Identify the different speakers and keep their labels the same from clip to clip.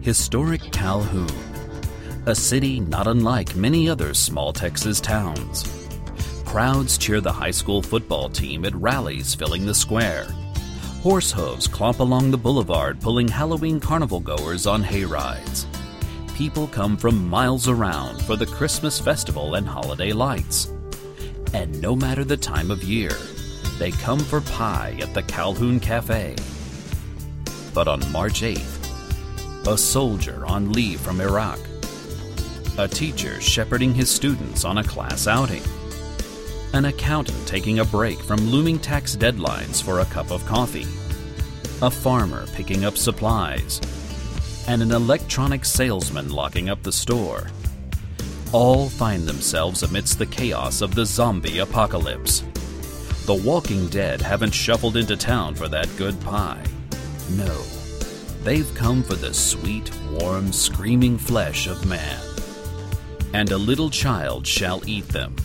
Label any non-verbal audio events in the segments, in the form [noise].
Speaker 1: Historic Calhoun, a city not unlike many other small Texas towns. Crowds cheer the high school football team at rallies filling the square. Horse hooves clomp along the boulevard, pulling Halloween carnival goers on hay rides. People come from miles around for the Christmas festival and holiday lights. And no matter the time of year, they come for pie at the Calhoun Cafe. But on March 8th, a soldier on leave from Iraq, a teacher shepherding his students on a class outing, an accountant taking a break from looming tax deadlines for a cup of coffee, a farmer picking up supplies, and an electronic salesman locking up the store all find themselves amidst the chaos of the zombie apocalypse. The Walking Dead haven't shuffled into town for that good pie. No, they've come for the sweet, warm, screaming flesh of man. And a little child shall eat them.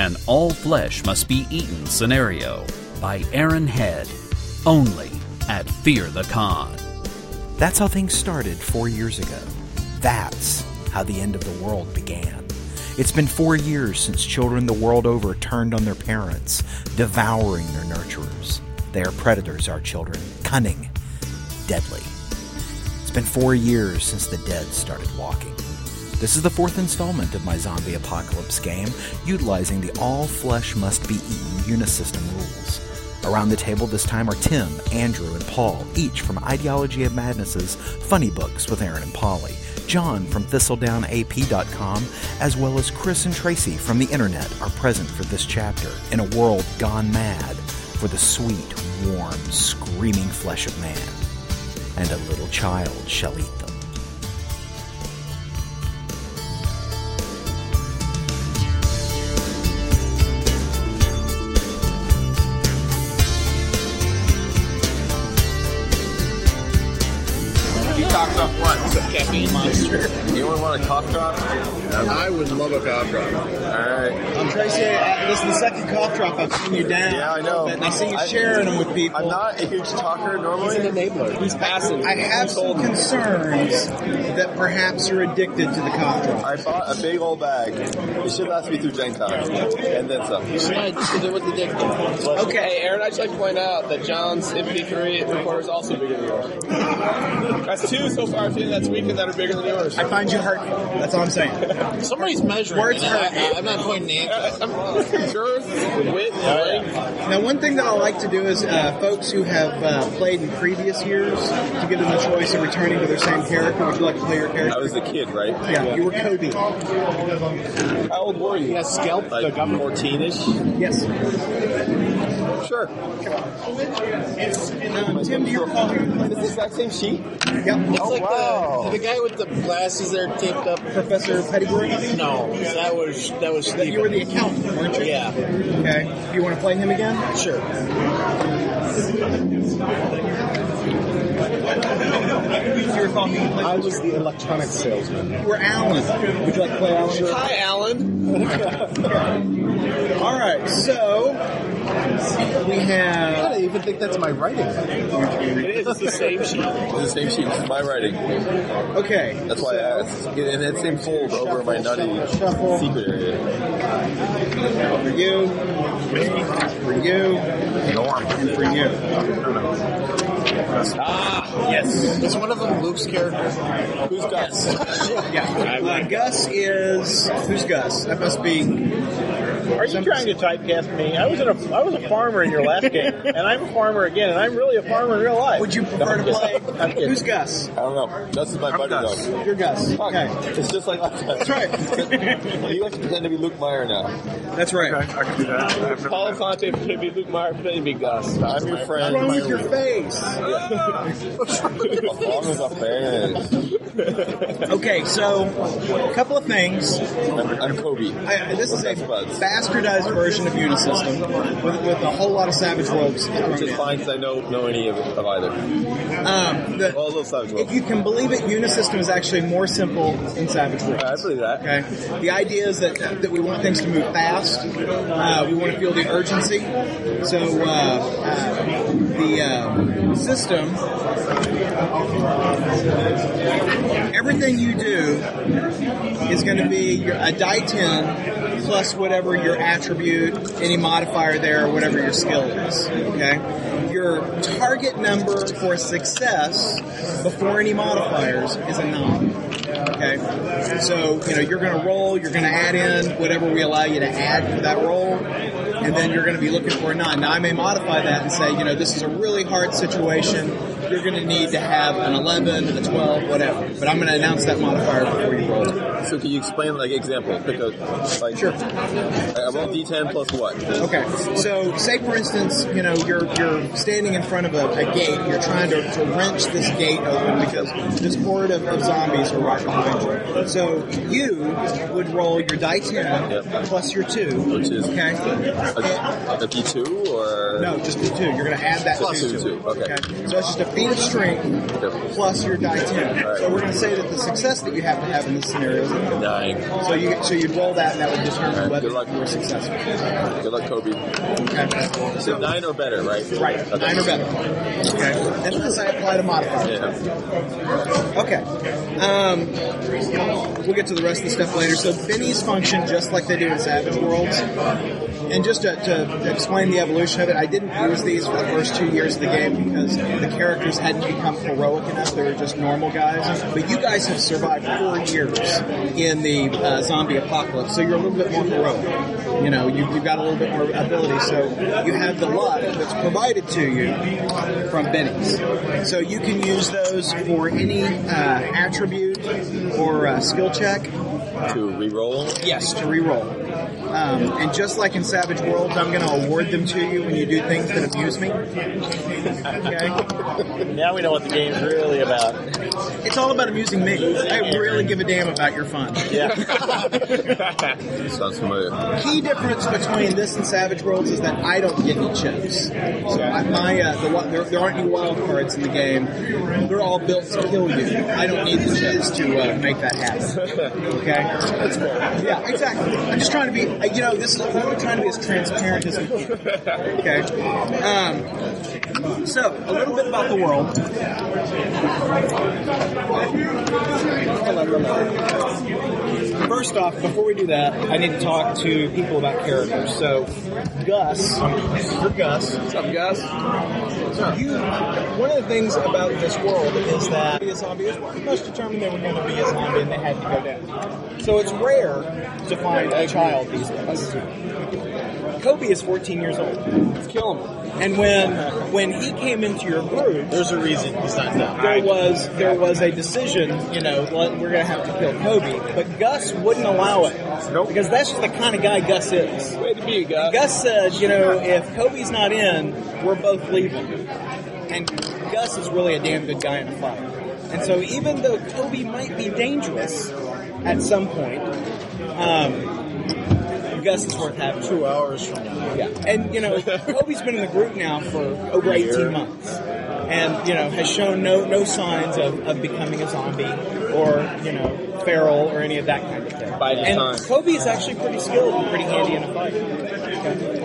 Speaker 1: An all flesh must be eaten scenario by Aaron Head, only at Fear the Con.
Speaker 2: That's how things started four years ago. That's how the end of the world began. It's been four years since children the world over turned on their parents, devouring their nurturers. They are predators, our children, cunning, deadly. It's been four years since the dead started walking. This is the fourth installment of my zombie apocalypse game, utilizing the all flesh must be eaten unisystem rules. Around the table this time are Tim, Andrew, and Paul, each from Ideology of Madness's Funny Books with Aaron and Polly, John from thistledownap.com, as well as Chris and Tracy from the internet are present for this chapter in a world gone mad for the sweet, warm, screaming flesh of man. And a little child shall eat them.
Speaker 3: You coughed up once.
Speaker 4: caffeine monster.
Speaker 3: Anyone want a cough drop? I would love a cough drop. All right.
Speaker 4: I'm Tracy. I, this is the second cough drop I've seen you down.
Speaker 3: Yeah, I know.
Speaker 4: And I see you
Speaker 3: I-
Speaker 4: sharing them with people.
Speaker 3: I'm not a huge talker normally.
Speaker 4: enabler. He's passive. I have some concerns that perhaps you're addicted to the cough drop.
Speaker 3: I bought a big old bag. It should last me through Gen Con. And then some.
Speaker 5: Okay, Aaron, I'd just like to point out that John's MP3 recorder is also bigger than yours. That's two so far, two that's weekend that are bigger than yours.
Speaker 4: I find you hurtful. That's all I'm saying.
Speaker 5: Somebody's measuring.
Speaker 4: Words and I- hurt.
Speaker 5: I'm not pointing at [laughs] Yours, width,
Speaker 3: Oh,
Speaker 5: length.
Speaker 4: Now, one thing that I like to do is uh, folks who have uh, played in previous years to give them the choice of returning to their same character. Would you like to play your
Speaker 3: I
Speaker 4: character?
Speaker 3: was a kid, right?
Speaker 4: Yeah, you were Kobe.
Speaker 3: How old were you?
Speaker 5: Yes, scalp
Speaker 3: Like 14-ish?
Speaker 4: Yes.
Speaker 3: Sure.
Speaker 4: Um, Tim, do you recall who you played?
Speaker 3: Is this that same sheet?
Speaker 4: Yep.
Speaker 3: Oh, wow.
Speaker 5: the guy with the glasses there taped up.
Speaker 4: Professor Pettigrew.
Speaker 5: No, that was that was
Speaker 4: That you were the accountant, weren't you?
Speaker 5: Yeah.
Speaker 4: Okay. Do you want to play him again?
Speaker 5: Sure.
Speaker 4: Do you recall who you played?
Speaker 6: I was the electronic salesman.
Speaker 4: You were Alan. Would you like to play Alan?
Speaker 5: Hi, Alan.
Speaker 4: All right, so we
Speaker 6: I
Speaker 4: have.
Speaker 6: don't even think that's my writing.
Speaker 5: It is the same sheet.
Speaker 3: It's the same sheet. It's my writing.
Speaker 4: Okay,
Speaker 3: That's why I asked. And that same fold over my nutty
Speaker 4: Shuffle.
Speaker 3: secret area.
Speaker 4: for you, for you, and for you.
Speaker 5: Is one of them Luke's character?
Speaker 3: Who's got
Speaker 4: Yeah. Uh, Gus is who's Gus? That must be.
Speaker 7: Are you trying to typecast me? I was in a I was a farmer in your last game, and I'm a farmer again, and I'm really a farmer in real life.
Speaker 4: Would you prefer to
Speaker 3: I'm
Speaker 4: play?
Speaker 3: kidding.
Speaker 4: Who's Gus?
Speaker 3: I don't know. This is my buddy
Speaker 6: Gus.
Speaker 3: dog.
Speaker 4: You're Gus.
Speaker 3: Fuck.
Speaker 4: Okay,
Speaker 3: It's just like last time.
Speaker 4: that's
Speaker 3: [laughs]
Speaker 4: right.
Speaker 3: You have to pretend to be Luke Meyer now.
Speaker 4: That's right.
Speaker 6: I can do that.
Speaker 5: Paul Conte could be Luke Meyer, could be Gus.
Speaker 3: I'm your
Speaker 4: What's
Speaker 3: friend.
Speaker 4: wrong with your face?
Speaker 3: As long as [laughs] I'm famous.
Speaker 4: Okay, so a couple of things.
Speaker 3: I'm, I'm Kobe.
Speaker 4: I, this is a
Speaker 3: That's Buzz.
Speaker 4: bastardized version of Unisystem with, with a whole lot of Savage Worlds thrown
Speaker 3: Which is
Speaker 4: in.
Speaker 3: fine because I don't know any of, of either.
Speaker 4: Um, the-
Speaker 3: Well, a little Savage World.
Speaker 4: if you can believe it, Unisystem is actually more simple than Savage Worlds.
Speaker 3: I believe that.
Speaker 4: Okay. The idea is that that we want things to move fast. Uh, we want to feel the urgency. So uh, uh, the uh, system, everything you do is going to be your, a die ten plus whatever your attribute, any modifier there, whatever your skill is. Okay. Your target number for success before any modifiers is a nine. Okay. So, you know, you're going to roll, you're going to add in whatever we allow you to add to that roll, and then you're going to be looking for a nine. Now, I may modify that and say, you know, this is a really hard situation. You're going to need to have an 11, a 12, whatever. But I'm going to announce that modifier before you roll it.
Speaker 3: So can you explain, like, example? Pick a, like,
Speaker 4: Sure.
Speaker 3: I I roll D10 plus what?
Speaker 4: Okay. So, say for instance, you know, you're you're standing in front of a, a gate. You're trying to, to wrench this gate open because this horde of, of zombies are right behind you. So, you would roll your die ten
Speaker 3: Yep.
Speaker 4: plus your two,
Speaker 3: Which is
Speaker 4: okay.
Speaker 3: A, a D2 or?
Speaker 4: No, just the two. You're going to add that
Speaker 3: Plus
Speaker 4: two. to
Speaker 3: two,
Speaker 4: it,
Speaker 3: okay.
Speaker 4: So it's just a feat of strength
Speaker 3: Okay.
Speaker 4: plus your die ten.
Speaker 3: All right.
Speaker 4: So we're going to say that the success that you have to have in this scenario is a nine.
Speaker 3: Nine.
Speaker 4: So you so you roll that, and that would determine
Speaker 3: All right,
Speaker 4: whether
Speaker 3: good luck.
Speaker 4: you were successful.
Speaker 3: Good luck, Kobe.
Speaker 4: Okay.
Speaker 3: So nine or better, right?
Speaker 4: Right,
Speaker 3: Okay.
Speaker 4: nine or better. Okay, and unless I apply to modify.
Speaker 3: Yeah.
Speaker 4: Okay. Um, we'll get to the rest of the stuff later. So bennies function just like they do in Savage Worlds. And just to, to explain the evolution of it, I didn't use these for the first two years of the game because the characters hadn't become heroic enough. They were just normal guys. But you guys have survived four years in the uh, zombie apocalypse, so you're a little bit more heroic. You know, you, you've got a little bit more ability, so you have the luck that's provided to you from bennies. So you can use those for any uh, attribute or uh, skill check.
Speaker 3: To re-roll.
Speaker 4: Yes, to re-roll. Um, and just like in Savage Worlds, I'm going to award them to you when you do things that amuse me. Okay?
Speaker 7: Now we know what the game's really about.
Speaker 4: It's all about amusing me. I really give a damn about your fun.
Speaker 7: Yeah.
Speaker 3: Sounds familiar.
Speaker 4: Key difference between this and Savage Worlds is that I don't get any chips. So I, my uh, the, wi- there, there aren't any wild cards in the game. They're all built to kill you. I don't need the chips to uh, make that happen. Okay. Yeah, exactly. I'm just trying to be. uh, You know, this is we're trying to be as transparent as we can. Okay. Um, so a little bit about the world. First off, before we do that, I need to talk to people about characters. So, Gus, you're Gus. What's up, Gus? You, one of the things about this world is that a zombie is pretty much determined they were going to be a zombie and they had to go down. So it's rare to find a child these days. Kobe is 14 years old. It's killing him. And when when he came into your group,
Speaker 7: There's a reason he's not down.
Speaker 4: there was there was a decision, you know, let- we're going to have to kill Kobe, but Gus wouldn't allow it.
Speaker 7: Nope.
Speaker 4: Because that's just the kind of guy Gus is.
Speaker 3: Way to be, guy.
Speaker 4: Gus said, you know, if Kobe's not in, we're both leaving. And Gus is really a damn good guy in a fight. And so even though Kobe might be dangerous at some point, um, Gus is worth having.
Speaker 7: Two hours from now.
Speaker 4: Yeah, and you
Speaker 7: [laughs]
Speaker 4: know, Kobe's been in the group now for over eighteen months, and you know has shown no no signs of, of becoming a zombie or you know feral or any of that kind of thing.
Speaker 3: Biding
Speaker 4: and
Speaker 3: time.
Speaker 4: Kobe is actually pretty skilled and pretty handy in a fight. Okay.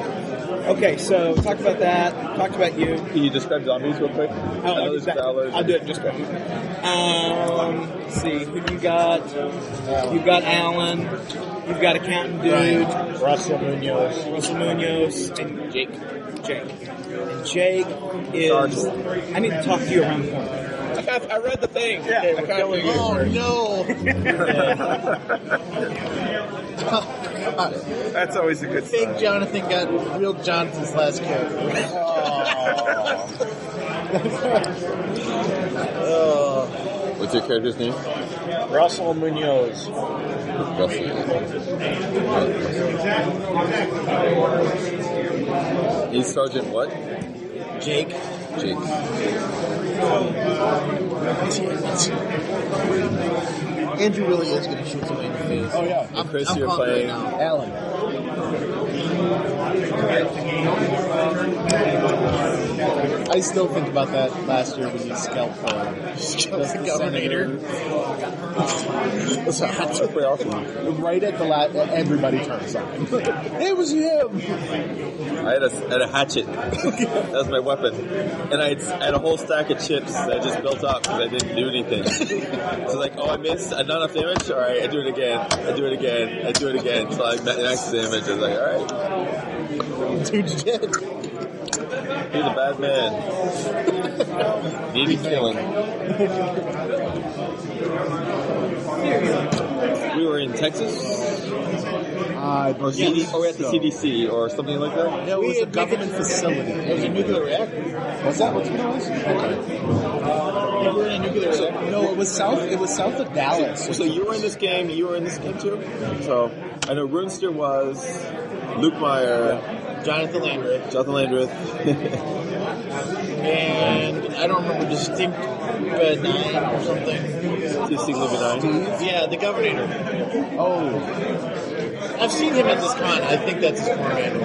Speaker 4: Okay, so talked about that. Talked about you.
Speaker 3: Can you describe zombies real quick?
Speaker 4: I'll,
Speaker 3: I
Speaker 4: I'll
Speaker 3: know
Speaker 4: do
Speaker 3: there's
Speaker 4: that.
Speaker 3: growlers.
Speaker 4: I'll do it in just a second. Um, let's see who you got. You've got Alan. You've got accountant dude.
Speaker 7: Russell Munoz.
Speaker 4: Russell Munoz and Jake. Jake. And Jake is. I need to talk to you around the corner.
Speaker 3: I, have, I read the thing.
Speaker 4: Yeah.
Speaker 3: Okay, we're killing you.
Speaker 5: Oh, [laughs] no! [laughs]
Speaker 3: That's always a good
Speaker 5: Big Jonathan got real Jonathan's last character.
Speaker 3: What's your character's name?
Speaker 7: Russell Munoz.
Speaker 3: Russell. He's Sergeant what?
Speaker 7: Jake.
Speaker 3: Jake.
Speaker 5: Andrew really is going to shoot somebody in the face.
Speaker 3: Oh yeah. And Chris,
Speaker 5: I'm
Speaker 3: you're
Speaker 5: hungry
Speaker 3: playing
Speaker 5: now. Alan. I still think about that last year when he scalped the,
Speaker 7: Scalped the governor.
Speaker 5: senator. That's hot super awful. Right at the la everybody turns on him. [laughs] it was him.
Speaker 3: I had a, had a hatchet. [laughs] that was my weapon. And I had, I had a whole stack of chips that I just built up because I didn't do
Speaker 4: [laughs]
Speaker 3: anything. so like, oh, I missed. I not enough damage. All right, I do it again. I do it again. I do it again until I ma- max damage. I was like, all right,
Speaker 5: Dude, dead. [laughs]
Speaker 3: he's a bad man. Needed killing. We were in Texas,
Speaker 5: Uh, it was
Speaker 3: CD, or at Oh, the CDC, or something like that.
Speaker 5: No, it was a government facility. It was a nuclear reactor. Was that what it was? You were in a nuclear reactor. No, it was south. It was south of Dallas.
Speaker 3: So you were in this game. You were in this game too. So I know Runster was Luke Meyer,
Speaker 5: Jonathan Landreth,
Speaker 3: Jonathan Landreth.
Speaker 5: and I don't remember distinct, but nine or something.
Speaker 3: Distinct Luminine.
Speaker 5: Yeah, the governor. Oh, I've seen him at this con. I think that's his former name.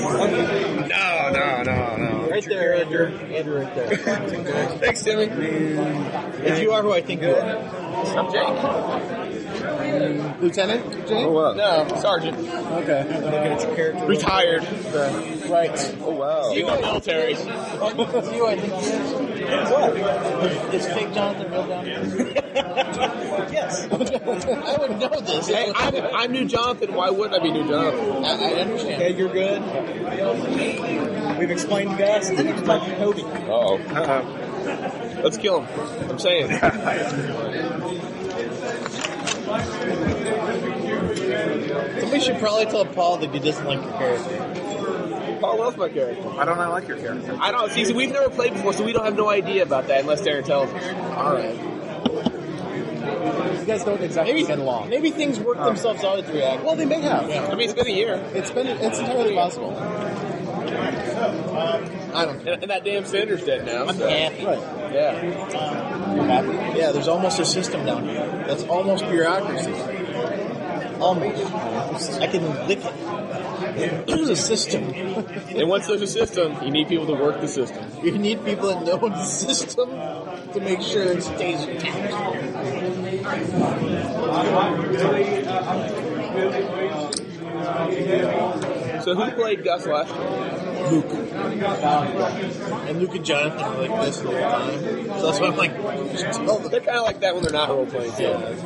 Speaker 8: No, no, no, no.
Speaker 5: Right there, Andrew. Andrew, right there. [laughs]
Speaker 7: Thanks, Timmy.
Speaker 5: if you are who I think you are,
Speaker 7: I'm Jake.
Speaker 5: Lieutenant.
Speaker 3: Oh wow!
Speaker 7: No, Sergeant.
Speaker 5: Okay.
Speaker 7: Retired.
Speaker 5: Right.
Speaker 3: Oh wow!
Speaker 7: You go military.
Speaker 5: you, I think you are. What? Is fake Jonathan real Jonathan? [laughs] yes. I would know this.
Speaker 7: Hey,
Speaker 5: I,
Speaker 7: I'm, I'm new Jonathan. Why wouldn't I be new Jonathan?
Speaker 5: I understand.
Speaker 4: Okay, you're good. We've explained Gus. I need to talk to Cody.
Speaker 3: Oh,
Speaker 7: Let's kill him. I'm saying.
Speaker 5: Somebody should probably tell Paul that he doesn't like your character.
Speaker 7: Paul loves my character.
Speaker 8: I don't not like your character.
Speaker 7: I don't. See, so we've never played before, so we don't have no idea about that unless Darren tells us.
Speaker 5: All right. You guys don't exactly
Speaker 9: Maybe-
Speaker 5: get along.
Speaker 9: Maybe things work themselves out at the reactor.
Speaker 5: Well, they may have.
Speaker 7: I mean, it's been a year.
Speaker 5: It's been. It's entirely possible. I don't.
Speaker 7: And, and that damn Sanders dead now.
Speaker 5: I'm
Speaker 3: [laughs]
Speaker 7: so-
Speaker 5: happy. Right.
Speaker 7: Yeah.
Speaker 5: Yeah. There's almost a system down here. That's almost bureaucracy. Almost. I can lick it. There's a system. [laughs]
Speaker 7: And once there's a system, you need people to work the system.
Speaker 5: You need people that know the system to make sure it stays intact.
Speaker 7: So who played Gus last year?
Speaker 5: Luke. And Luke and Jonathan are like this the whole time. So that's why I'm like, just tell them.
Speaker 7: They're kind of like that when they're not role playing.
Speaker 5: Yeah.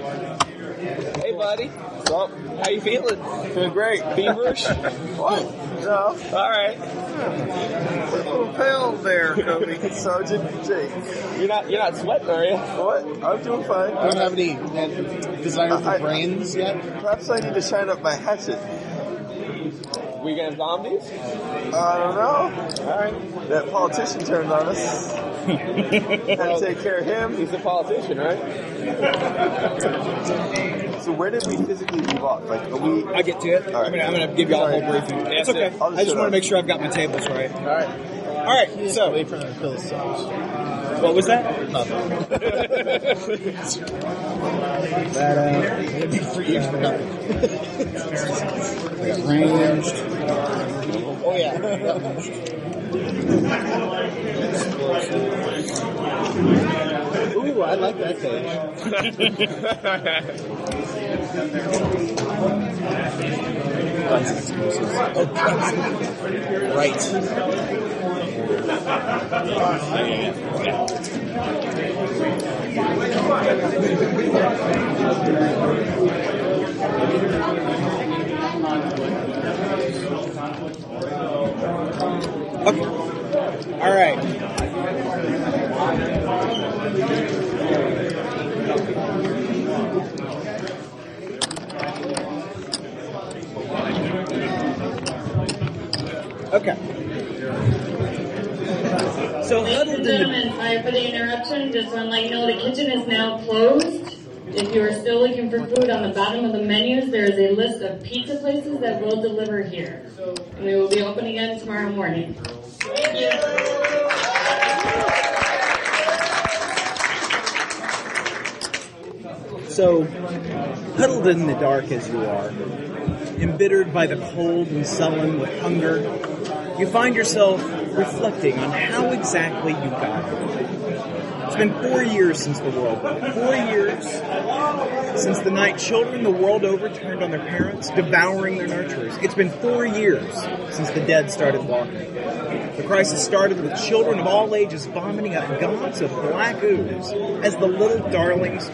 Speaker 7: Hey, buddy. Well, how you feeling? Feeling great. Feverish? what? No. All right.
Speaker 3: Oh,
Speaker 8: little pale there, Cody.
Speaker 3: [laughs] Sergeant Jake.
Speaker 7: You're not. You're not sweating, are you?
Speaker 3: What? I'm doing
Speaker 5: I
Speaker 3: fine.
Speaker 5: don't have any uh, desire for
Speaker 3: I-
Speaker 5: brains yet.
Speaker 3: Perhaps I need to shine up my hatchet.
Speaker 7: We gonna have zombies?
Speaker 3: I don't know. All right. That politician turned on
Speaker 7: [laughs]
Speaker 3: us. Had to take care of him.
Speaker 7: He's a politician, right?
Speaker 3: So where did we physically leave off? Like, are we?
Speaker 4: I get to it.
Speaker 3: All right.
Speaker 4: I'm, gonna, I'm gonna give y'all a whole
Speaker 3: Sorry.
Speaker 4: briefing.
Speaker 7: That's
Speaker 4: It's okay.
Speaker 7: it.
Speaker 3: I'll
Speaker 4: I just
Speaker 3: shut
Speaker 4: want
Speaker 3: up.
Speaker 4: to make sure I've got my tables right.
Speaker 5: All right.
Speaker 4: All right.
Speaker 5: So
Speaker 4: So,
Speaker 5: away from the pill sucks.
Speaker 4: what was that?
Speaker 5: Nothing. It'd be for years for nothing.
Speaker 10: Ranged.
Speaker 5: Oh yeah. Ooh, I like that page. Right.
Speaker 4: All right. Okay. So,
Speaker 11: Ladies and gentlemen, sorry for the interruption. Just want to let you know the kitchen is now closed. If you are still looking for food on the bottom of the menus, there is a list of pizza places that will deliver here. And we will be open again tomorrow morning. Thank you.
Speaker 4: So, huddled in the dark as you are, embittered by the cold and sullen with hunger, you find yourself reflecting on how exactly you got here. It's been four years since the world broke. Four years since the night children the world over turned on their parents, devouring their nurturers. It's been four years since the dead started walking. The crisis started with children of all ages vomiting up gobs of black ooze as the little darlings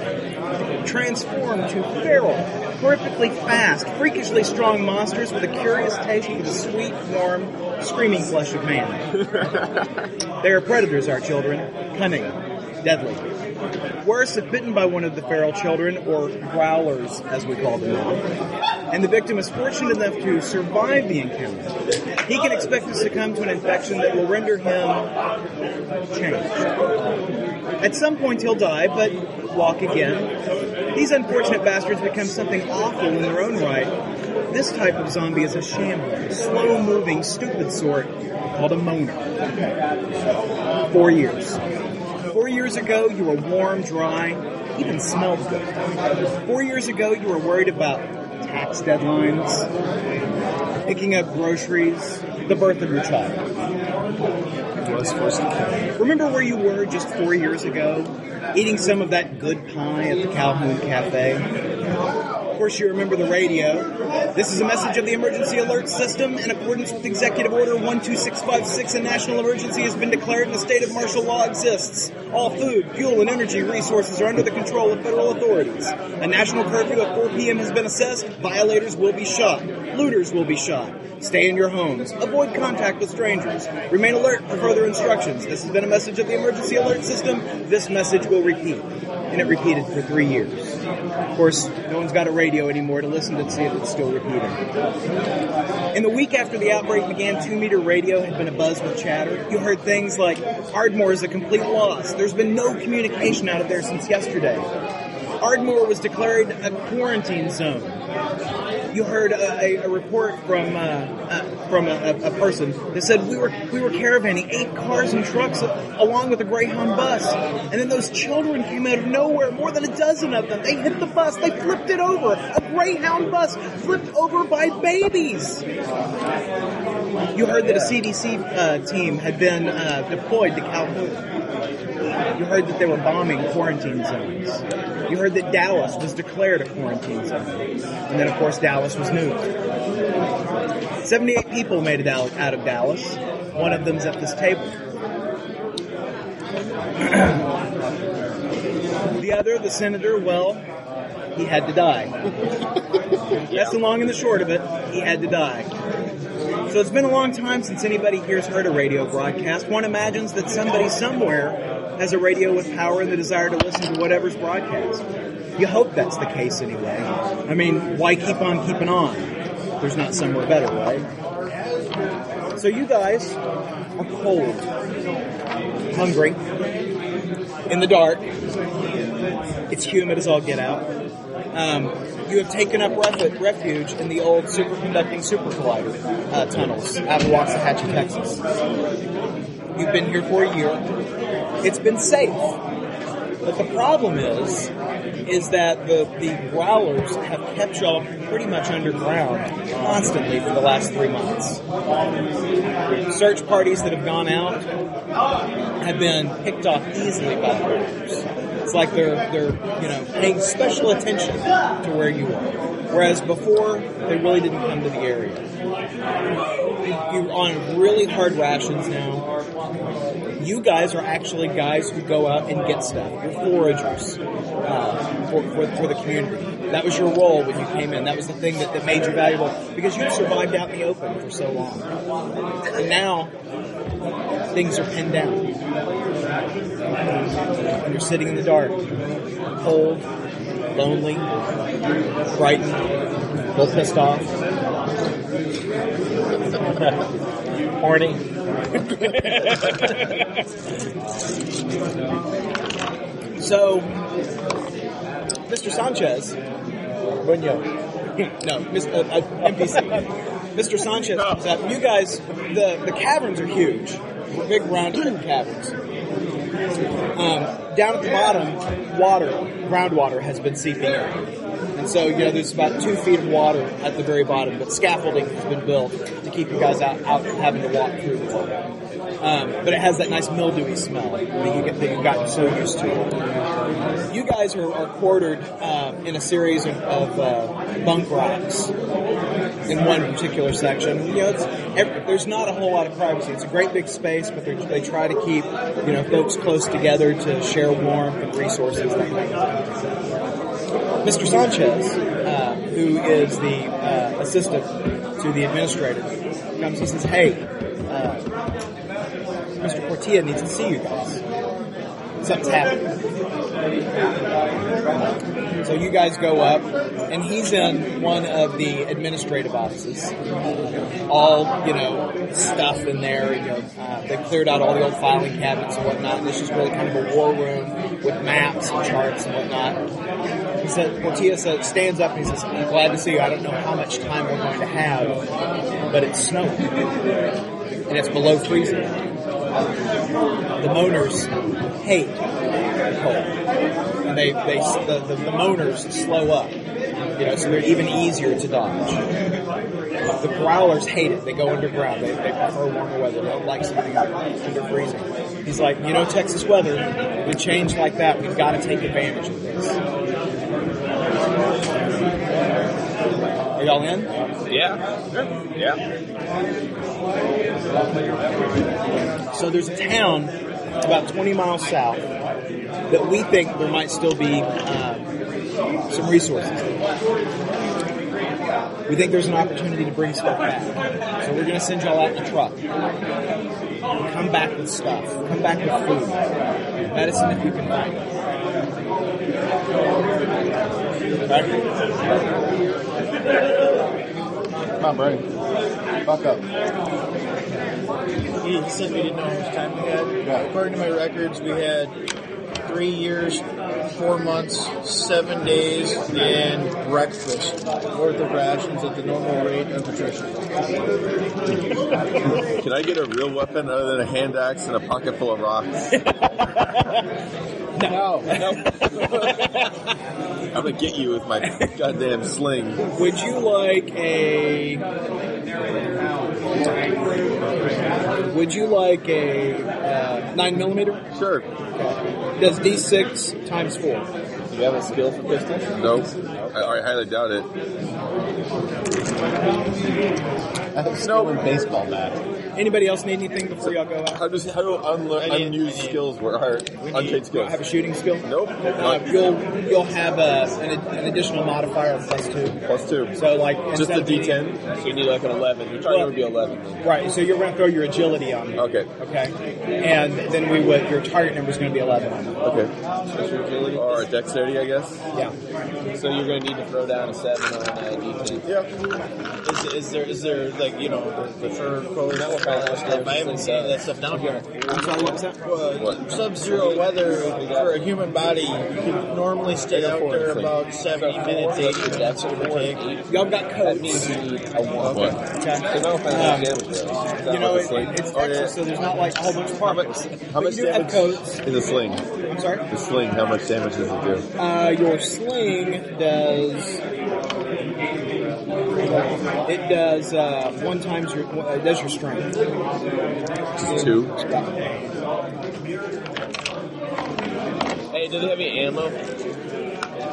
Speaker 4: transformed to feral, horrifically fast, freakishly strong monsters with a curious taste for the sweet, warm, screaming flesh of man. they are predators, our children, cunning, deadly. Worse, if bitten by one of the feral children, or growlers as we call them now, and the victim is fortunate enough to survive the encounter, he can expect to succumb to an infection that will render him changed. At some point he'll die, but walk again. These unfortunate bastards become something awful in their own right. This type of zombie is a shambler, slow moving, stupid sort called a moaner. Four years. Four years ago, you were warm, dry, even smelled good. Four years ago, you were worried about tax deadlines, picking up groceries, the birth of your child. Remember where you were just four years ago, eating some of that good pie at the Calhoun Cafe? Of course, you remember the radio. This is a message of the emergency alert system. In accordance with Executive Order 12656, a national emergency has been declared and a state of martial law exists. All food, fuel, and energy resources are under the control of federal authorities. A national curfew at 4 p.m. has been assessed. Violators will be shot. Looters will be shot. Stay in your homes. Avoid contact with strangers. Remain alert for further instructions. This has been a message of the emergency alert system. This message will repeat. And it repeated for three years. Of course, no one's got a radio anymore to listen to see if it's still repeating. In the week after the outbreak began, two meter radio had been abuzz with chatter. You heard things like, Ardmore is a complete loss. There's been no communication out of there since yesterday. Ardmore was declared a quarantine zone you heard a, a, a report from uh, uh, from a, a, person that said we were we were caravanning eight cars and trucks along with a Greyhound bus, and then those children came out of nowhere, more than a dozen of them. They hit the bus, they flipped it over. A Greyhound bus flipped over by babies. You heard that a CDC uh, team had been uh, deployed to Calhoun. You heard that they were bombing quarantine zones. You heard that Dallas was declared a quarantine zone. And then, of course, Dallas was news. 78 people made it out, out of Dallas. One of them's at this table. [clears throat] the other, the senator, well, he had to die. That's the long and the short of it. He had to die. So it's been a long time since anybody here's heard a radio broadcast. One imagines that somebody somewhere has a radio with power and the desire to listen to whatever's broadcast. You hope that's the case anyway. I mean, why keep on keeping on? There's not somewhere better, right? So you guys are cold, hungry, in the dark. It's humid as all get out. Um, you have taken up ref- refuge in the old superconducting super collider uh, tunnels out of Waxahachie, Texas. You've been here for a year it's been safe. But the problem is, is that the, the growlers have kept y'all pretty much underground constantly for the last three months. Search parties that have gone out have been picked off easily by the growlers. It's like they're, they're, you know, paying special attention to where you are. Whereas before, they really didn't come to the area. You're on really hard rations now you guys are actually guys who go out and get stuff. You're foragers uh, for, for, for, the community. That was your role when you came in. That was the thing that, that made you valuable because you survived out in the open for so long. And now things are pinned down. And you're sitting in the dark, cold, lonely, frightened, a little pissed off, [laughs]
Speaker 12: horny.
Speaker 4: [laughs] So, Mr. Sanchez, Buño. [laughs] No, Miss, uh, uh, MPC. Mr. Sanchez comes up. You guys, the, the caverns are huge. They're Big round caverns. Um, down at the bottom, water, groundwater has been seeping in. And so, you know, there's about two feet of water at the very bottom, but scaffolding has been built to keep you guys out, out from having to walk through the water. Um, but it has that nice mildewy smell that, you get, that you've gotten so used to. You guys are, are quartered um, in a series of, of uh, bunk racks in one particular section. You know, it's, every, there's not a whole lot of privacy. It's a great big space, but they they try to keep you know folks close together to share warmth and resources. That kind of thing. Mr. Sanchez, uh, who is the uh, assistant to the administrator, comes and says, "Hey, uh, Mr. Portilla needs to see you guys. Something's happening." So you guys go up, and he's in one of the administrative offices. All you know, stuff in there. You know, uh, they cleared out all the old filing cabinets and whatnot. And it's just really kind of a war room with maps and charts and whatnot. He said, Portilla says, stands up and he says, "I'm glad to see you. I don't know how much time we're going to have, but it's snowing and it's below freezing. The moaners hate cold, and they, they the, the, the moaners slow up. You know, so they're even easier to dodge. The growlers hate it. They go underground. They, they prefer warmer weather. They don't like something under freezing. He's like, you know, Texas weather, we change like that. We've got to take advantage of this. Are y'all in?
Speaker 7: Yeah. Sure. Yeah.
Speaker 4: So there's a town about 20 miles south that we think there might still be um, some resources. We think there's an opportunity to bring stuff back. So we're going to send y'all out in a truck. Come back with stuff. Come back with food. Medicine if you can find it. Right?
Speaker 13: Come on, Bernie. Fuck up.
Speaker 5: He he said we didn't know how much time we had.
Speaker 13: Yeah.
Speaker 5: According to my records, we had three years, four months, seven days, and breakfast worth of rations at the normal rate of attrition.
Speaker 3: Can I get a real weapon other than a hand axe and a pocket full of rocks?
Speaker 5: No.
Speaker 3: I'm gonna get you with my goddamn sling.
Speaker 4: [laughs] Would you like a? Would you like a uh, nine millimeter?
Speaker 3: Sure.
Speaker 4: Does D six times four?
Speaker 7: Do you have a skill for pistols?
Speaker 3: No, I, I highly doubt it.
Speaker 13: I have snow in baseball bat.
Speaker 4: Anybody else need anything before y'all go out?
Speaker 3: How does how do unle-
Speaker 5: I need-
Speaker 3: unused
Speaker 5: I need-
Speaker 3: skills were or untrained skills?
Speaker 4: Have a shooting skill?
Speaker 3: Nope.
Speaker 4: Uh,
Speaker 3: Not-
Speaker 4: you'll you'll have uh an, an additional modifier of plus two.
Speaker 3: plus two.
Speaker 4: So like
Speaker 3: Just
Speaker 4: instead
Speaker 3: a
Speaker 4: of being-
Speaker 3: D10. So you need like an 11. Your target would be 11.
Speaker 4: Right. So you're going to throw your agility on. it.
Speaker 3: Okay.
Speaker 4: Okay. And then we would your target number is going to be eleven. on it.
Speaker 3: Okay. Or a dexterity, I guess.
Speaker 4: Yeah.
Speaker 7: So you're gonna need to throw down a seven on a D10.
Speaker 3: Yeah.
Speaker 5: Is, is there is there like you know the, the fur crawler network all that stuff? I haven't seen that stuff down here.
Speaker 4: I'm sorry. What was that?
Speaker 3: What?
Speaker 5: Sub-zero weather for a human body you could normally stay out there about seventy minutes, eighty minutes, give or take.
Speaker 4: Y'all got
Speaker 7: That
Speaker 4: coats.
Speaker 7: means you need a one.
Speaker 3: What?
Speaker 4: Okay.
Speaker 7: So no offense,
Speaker 4: Um,
Speaker 7: damage though. Is that
Speaker 4: You know,
Speaker 7: what
Speaker 4: it,
Speaker 7: it's like?
Speaker 4: it's
Speaker 3: Oh, yeah.
Speaker 4: Texas, so there's not like a whole bunch of parkas.
Speaker 3: How
Speaker 4: But
Speaker 3: much
Speaker 4: you do have
Speaker 3: damage
Speaker 4: coats.
Speaker 3: is a sling?
Speaker 4: I'm sorry.
Speaker 3: The sling. How much damage does it do?
Speaker 4: Uh, your sling does. It does uh, one times your it does your strength.
Speaker 3: Just two.
Speaker 7: Hey, do they have any ammo?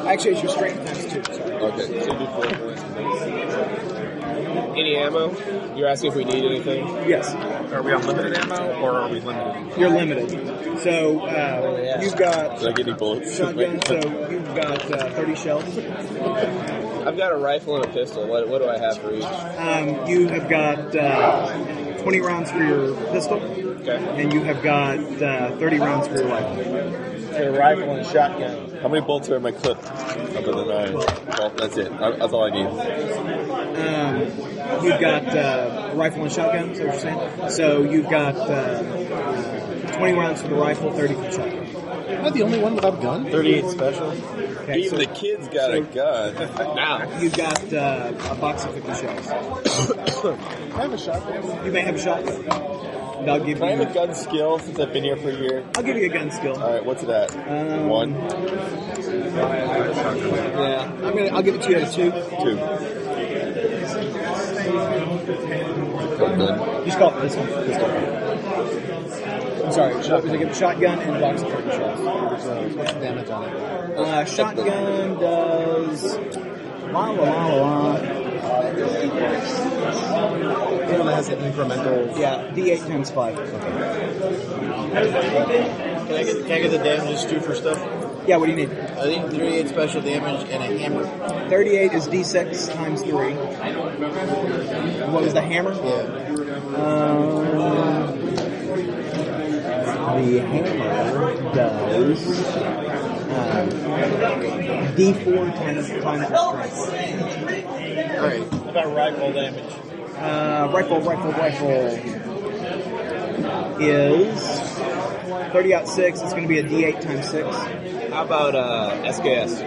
Speaker 4: Actually, it's your strength times two. Sorry.
Speaker 3: Okay. So you do four points.
Speaker 7: Any ammo? You're asking if we need anything?
Speaker 4: Yes.
Speaker 3: Are we on limited ammo or are we limited?
Speaker 4: You're limited. So uh, you've got
Speaker 3: Did I get any bullets?
Speaker 4: shotgun. So you've got uh, 30 shells.
Speaker 7: I've got a rifle and a pistol. What, what do I have for each?
Speaker 4: Um, you have got uh, 20 rounds for your pistol,
Speaker 7: Okay.
Speaker 4: and you have got uh, 30 rounds for your rifle.
Speaker 14: A rifle and a shotgun.
Speaker 3: How many bolts are in my clip? Other than nine. Well, that's it. I- That's all I need.
Speaker 4: Um, you've got uh, a rifle and shotgun. Is that what you're saying? So you've got uh, uh, 20 rounds for the rifle, 30 for the shotgun.
Speaker 5: Am I the only one without a gun?
Speaker 3: 38 special.
Speaker 5: Okay,
Speaker 3: Even
Speaker 5: so-
Speaker 3: the kids got a gun.
Speaker 5: Now.
Speaker 4: You've got uh, a box of 50
Speaker 3: [coughs]
Speaker 4: shells.
Speaker 7: I have a shotgun.
Speaker 4: You may have a shotgun. And I'll give
Speaker 3: Can I have
Speaker 4: you.
Speaker 3: a gun skill since I've been here for a year?
Speaker 4: I'll give you a gun skill.
Speaker 3: All right, what's it at?
Speaker 4: Um,
Speaker 3: One,
Speaker 4: Yeah, I'm gonna. I'll give it to you at a two.
Speaker 3: two. Feel good.
Speaker 4: Just call it this one. I'm sorry. Shot, I give a shotgun and a box of 30 shells.
Speaker 5: So, what's the damage on it?
Speaker 4: Uh, shotgun does. La la la la.
Speaker 5: It only has an incremental.
Speaker 4: Yeah, D8 times five.
Speaker 5: Can I get, can I get the damage two for stuff?
Speaker 4: Yeah, what do you need?
Speaker 5: I think 38 special damage and a hammer.
Speaker 4: 38 is D6 times three. What was the hammer?
Speaker 5: Yeah.
Speaker 4: Um, the hammer does um, D4 times times strength.
Speaker 5: All right.
Speaker 7: What about rifle damage?
Speaker 4: Uh, rifle, rifle, rifle is 30 out 6. It's going to be a D8 times 6.
Speaker 15: How about uh, SKS?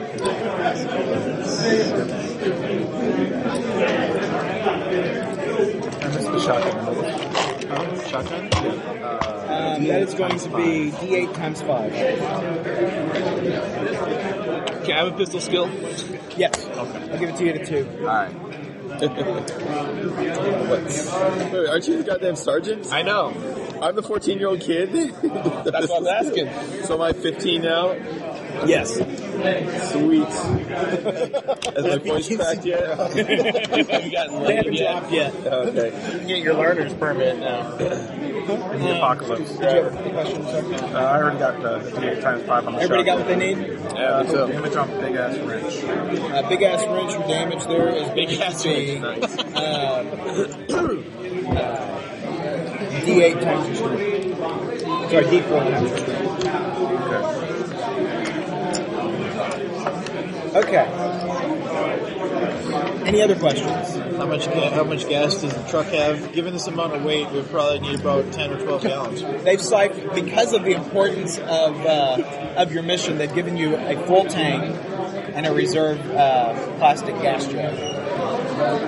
Speaker 16: I missed the shotgun. Shotgun? Yeah.
Speaker 4: Um, that is going to be D8 times 5.
Speaker 15: Can I have a pistol skill?
Speaker 4: Yes. Okay. I'll give it to you at a 2.
Speaker 15: All right.
Speaker 3: Wait, aren't you the goddamn sergeant?
Speaker 15: I know.
Speaker 3: I'm the 14 year old kid. [laughs]
Speaker 15: That's
Speaker 3: That's
Speaker 15: what I was asking.
Speaker 3: So am I 15 now?
Speaker 15: Yes.
Speaker 3: Sweet. Has my voice cracked yet?
Speaker 15: Haven't gotten
Speaker 7: They
Speaker 15: laid
Speaker 7: haven't
Speaker 15: yet.
Speaker 7: dropped yet.
Speaker 3: Okay.
Speaker 5: You can get your learner's permit now.
Speaker 16: In the apocalypse.
Speaker 4: Did you have any questions? sir?
Speaker 16: Uh, I already got the 58 times 5 on the
Speaker 4: Everybody got
Speaker 16: shotgun.
Speaker 4: what they need?
Speaker 16: Uh, damage on big ass wrench.
Speaker 4: Uh, big ass wrench for damage there is big ass wrench. Uh, D8 times your strength. Sorry, D4 times your strength. Okay. Any other questions?
Speaker 5: How much ga- how much gas does the truck have? Given this amount of weight, we probably need about 10 or 12 gallons.
Speaker 4: They've psyched because of the importance of uh, of your mission. They've given you a full tank and a reserve uh, plastic gas jug.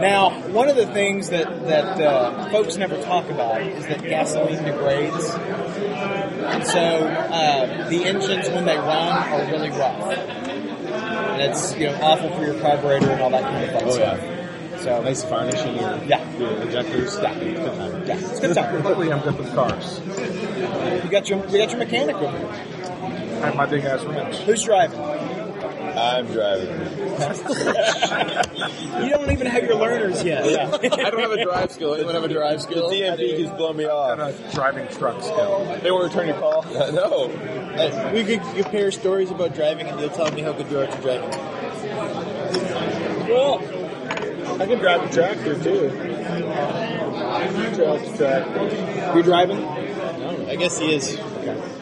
Speaker 4: Now, one of the things that that uh, folks never talk about is that gasoline degrades, and so uh, the engines when they run are really rough, and it's you know awful for your carburetor and all that kind of fun stuff. So
Speaker 16: Oh, Nice varnishing your,
Speaker 4: Yeah.
Speaker 16: your injectors. Yeah. Good time.
Speaker 4: yeah, it's a good time.
Speaker 16: Luckily, I'm good with cars.
Speaker 4: You got your you got your mechanic with you.
Speaker 16: I have my big ass wrench.
Speaker 4: Who's driving?
Speaker 3: I'm [laughs] driving.
Speaker 4: You don't even have your learners yet. [laughs]
Speaker 15: I don't have a drive skill. Anyone have a drive
Speaker 3: The
Speaker 15: skill?
Speaker 3: DMV just blown me
Speaker 16: Got
Speaker 3: off.
Speaker 16: a driving truck skill.
Speaker 3: They won't return your call.
Speaker 15: [laughs]
Speaker 3: no.
Speaker 5: Uh, we could compare stories about driving, and you'll tell me how good you are at your driving.
Speaker 7: Well, I can drive the tractor too. Drive the tractor.
Speaker 4: You're driving?
Speaker 5: No, I guess he is.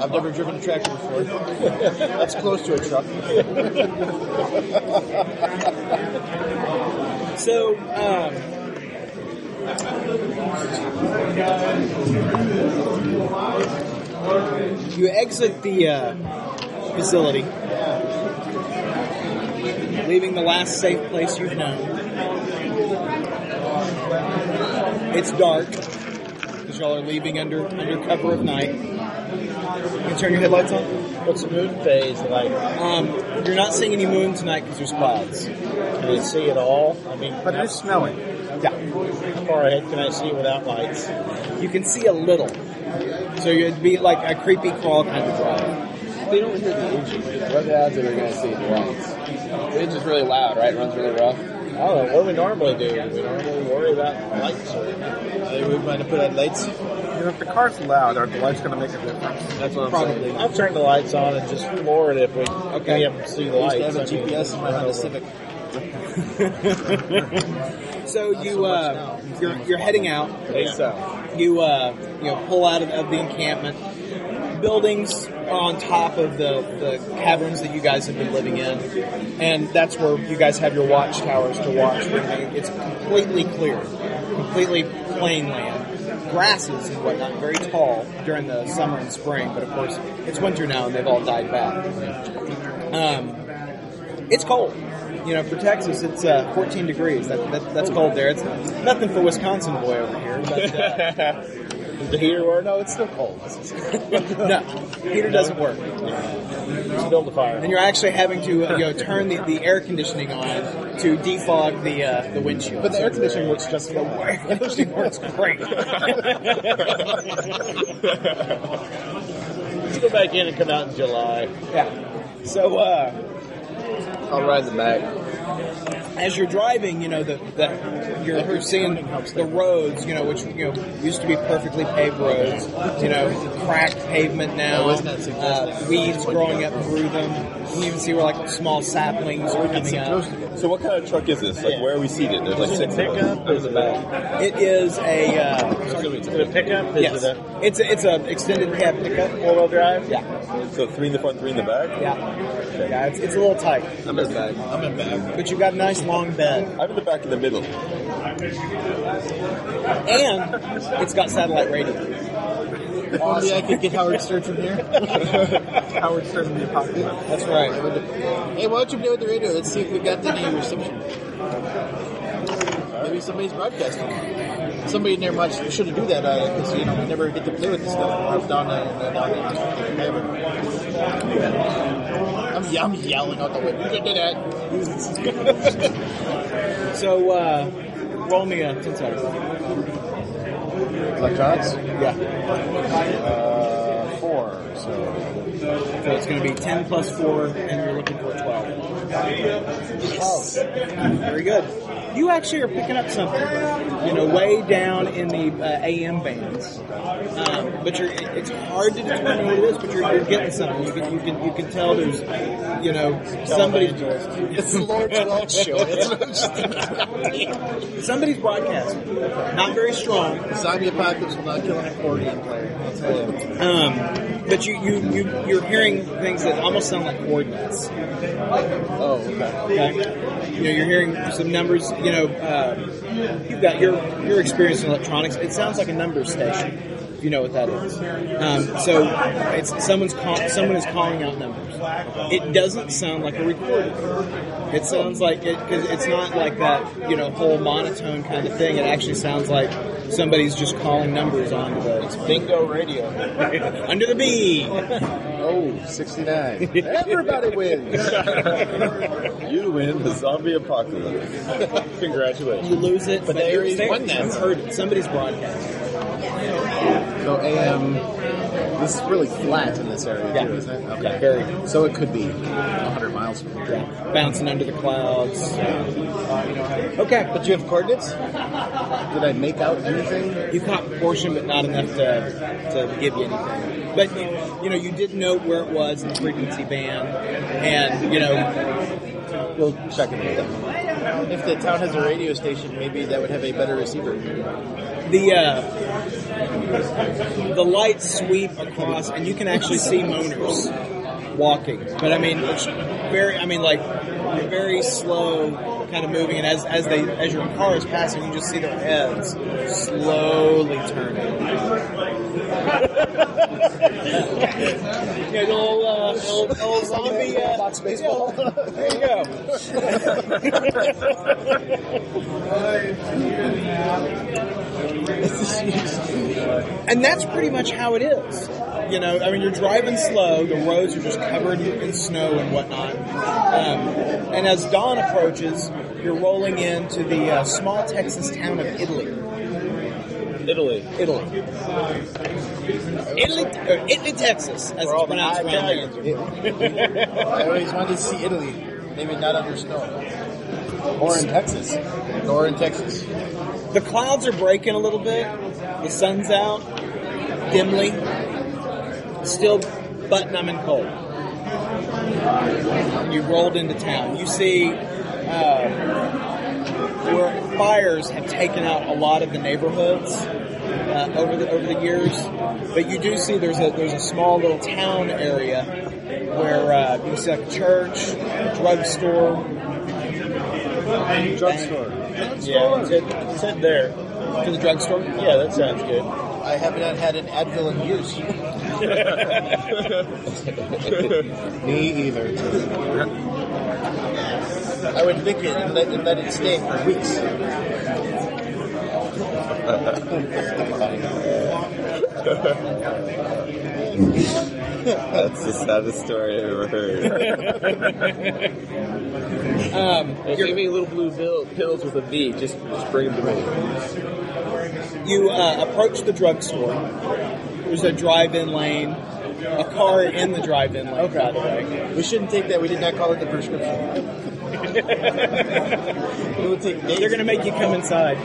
Speaker 5: I've never driven a
Speaker 4: [laughs]
Speaker 5: tractor before. That's close to a truck.
Speaker 4: So, um, you exit the uh, facility, leaving the last safe place you've known. It's dark because y'all are leaving under under cover of night. You turn your headlights on.
Speaker 7: What's the moon phase like?
Speaker 4: Um, you're not seeing any moon tonight because there's clouds.
Speaker 7: Can you see it all? I mean,
Speaker 16: But it is smelling.
Speaker 4: Yeah.
Speaker 7: how far ahead can I see without lights?
Speaker 4: You can see a little. So it'd be like a creepy crawl kind of drive.
Speaker 15: They don't hear the engine. What the odds are they going to see the lights? The engine's really loud, right? It runs really rough.
Speaker 7: I don't know. oh, What do we normally do? Do we normally worry about lights? Or...
Speaker 5: I would mind to put on lights.
Speaker 16: And if the car's loud, are the lights going to make a difference?
Speaker 15: That's what I'm saying.
Speaker 4: Probably.
Speaker 7: I'll turn the lights on and just floor it if we
Speaker 4: Okay.
Speaker 7: can't see the
Speaker 5: I
Speaker 7: lights.
Speaker 5: used to have a
Speaker 7: I mean,
Speaker 5: GPS in my Honda Civic.
Speaker 4: So you uh, you're, you're heading out.
Speaker 7: Hey, so.
Speaker 4: You uh, you know pull out of, of the encampment. Buildings are on top of the, the caverns that you guys have been living in, and that's where you guys have your watchtowers to watch. It's completely clear, completely plain land. grasses and whatnot, very tall during the summer and spring. But of course, it's winter now and they've all died back. Um, it's cold. You know, for Texas, it's uh, 14 degrees. That, that, that's cold there. It's nothing for Wisconsin boy over here. But, uh,
Speaker 5: [laughs] the heater work? No, it's still cold. [laughs]
Speaker 4: no, heater doesn't work.
Speaker 5: Just build a fire.
Speaker 4: And you're actually having to uh, you know, turn the, the air conditioning on to defog the uh, the windshield.
Speaker 5: But the air conditioning works
Speaker 4: [laughs]
Speaker 5: just the way.
Speaker 4: Air conditioning works great.
Speaker 5: Let's go back in and come out in July.
Speaker 4: Yeah. So, uh,
Speaker 3: I'll ride the back.
Speaker 4: As you're driving, you know the, the you're, you're seeing the roads, you know, which you know used to be perfectly paved roads, you know, cracked pavement now, uh, weeds growing up through them. You can even see where like small saplings are coming up.
Speaker 3: So, what kind of truck is this? Like, where are we seated? There's like six of us. There's a back.
Speaker 4: It is a uh,
Speaker 7: Is it a pickup? Is
Speaker 4: yes,
Speaker 7: it a
Speaker 4: it's a, it's a extended cab pickup.
Speaker 7: four wheel drive?
Speaker 4: Yeah,
Speaker 3: So three in the front, three in the back.
Speaker 4: yeah, yeah. It's, it's a little tight,
Speaker 3: I'm in the back. I'm in back.
Speaker 4: but you've got a nice long bed,
Speaker 3: I'm in the back in the middle.
Speaker 4: and it's got satellite radio.
Speaker 5: Only I could get Howard Stern
Speaker 4: [laughs]
Speaker 5: from here.
Speaker 17: Howard Stern in the apocalypse.
Speaker 4: That's right.
Speaker 5: Hey, why don't you play with the radio? Let's see if we got any reception. Maybe somebody's broadcasting. Somebody in there might should have do that because you know we never get to play with this stuff down there. Down there. I'm, I'm yelling out the window. You can do that.
Speaker 4: So uh, roll me a ten sided.
Speaker 17: Electronics?
Speaker 4: Yeah.
Speaker 17: Uh, four. So
Speaker 4: So it's going to be ten plus four, and you're looking for twelve. Oh, very good. You actually are picking up something, you know, way down in the uh, AM bands. Um, but you're, it's hard to determine what it is, but you're, you're getting something. You can, you can, you can tell there's, you know, somebody.
Speaker 5: [laughs] It's the Lord's Lord show. That's what I'm just
Speaker 4: Somebody's broadcasting. Not very strong.
Speaker 5: [laughs] Zombie apocalypse will not kill an accordion player. I'll tell you.
Speaker 4: Um, but you, you, you, you're hearing things that almost sound like coordinates.
Speaker 5: Oh, okay.
Speaker 4: Okay. You know, you're hearing some numbers. You know, uh, you've got your your experience in electronics. It sounds like a number station. If you know what that is. Um, so it's someone's call, someone is calling out numbers. It doesn't sound like a recording. It sounds like it because it's not like that. You know, whole monotone kind of thing. It actually sounds like somebody's just calling numbers on the it's
Speaker 5: Bingo radio.
Speaker 4: under the B.
Speaker 17: oh, 69. Everybody wins.
Speaker 3: You win the zombie
Speaker 15: [laughs]
Speaker 3: apocalypse.
Speaker 5: Congratulations.
Speaker 4: You lose it, but,
Speaker 5: they
Speaker 4: you're-
Speaker 5: already won that.
Speaker 4: You've heard it. Somebody's broadcasting.
Speaker 18: So AM, this is really flat in this area,
Speaker 4: Yeah.
Speaker 18: too, isn't it? Okay.
Speaker 4: Yeah, very.
Speaker 18: So it could be 100 miles from here.
Speaker 4: bouncing under the clouds. Okay,
Speaker 5: But you have coordinates?
Speaker 18: Did I make out anything?
Speaker 4: you caught a portion, but not enough to, to give you anything. But you, you know, you did note where it was in the frequency band, and you know,
Speaker 5: We'll check it out. If the town has a radio station, maybe that would have a better receiver.
Speaker 4: the uh, the lights sweep across, and you can actually see moaners walking. But I mean, it's very, I mean, like very slow, kind of moving. And as as they as your car is passing, you just see their heads slowly turning. [laughs] yeah, the old, uh, old, old zombie uh, box baseball. there you go. [laughs] and that's pretty much how it is. You know, I mean, you're driving slow. The roads are just covered in snow and whatnot. Um, and as dawn approaches, you're rolling into the uh, small Texas town of Italy.
Speaker 3: Italy.
Speaker 4: Italy. Italy, or Italy, Texas, as it's pronounced around here.
Speaker 5: I always wanted to see Italy, maybe not under snow. Or in Texas. Or in Texas.
Speaker 4: The clouds are breaking a little bit. The sun's out, dimly. Still butt numb and cold. You rolled into town. You see uh, where fires have taken out a lot of the neighborhoods uh, over the over the years, but you do see there's a there's a small little town area where uh, you see like a church, a drugstore,
Speaker 17: Drugstore.
Speaker 7: Yeah, sit, sit there.
Speaker 4: to the drugstore.
Speaker 7: Yeah, that sounds good.
Speaker 5: I have not had an Advil in years.
Speaker 19: Me either.
Speaker 5: I would lick it and let, and let it stay for weeks.
Speaker 3: That's the saddest story I've ever
Speaker 15: [laughs]
Speaker 3: heard.
Speaker 20: Um,
Speaker 3: Give me little blue bill, pills with a V. Just, just bring them to me.
Speaker 4: You uh, approach the drugstore. There's a drive-in lane, a car in the drive-in lane. Okay. By the way,
Speaker 5: we shouldn't take that. We did not call it
Speaker 4: [laughs]
Speaker 5: the prescription.
Speaker 4: it would take They're going to make you come
Speaker 5: [laughs]
Speaker 4: inside.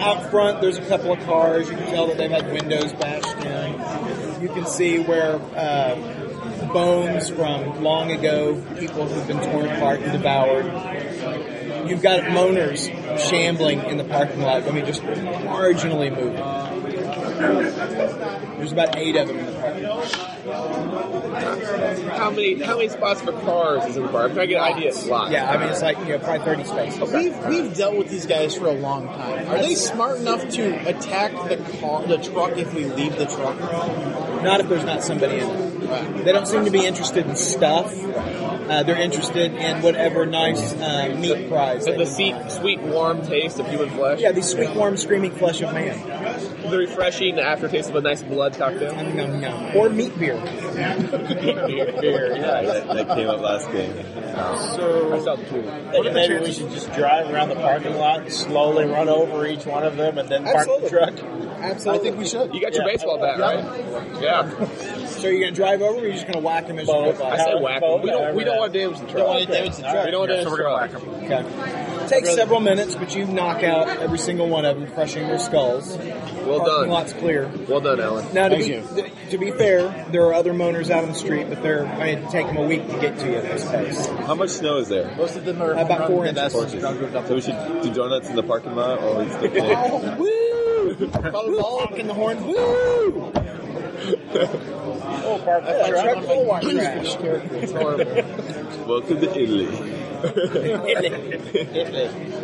Speaker 4: Out front, there's a couple of cars. You can tell that they've had windows bashed in. You can see where uh, bones from long ago, people who've been torn apart and devoured. You've got moaners shambling in the parking lot. I mean, just marginally moving. There's about eight of them in the parking lot.
Speaker 20: How many how many spots for cars is in the park? I'm trying to get an idea. of Lots.
Speaker 4: Yeah, I mean it's like you know probably thirty spaces.
Speaker 5: We've we've dealt with these guys for a long time. Are they smart enough to attack the car, the truck if we leave the truck?
Speaker 4: Not if there's not somebody in it. They don't seem to be interested in stuff. Uh, they're interested in whatever nice uh, meat prize.
Speaker 20: the sweet, sweet, warm taste of human flesh.
Speaker 4: Yeah, the sweet, warm, screaming flesh of man.
Speaker 20: The refreshing aftertaste of a nice blood cocktail.
Speaker 4: Yum, yum. Or meat beer.
Speaker 20: beer, beer,
Speaker 3: Yeah, that, that came up last game.
Speaker 7: So, maybe we should just drive around the parking lot and slowly run over each one of them and then park
Speaker 4: Absolutely.
Speaker 7: the truck.
Speaker 4: Absolutely.
Speaker 7: I think we should.
Speaker 20: You got your
Speaker 7: Yeah.
Speaker 20: baseball bat,
Speaker 7: Yeah.
Speaker 20: right? Yeah.
Speaker 4: [laughs] So you're gonna drive over, or you're just gonna whack him as you go by?
Speaker 20: I say whack
Speaker 3: Oh,
Speaker 20: 'em. We don't. We don't want to damage the truck.
Speaker 4: Don't want to damage the truck.
Speaker 20: We don't want to damage the truck.
Speaker 4: Okay. Takes several minutes, but you knock out every single one of them, crushing their skulls. Well
Speaker 20: done.
Speaker 4: Lot's clear.
Speaker 20: Well done, Alan.
Speaker 4: Now, to be, th- to be fair, there are other moaners out on the street, but they're I mean, it'd take them a week to get to you at this pace.
Speaker 3: How much snow is there?
Speaker 5: Most of them are
Speaker 4: About four inches.
Speaker 3: Four inches. So we should do donuts in the parking lot while we still
Speaker 4: [laughs]
Speaker 3: play.
Speaker 4: Woo! Ball in the horn. Woo!
Speaker 7: Oh, park
Speaker 5: I
Speaker 7: the
Speaker 5: tried
Speaker 7: truck.
Speaker 5: on my English character. It's
Speaker 7: [laughs]
Speaker 5: horrible.
Speaker 3: Welcome to Italy.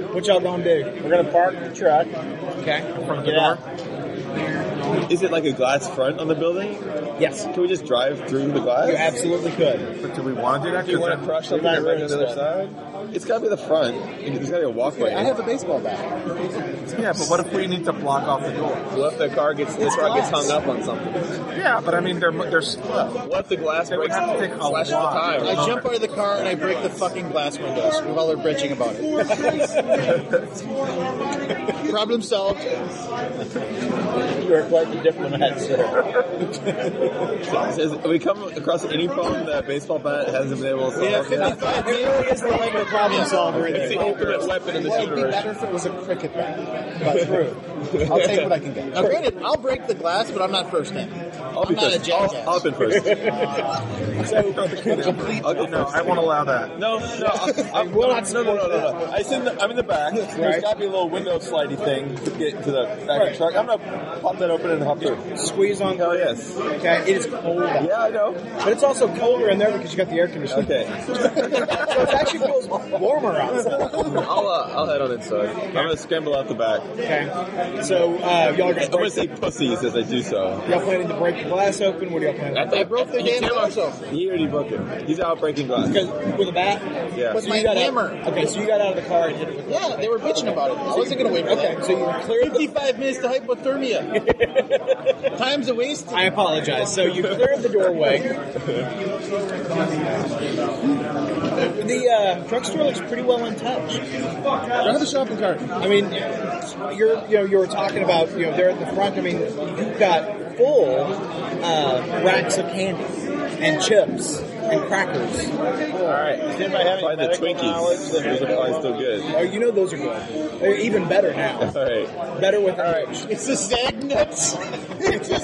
Speaker 4: What y'all gonna do?
Speaker 7: We're gonna park the truck.
Speaker 4: Okay. From
Speaker 7: Get out.
Speaker 3: Is it like a glass front on the building?
Speaker 4: Yes.
Speaker 3: Can we just drive through the glass?
Speaker 4: You absolutely could.
Speaker 21: But do we want to do that?
Speaker 3: Do you want to
Speaker 21: Because
Speaker 3: crush
Speaker 21: we
Speaker 3: something
Speaker 21: might
Speaker 3: and run to
Speaker 21: ruin
Speaker 3: the other side? It's got to be the front. There's got to be a walkway.
Speaker 19: I have a baseball bat.
Speaker 21: Yeah, but what if we need to block off the door?
Speaker 20: What if the car gets the truck gets hung up on something?
Speaker 21: Yeah, but I mean, they're they're split.
Speaker 20: What if the glass
Speaker 21: They would
Speaker 20: breaks?
Speaker 21: have to take a
Speaker 20: Slash the
Speaker 21: lot.
Speaker 20: tire.
Speaker 5: I jump out of the car and I break the fucking glass windows while they're bitching about [laughs] it. Problem solved.
Speaker 7: You're quite the diplomat, sir.
Speaker 3: Has- have we come across any problem that a baseball bat hasn't been able to solve?
Speaker 5: Yeah, 55 million is the like the problem solver. in
Speaker 20: It's the
Speaker 5: there.
Speaker 20: ultimate weapon in this
Speaker 19: Well, it'd be
Speaker 20: universe.
Speaker 19: better if it was a cricket bat. But I'll take what I can get.
Speaker 5: Now, granted, I'll break the glass, but I'm not first in.
Speaker 3: I'll be
Speaker 5: I'm not a
Speaker 3: first. I'll, I'll
Speaker 5: jackass.
Speaker 3: been first. I'll go
Speaker 21: No,
Speaker 3: first.
Speaker 21: I won't allow that.
Speaker 3: No, no, I'm, I'm, no, no, no, no, no, no. I sit in the, I'm in the back. There's got to be a little window slidey thing to get to the back of the truck. I'm gonna pop that open and hop through.
Speaker 4: Squeeze on.
Speaker 3: Hell yes.
Speaker 4: Okay. It is cold. out.
Speaker 3: Yeah, I know.
Speaker 4: But it's also colder in there because you got the air conditioning.
Speaker 3: Okay,
Speaker 4: So it actually feels warmer outside.
Speaker 3: I'll uh, I'll head on inside. I'm gonna scramble out the back.
Speaker 4: Okay. So uh, y'all are
Speaker 3: I'm
Speaker 4: gonna
Speaker 3: gonna
Speaker 4: break,
Speaker 3: say pussies as I do so.
Speaker 4: y'all planning to break the glass open? What are y'all planning?
Speaker 20: I think
Speaker 5: broke the
Speaker 20: you
Speaker 5: damn
Speaker 20: can't-
Speaker 5: glass open.
Speaker 3: He already broke it. He's out breaking glass.
Speaker 4: Because with a bat.
Speaker 3: Yeah.
Speaker 5: With
Speaker 4: So
Speaker 5: my
Speaker 4: you got out-
Speaker 5: hammer.
Speaker 4: okay, so you got out of the car and hit it with.
Speaker 5: Yeah, they were bitching about it. I wasn't going to wait for
Speaker 4: Okay,
Speaker 5: that.
Speaker 4: so you clear the
Speaker 5: 55 minutes to [laughs] hypothermia. Time's a waste.
Speaker 4: I apologize. So you cleared the doorway. the uh, drugstore looks pretty well untouched. Grab the shopping cart. I mean, you're you know you were talking about you know they're at the front. I mean, you've got full uh, racks of candy and chips and crackers.
Speaker 3: All right. Does
Speaker 7: anybody have any
Speaker 3: Find the
Speaker 7: medical knowledge
Speaker 3: Twinkies.
Speaker 7: that
Speaker 3: Those are probably still good.
Speaker 4: Oh, you know those are good. They're even better now.
Speaker 3: All right.
Speaker 4: Better with [laughs] orange.
Speaker 5: It's the sag nuts. It's the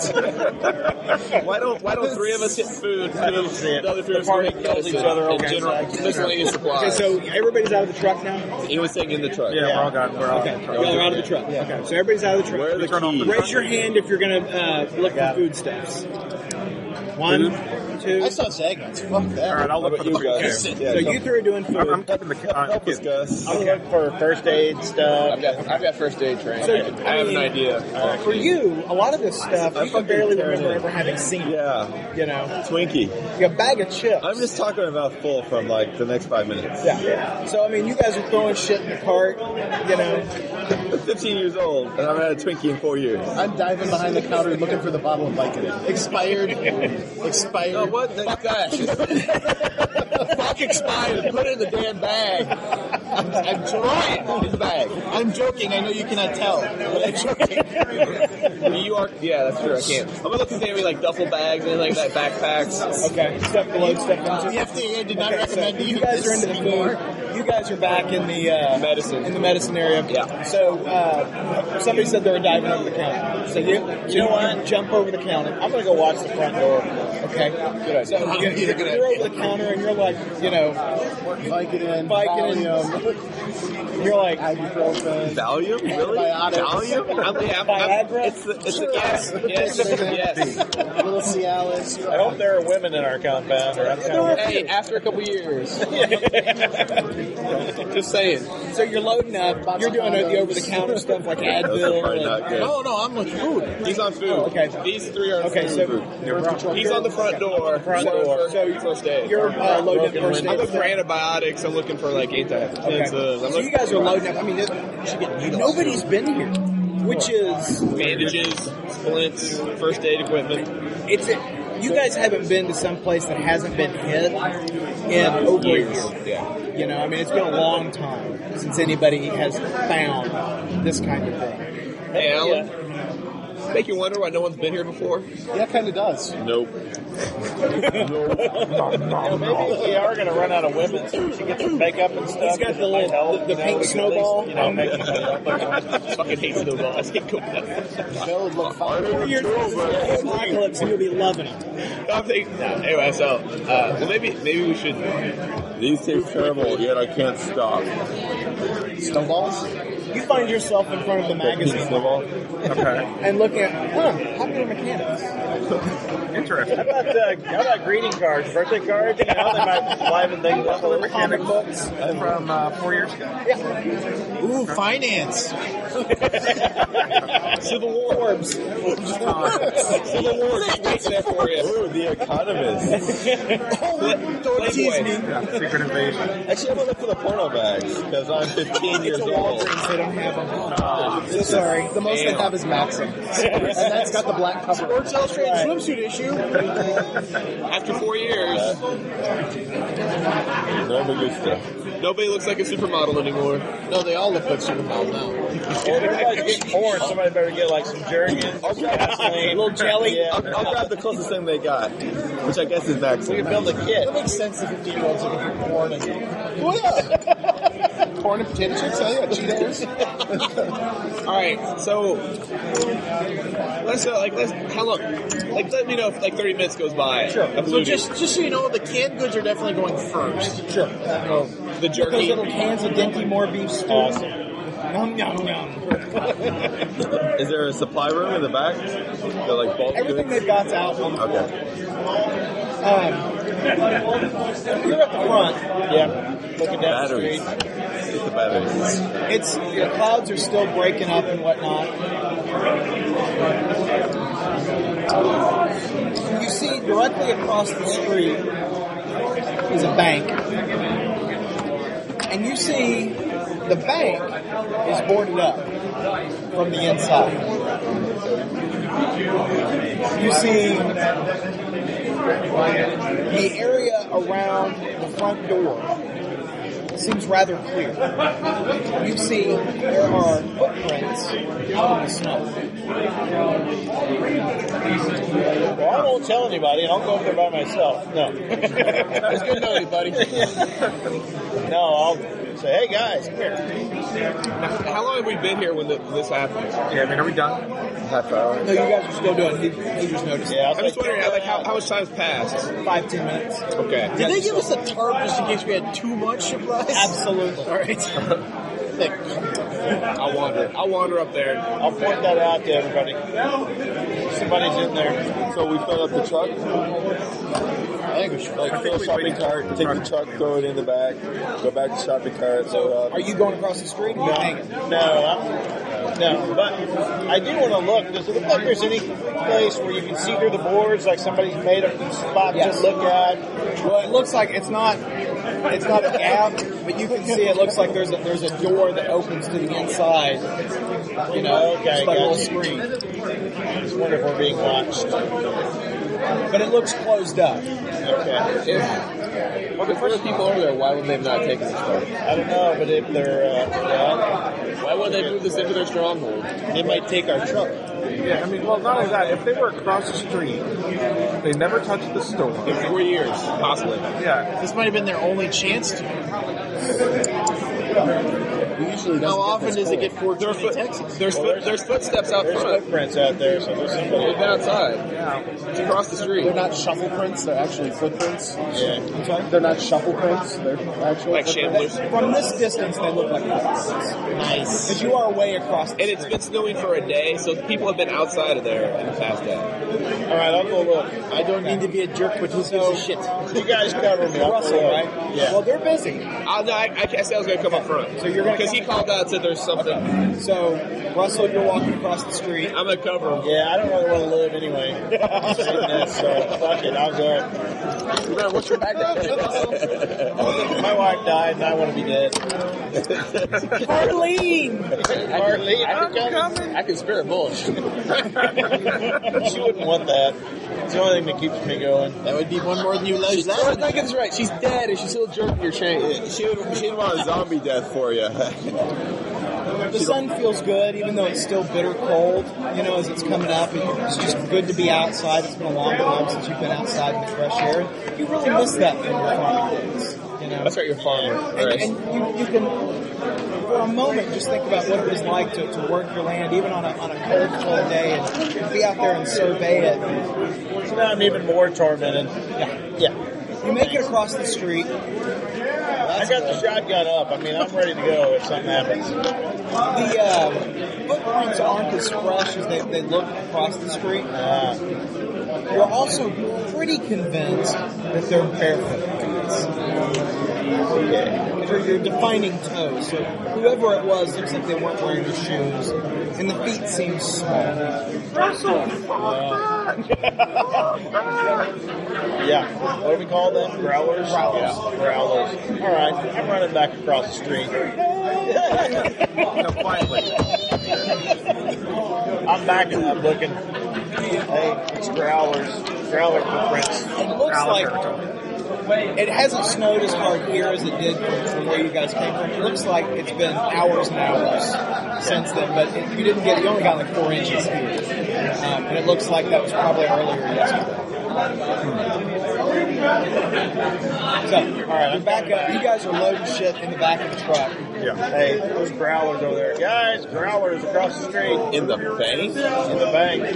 Speaker 5: sag nuts.
Speaker 20: Why don't Why don't three of us get food? and The the other three of us
Speaker 7: party
Speaker 20: get
Speaker 7: kills
Speaker 20: medicine
Speaker 7: each other
Speaker 20: and
Speaker 7: over
Speaker 20: general
Speaker 7: inside.
Speaker 20: miscellaneous
Speaker 4: Okay,
Speaker 20: supplies.
Speaker 4: so everybody's out of the truck now.
Speaker 3: He was saying in the truck.
Speaker 21: Yeah, we're all gone. We're all
Speaker 4: Okay,
Speaker 21: gone.
Speaker 4: y'all are out of the truck. Okay, so everybody's out of the truck.
Speaker 3: Where are the
Speaker 21: Turn off the
Speaker 3: keys?
Speaker 21: truck.
Speaker 4: Raise your hand if you're gonna uh, look for foodstuffs. One, two, three. too.
Speaker 22: I saw Zagnut's. Fuck that.
Speaker 23: All right, I'll look for
Speaker 22: How
Speaker 23: the
Speaker 22: about you guys?
Speaker 23: podcast.
Speaker 22: Yeah,
Speaker 4: so
Speaker 22: come-
Speaker 4: you three are doing food.
Speaker 23: I'm, I'm keeping the. Uh,
Speaker 3: Help us, Gus.
Speaker 5: I'm looking for first aid stuff.
Speaker 7: I've got, I've got first aid training.
Speaker 4: So,
Speaker 7: I, have
Speaker 4: I mean-
Speaker 7: an idea.
Speaker 4: For you, a lot of this stuff I can barely remember ever having seen.
Speaker 3: Yeah,
Speaker 4: You know,
Speaker 3: Twinkie.
Speaker 4: you got a bag of chips.
Speaker 3: I'm just talking about full from like the next five minutes.
Speaker 4: yeah. So I mean, you guys are throwing shit in the cart. You know,
Speaker 3: I'm 15 years old and I haven't had a Twinkie in four years.
Speaker 22: I'm diving behind the counter looking for the bottle of
Speaker 4: [laughs]
Speaker 22: Vicodin. Expired. Expired.
Speaker 3: No, what? the- Fuck that. Fuck expired. Put it in the damn bag. I'm, I'm trying. In the bag.
Speaker 22: I'm joking. I know you cannot tell. [laughs] But I'm joking.
Speaker 7: [laughs] New York, yeah, that's true. I can't. I'm gonna look at maybe like duffel bags, anything like that, backpacks.
Speaker 4: okay, stuff below, stuff
Speaker 22: The
Speaker 4: into.
Speaker 22: FDA did not
Speaker 4: Okay, so
Speaker 22: recommend
Speaker 4: you
Speaker 22: even
Speaker 4: guys are
Speaker 22: this
Speaker 4: into the
Speaker 22: anymore.
Speaker 4: food. You guys are back in the uh,
Speaker 7: Medicine.
Speaker 4: in the medicine area.
Speaker 7: Yeah.
Speaker 4: So uh, somebody said they were diving over the counter. So you, you know what? Jump over the counter. I'm gonna go watch the front door. Okay. Good idea.
Speaker 7: [laughs]
Speaker 4: So you're,
Speaker 22: idea, good
Speaker 4: you're over the counter and you're like, you know,
Speaker 24: Vicodin,
Speaker 4: Vicodin. you're like,
Speaker 24: ibuprofen.
Speaker 3: Valium? Really?
Speaker 24: Antibiotics.
Speaker 3: Valium? I'm, I'm, I'm,
Speaker 4: Viagra?
Speaker 3: it's the, it's the
Speaker 4: [laughs]
Speaker 3: gas.
Speaker 7: Yes, yes.
Speaker 24: a little Cialis.
Speaker 5: I hope there are women in our compound. Or I'm kind of
Speaker 7: Hey, after a couple years. Just saying.
Speaker 4: so you're loading up. You're doing the over the counter stuff like Advil.
Speaker 3: probably not good.
Speaker 22: No, no, I'm looking. Food.
Speaker 7: He's on food.
Speaker 4: okay.
Speaker 7: These three are on
Speaker 4: Okay,
Speaker 7: food.
Speaker 4: so
Speaker 7: He's on the front door.
Speaker 4: Front
Speaker 7: So-
Speaker 4: door.
Speaker 7: So first aid.
Speaker 4: you're uh, loading up first
Speaker 7: I'm
Speaker 4: aid.
Speaker 7: looking for antibiotics. I'm looking for like antihypertensives.
Speaker 3: uh,
Speaker 7: I'm
Speaker 4: So you
Speaker 7: looking
Speaker 4: guys are loading up. I mean, this- nobody's been here, which is
Speaker 7: for bandages, splints, first aid equipment.
Speaker 4: it's a, you guys haven't been to some place that hasn't been hit in over a year.
Speaker 7: Yeah.
Speaker 4: You know, I mean, it's been a long time since anybody has found this kind of thing.
Speaker 7: Hey, Alan. Make you wonder why no one's been here before.
Speaker 24: Yeah, kind of does.
Speaker 3: Nope.
Speaker 5: maybe if we are going to run out of women, so we should get some makeup and stuff.
Speaker 4: He's got the little-
Speaker 5: Might help,
Speaker 4: the- the
Speaker 5: you know,
Speaker 4: pink
Speaker 5: we can at
Speaker 4: snowball.
Speaker 5: least, You know, make somebody up there.
Speaker 7: fucking hate snowballs. I can't go back.
Speaker 24: That would look fine.
Speaker 4: You're apocalypse, and you'll be loving it.
Speaker 7: I'm thinking, no, anyway, so uh, well, maybe maybe we should.
Speaker 3: These taste terrible, yet I can't stop.
Speaker 24: Snowballs?
Speaker 4: You find yourself in front of the magazine
Speaker 3: Snowball?
Speaker 23: okay.
Speaker 4: and looking at, huh, popular mechanics.
Speaker 23: Interesting.
Speaker 5: How about, uh, how about greeting cards, birthday cards? You know, they might liven things up a little bit.
Speaker 23: Comic books from uh, four years ago.
Speaker 22: Ooh,
Speaker 7: [laughs]
Speaker 22: finance.
Speaker 7: Civil War. Orbs. Civil War. Wait there for you.
Speaker 3: Ooh, The Economist.
Speaker 7: Don't tease me.
Speaker 23: Yeah, Secret Invasion.
Speaker 3: Actually, I'm gonna look for the porno bags because I'm 15 years old.
Speaker 4: They don't have them. So sorry.
Speaker 24: The most they have is Maxim. And that's got the black cover.
Speaker 22: Sports Illustrated swimsuit issue.
Speaker 7: After four years,
Speaker 3: No me gusta.
Speaker 7: nobody looks like a supermodel anymore.
Speaker 22: No, they all look like Supermodel now.
Speaker 5: Or if anybody's getting bored, somebody better get like some
Speaker 3: [laughs]
Speaker 5: jergens, some gasoline,
Speaker 4: little jelly.
Speaker 5: Yeah.
Speaker 3: I'll, I'll grab the closest thing they got, which I guess is Maxim.
Speaker 5: Build a kit.
Speaker 22: That makes sense if 15 year olds are looking for porn and. Well, yeah. porn and potato chips? Hell yeah, Cheetos.
Speaker 7: All right, so let's uh, like let's how long? Like let me know if like thirty minutes goes by. Sure.
Speaker 22: So just, just so you know, the canned goods are definitely going first.
Speaker 4: Sure.
Speaker 7: the
Speaker 4: Those
Speaker 7: jerky.
Speaker 4: little cans of Dinky More beef stew. Yum, yum, yum.
Speaker 3: Is there a supply room in the back? They're like bulk
Speaker 4: Everything
Speaker 3: goods?
Speaker 4: they've got's out on the
Speaker 3: Okay.
Speaker 4: You're at the front. Yeah. Looking down
Speaker 3: Batteries.
Speaker 4: the street.
Speaker 3: Get the batteries.
Speaker 4: It's the clouds are still breaking up and whatnot. You see directly across the street is a bank. And you see the bank is boarded up from the inside. You see the area around the front door seems rather clear. You see there are footprints out in the snow.
Speaker 5: Well, I won't tell anybody, and I'll go over there by myself.
Speaker 7: [laughs]
Speaker 5: No. it's good knowing you, buddy. no, I'll say, hey guys, come here.
Speaker 7: How long have we been here when the, this happened?
Speaker 23: Yeah, I mean, are we done?
Speaker 3: Half hour.
Speaker 4: No, you guys are still doing. He, he just noticed.
Speaker 5: Yeah, I'll
Speaker 7: I'm
Speaker 5: take
Speaker 7: just wondering like how, how much time's passed.
Speaker 4: Five ten minutes.
Speaker 7: Okay.
Speaker 22: Did they give us a tarp just in case we had too much supplies?
Speaker 4: Absolutely.
Speaker 22: [laughs]
Speaker 4: All right.
Speaker 7: I'll wander. I'll wander up there.
Speaker 5: I'll point that out to everybody.
Speaker 4: So
Speaker 3: everybody's in there. So we fill up the truck. I think we should like fill a shopping cart, take the truck, throw it in the back, go back to shopping cart, load up.
Speaker 4: Are you going across the street?
Speaker 3: No,
Speaker 7: no, I'm, no. But I do want to look. Does it look like there's any place where you can see through the boards, like somebody's made a spot
Speaker 4: Yes.
Speaker 7: to look at?
Speaker 4: Well, it looks like it's not it's not a gap, but you can see it looks like there's a there's a door that opens to the inside. You know,
Speaker 7: Okay,
Speaker 4: just like a little
Speaker 7: gotcha.
Speaker 4: screen. It's
Speaker 7: wonderful being watched.
Speaker 4: But it looks closed up.
Speaker 7: Okay.
Speaker 4: If,
Speaker 3: okay, first people over there, why would they have not taken this part?
Speaker 7: I don't know, but if they're, uh, yeah.
Speaker 3: why would they move this into their stronghold?
Speaker 7: They might take our truck.
Speaker 25: Yeah, I mean, well, not only that, if they were across the street, they never touched the store.
Speaker 3: In four years, possibly.
Speaker 25: Yeah.
Speaker 5: This might have been their only chance to.
Speaker 26: Usually
Speaker 5: How often does it get 420 in Texas?
Speaker 3: There's, foot, there's footsteps out
Speaker 7: There's
Speaker 3: front.
Speaker 7: footprints out there, so there's somebody.
Speaker 3: They've been outside. It's across the street.
Speaker 26: They're not shuffle prints, they're actually footprints.
Speaker 7: Yeah.
Speaker 26: They're not shuffle prints, they're actual
Speaker 3: Like
Speaker 26: footprints.
Speaker 3: shamblers.
Speaker 4: From this distance, they look like this.
Speaker 5: Nice.
Speaker 4: But you are way across the
Speaker 3: And it's been snowing for a day, so people have been outside of there in the past day.
Speaker 7: All right, I'll go look.
Speaker 5: I don't need to be a jerk, but who gives a shit?
Speaker 7: You guys cover me. I'll go
Speaker 4: Russell,
Speaker 7: look.
Speaker 4: right?
Speaker 7: Yeah.
Speaker 4: Well, they're busy.
Speaker 3: I, no, I, I can't say I was going to come up front.
Speaker 4: So you're gonna
Speaker 3: Because he called out and said there's something. I'm
Speaker 4: So, Russell, you're walking across the street.
Speaker 3: going to cover him.
Speaker 7: Yeah, I don't really want to live anyway. so fuck it, I'll go.
Speaker 3: You better watch your back.
Speaker 7: My wife died, and I want to be dead. Marlene, I'm coming.
Speaker 3: I can spare a bullet.
Speaker 7: She wouldn't want that. It's the only thing that keeps me going.
Speaker 5: That would be one more than you lose.
Speaker 3: She's, I think it's right. She's dead, and she's still jerking your chain. She would, she'd want a zombie death for you. [laughs]
Speaker 4: The sun feels good, even though it's still bitter cold. You know, as it's coming up, and it's just good to be outside. It's been a long time since you've been outside in the fresh air. You really miss that from your farming days. You know,
Speaker 3: That's right, you're a farmer. All
Speaker 4: and,
Speaker 3: right.
Speaker 4: and you, you can, for a moment, just think about what it was like to, to work your land, even on a on a cold, cold day, and be out there and survey it.
Speaker 7: So now I'm even more tormented. Yeah.
Speaker 4: You make it across the street.
Speaker 7: I got the shotgun up. I mean, I'm ready to go if something happens.
Speaker 4: The uh, footprints aren't as fresh as they, they look across the street. We're also pretty convinced that they're barefoot boots. You're, you're defining toes, so whoever it was looks like they weren't wearing their shoes, and the feet seem small.
Speaker 7: Yeah. What do we call them? Growlers? Growlers. Yeah, growlers. All right. I'm running back across the street.
Speaker 25: No, quietly.
Speaker 7: I'm back and I'm looking. Hey, it's growlers. Growler footprints.
Speaker 4: It looks like it hasn't snowed as hard here as it did from where you guys came from. It looks like it's been hours and hours since then, but it, you didn't get you only got like four inches here, um, and it looks like that was probably earlier yesterday. So, all right, I'm back up. You guys are loading shit in the back of the truck.
Speaker 25: Yeah.
Speaker 7: Hey, there's growlers over there. Guys, growlers across the street.
Speaker 3: In the bank?
Speaker 7: In the bank.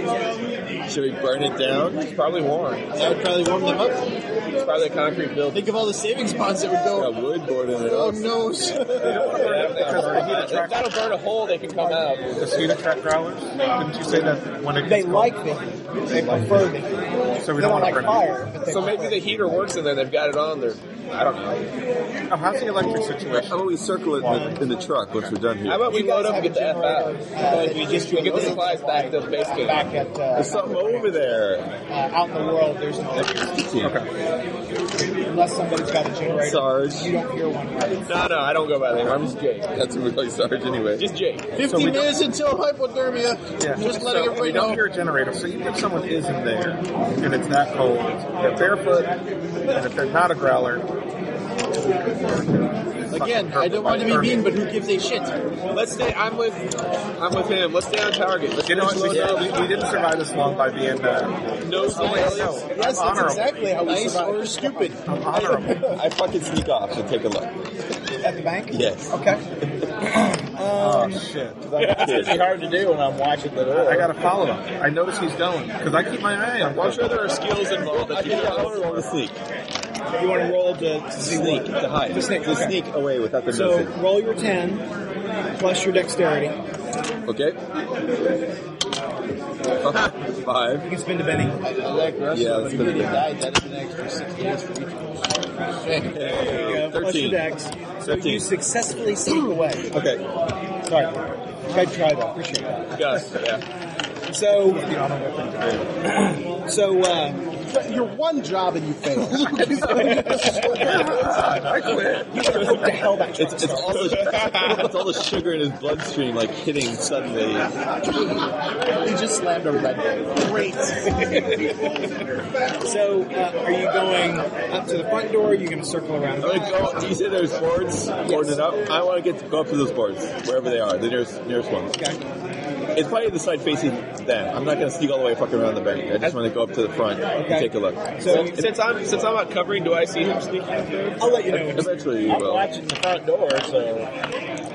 Speaker 3: Should we burn it down? It's probably warm.
Speaker 5: That would probably warm them up.
Speaker 3: It's probably a concrete building.
Speaker 5: Think of all the savings bonds that would
Speaker 3: It's
Speaker 5: go.
Speaker 3: got wood board in it. [laughs]
Speaker 5: Oh no! Shit.
Speaker 3: If that'll burn a hole, they can come out.
Speaker 25: The heat attract growlers? Didn't you say that when it
Speaker 4: They
Speaker 25: gets
Speaker 4: like the heat. They prefer the heat.
Speaker 25: cold? So
Speaker 4: They
Speaker 25: we don't
Speaker 4: don't
Speaker 25: want to
Speaker 4: like
Speaker 25: burn
Speaker 4: fire. But they
Speaker 3: So maybe the heater works in there. They've got it on there. I don't know.
Speaker 25: it. Oh, how's the electric
Speaker 3: How
Speaker 25: situation?
Speaker 3: about we circle it in the, in the truck once we're done here? How about we
Speaker 4: You guys
Speaker 3: load up and
Speaker 4: have
Speaker 3: get the
Speaker 4: a
Speaker 3: F out?
Speaker 4: generator, uh, that
Speaker 3: we
Speaker 4: you
Speaker 3: just
Speaker 4: just
Speaker 3: we get the
Speaker 4: reload.
Speaker 3: supplies back to the base camp.
Speaker 4: back at uh,
Speaker 3: There's something over there.
Speaker 4: uh, out in the world. There's no
Speaker 3: Okay.
Speaker 4: unless somebody's got a generator.
Speaker 3: Sarge.
Speaker 4: You don't hear one. Right?
Speaker 3: No, no, I don't go by that. I'm just Jake. That's really Sarge anyway. Just Jake.
Speaker 5: 50
Speaker 25: we don't-
Speaker 5: minutes until hypothermia.
Speaker 25: Yeah.
Speaker 5: Just
Speaker 25: so
Speaker 5: letting
Speaker 25: you
Speaker 5: everybody
Speaker 25: don't
Speaker 5: know.
Speaker 25: hear a generator. So even if someone is in there and it's that cold, they're barefoot, and if they're not a growler,
Speaker 5: Again, I don't want to be mean, but who gives a shit?
Speaker 3: Let's stay. I'm with. I'm with him. Let's stay on target. Let's
Speaker 25: you know what? We,
Speaker 3: slow down.
Speaker 25: we, we didn't survive this long by being uh,
Speaker 3: No
Speaker 25: wait,
Speaker 3: smiles.
Speaker 25: no,
Speaker 5: Yes,
Speaker 25: I'm
Speaker 5: that's
Speaker 25: honorable.
Speaker 5: exactly how we
Speaker 3: Nice
Speaker 5: survive.
Speaker 3: or
Speaker 5: stupid.
Speaker 25: I'm honorable.
Speaker 3: I fucking sneak off and take a look.
Speaker 4: At the bank?
Speaker 3: Yes.
Speaker 4: Okay.
Speaker 3: [laughs]
Speaker 25: Oh shit!
Speaker 7: That's going to be hard to do when I'm watching the door.
Speaker 25: I gotta follow him. I notice he's going because I keep my eye on.
Speaker 3: I'm sure there are skills involved. I think I want to roll the sneak.
Speaker 4: You want to roll to
Speaker 3: Sneak to hide.
Speaker 4: The sneak, okay.
Speaker 3: sneak away without the
Speaker 4: So
Speaker 3: notice.
Speaker 4: roll
Speaker 3: [laughs]
Speaker 4: your 10 plus your dexterity.
Speaker 3: Okay. Five.
Speaker 4: You can spend a penny.
Speaker 3: Yeah, let's spend a penny.
Speaker 5: that is an extra six days for each one.
Speaker 4: There you go. Plus
Speaker 3: 13.
Speaker 4: your dex. So you successfully sneak away.
Speaker 3: Okay.
Speaker 4: Sorry. Good try though. Appreciate that.
Speaker 3: Gus, yeah.
Speaker 4: So, [clears throat] so
Speaker 27: uh, your one job and you fail.
Speaker 3: I quit.
Speaker 4: the hell back.
Speaker 3: It's, it's, all the, [laughs] it's all the sugar in his bloodstream, like hitting suddenly.
Speaker 5: He just slammed a red ball.
Speaker 4: Great. so, uh, are you going up to the front door? Or are you going to circle around?
Speaker 3: I'm gonna go. Do you say there's boards boarded up? I want to get to go up to those boards wherever they are, the nearest nearest ones.
Speaker 4: Okay.
Speaker 3: It's probably the side facing them. I'm not gonna sneak all the way fucking around the bank. I just want to go up to the front and take a look.
Speaker 7: So since I'm since I'm not covering, do I see him sneaking through?
Speaker 4: I'll let you know.
Speaker 3: eventually you
Speaker 28: I'm
Speaker 3: will.
Speaker 28: watching the front door, so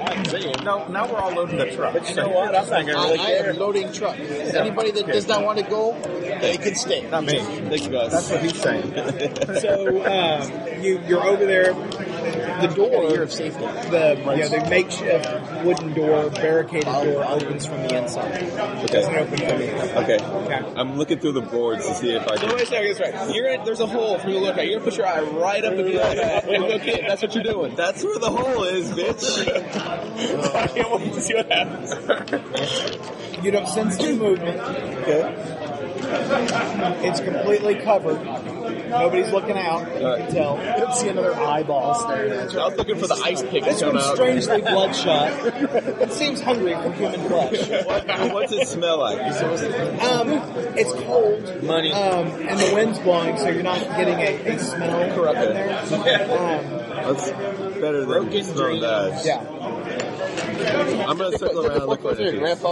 Speaker 28: I'm seeing.
Speaker 25: No, now we're all loading the truck.
Speaker 28: But you know what? I'm not gonna really
Speaker 5: I
Speaker 28: care.
Speaker 5: am loading truck. Anybody that does not want to go, they can stay.
Speaker 25: Not me.
Speaker 3: Thank you, Gus.
Speaker 25: That's what he's saying.
Speaker 4: So um, you you're over there. The door,
Speaker 5: Of safety.
Speaker 4: the you know, the makeshift wooden door, barricaded door, opens from the inside. It doesn't
Speaker 3: Okay.
Speaker 4: open from the outside.
Speaker 3: Okay.
Speaker 4: Okay.
Speaker 3: I'm looking through the boards to see if I
Speaker 7: No,
Speaker 3: can.
Speaker 7: wait a second, that's right. You're gonna, there's a hole for you to look at. You're gonna put your eye right up at the and look in. That's what you're doing.
Speaker 3: That's where the hole is, bitch.
Speaker 7: I can't wait to see what happens.
Speaker 4: You don't sense any movement. Okay. It's completely covered. Nobody's looking out. You can tell. You don't see another eyeball staring at
Speaker 7: I was looking for the ice pick to
Speaker 4: This
Speaker 7: come
Speaker 4: one's
Speaker 7: out.
Speaker 4: strangely bloodshot. it seems hungry for human flesh.
Speaker 3: What, what's it smell like?
Speaker 4: Um, it's cold.
Speaker 7: Money.
Speaker 4: Um, and the wind's blowing, so you're not getting a, a smell correct in there. Um,
Speaker 3: That's better than
Speaker 7: Broken
Speaker 3: smelling that.
Speaker 4: yeah.
Speaker 3: I'm gonna circle around and look what it is.
Speaker 4: Left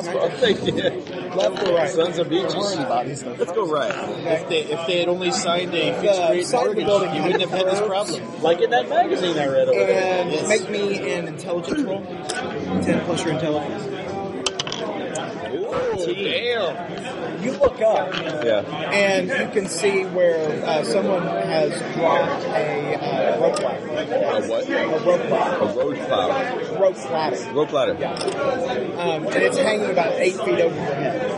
Speaker 4: or right.
Speaker 5: Sons of beaches. about it.
Speaker 3: Let's go right.
Speaker 5: If they, if they had only signed a
Speaker 4: The
Speaker 5: fixed
Speaker 4: side
Speaker 5: rate
Speaker 4: of the
Speaker 5: mortgage,
Speaker 4: building
Speaker 5: you
Speaker 4: had
Speaker 5: wouldn't have had this
Speaker 4: curves.
Speaker 5: problem.
Speaker 28: Like in that magazine I read over.
Speaker 4: And make me an intelligence roll. 10 plus your intelligence.
Speaker 7: Ooh, damn.
Speaker 4: You look up.
Speaker 3: Yeah.
Speaker 4: and you can see where uh, someone has dropped a uh, rope ladder.
Speaker 3: A what?
Speaker 4: A
Speaker 3: A
Speaker 4: rope ladder.
Speaker 3: road plow.
Speaker 4: Rope ladder.
Speaker 3: Rope ladder.
Speaker 4: Um, and it's hanging about eight feet over your head.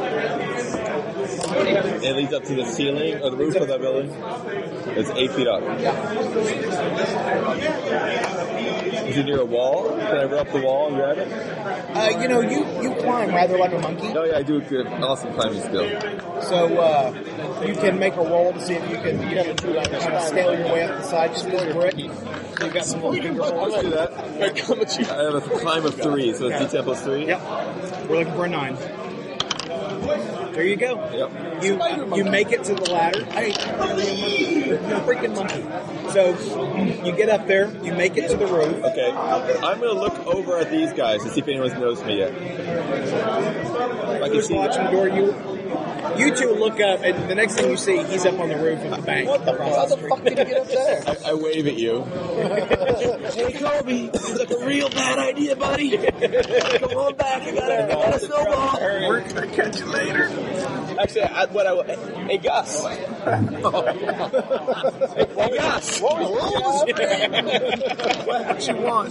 Speaker 3: It leads up to the ceiling or the roof of that building. It's eight feet up. Is it near a wall? Can I run up the wall and grab it?
Speaker 4: Uh, you know, you, you climb rather like a monkey,
Speaker 3: Oh yeah, I do a good, awesome climbing skill.
Speaker 4: so uh, you can make a roll to see if you can you can, kind of scale your way up the side just a little brick. So you've got some little finger holes.
Speaker 3: Let's do that. I have a climb of three, so it's D10 plus three.
Speaker 4: Yep. We're looking for a nine. There you go.
Speaker 3: Yep.
Speaker 4: You you make it to the ladder. Hey, you're a freaking monkey. So you get up there, you make it to the roof.
Speaker 3: Okay. I'm gonna look over at these guys to see if anyone's noticed me yet. If I can
Speaker 4: Who's
Speaker 3: see
Speaker 4: watching the door? You you two look up, and the next thing you see, he's up on the roof of the bank. What the
Speaker 5: How the fuck did you get up there?
Speaker 3: I, I wave at you.
Speaker 7: Hey, Kobe, it's like a real bad idea,
Speaker 4: [laughs]
Speaker 7: buddy. Come on back. I got a, got a snowball.
Speaker 25: We're gonna catch you later.
Speaker 7: Actually, I, what I will- hey Gus. hey Gus.
Speaker 25: What you want?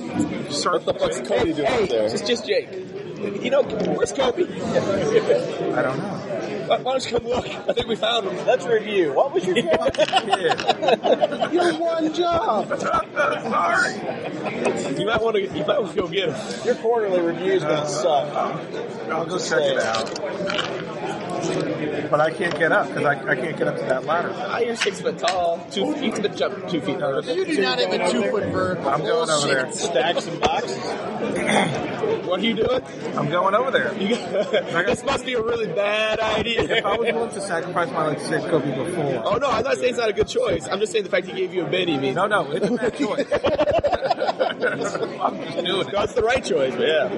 Speaker 3: What
Speaker 25: Sharp
Speaker 3: the fuck's Cody doing up there?
Speaker 7: It's just Jake. You know, where's Kobe?
Speaker 25: I don't know.
Speaker 7: Why don't you come look? I think we found him.
Speaker 28: Let's review. What was your job?
Speaker 25: [laughs]
Speaker 27: your one job.
Speaker 25: Sorry.
Speaker 7: You might want to. You might want to go get him.
Speaker 28: your quarterly reviews gonna suck.
Speaker 25: I'll go check it out. But I can't get up because I, I can't get up to that ladder.
Speaker 7: Ah, you're six foot tall. Two. You can jump two feet.
Speaker 25: No,
Speaker 5: You
Speaker 25: that's-
Speaker 5: do not have a two foot vertical.
Speaker 25: I'm going over there.
Speaker 28: Stack some boxes.
Speaker 7: What are you doing?
Speaker 25: I'm going over there.
Speaker 7: You got, [laughs] this must be a really bad
Speaker 25: If I
Speaker 7: idea.
Speaker 25: was willing to sacrifice my life to save Kobe before.
Speaker 7: Oh no, I'm not saying it's not a good choice. I'm just saying the fact he gave you a Benny means
Speaker 25: No, no, it's a bad choice. I'm just doing it.
Speaker 7: that's the right choice. Yeah.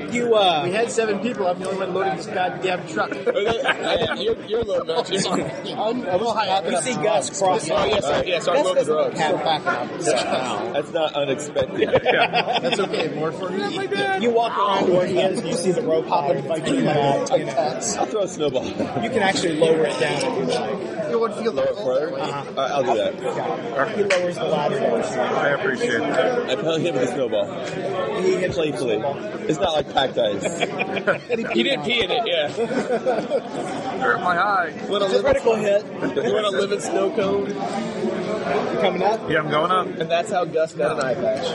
Speaker 7: [laughs]
Speaker 4: You uh,
Speaker 5: We had seven people. I'm the only one loading this goddamn truck.
Speaker 7: you're, you're a little nuts. You're sorry.
Speaker 5: I'm a little high up.
Speaker 4: you see Gus cross.
Speaker 7: Oh, yes, sir. Yes, I'm
Speaker 4: Gus
Speaker 7: going to
Speaker 4: doesn't look
Speaker 7: drugs.
Speaker 4: happy.
Speaker 3: That's not unexpected.
Speaker 5: That's okay. More for me.
Speaker 4: You walk around to where he is, and you see the rope popping. You, know,
Speaker 25: [laughs]
Speaker 3: I'll throw a snowball.
Speaker 25: Uh-huh.
Speaker 4: you can actually lower it down if you like.
Speaker 29: It would feel
Speaker 3: lower further. All right, I'll do that.
Speaker 4: He lowers the
Speaker 3: I
Speaker 4: ladder.
Speaker 3: appreciate that. I probably hit with a snowball. He hit playfully. It's not like packed ice.
Speaker 30: You did pee in it, yeah.
Speaker 25: Hurt my eye.
Speaker 30: What a critical hit. You want to live in snow cone? You
Speaker 4: coming up?
Speaker 25: Yeah, I'm going up.
Speaker 30: And that's how Gus got an eye patch.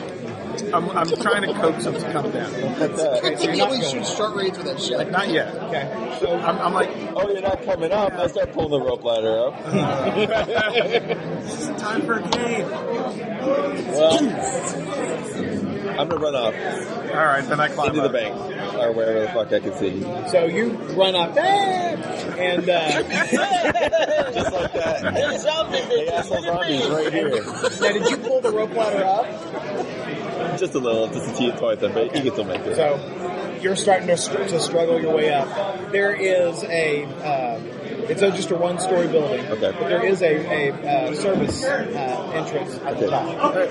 Speaker 25: I'm, I'm trying to coax him to come down.
Speaker 29: I think he only shoots short range with that shit.
Speaker 25: Like, not yet.
Speaker 4: Okay.
Speaker 25: So I'm, I'm like,
Speaker 3: [laughs] oh, you're not coming up. I start pulling the rope ladder up.
Speaker 4: this is [laughs] time for a game.
Speaker 3: Well, I'm gonna run off.
Speaker 25: All right, then I climb
Speaker 3: into
Speaker 25: up.
Speaker 3: the bank or wherever the fuck I can see.
Speaker 4: So you run up and uh,
Speaker 3: just like that. They got some zombies right here.
Speaker 4: Now, did you pull the rope ladder up?
Speaker 3: Just a little, just a teeny twice, but you can still make it.
Speaker 4: So you're starting to, str- to struggle your way up. There is a, uh, it's a, just a one story building.
Speaker 3: Okay.
Speaker 4: But there is a, a uh, service uh, entrance at the
Speaker 3: Okay.
Speaker 4: top. So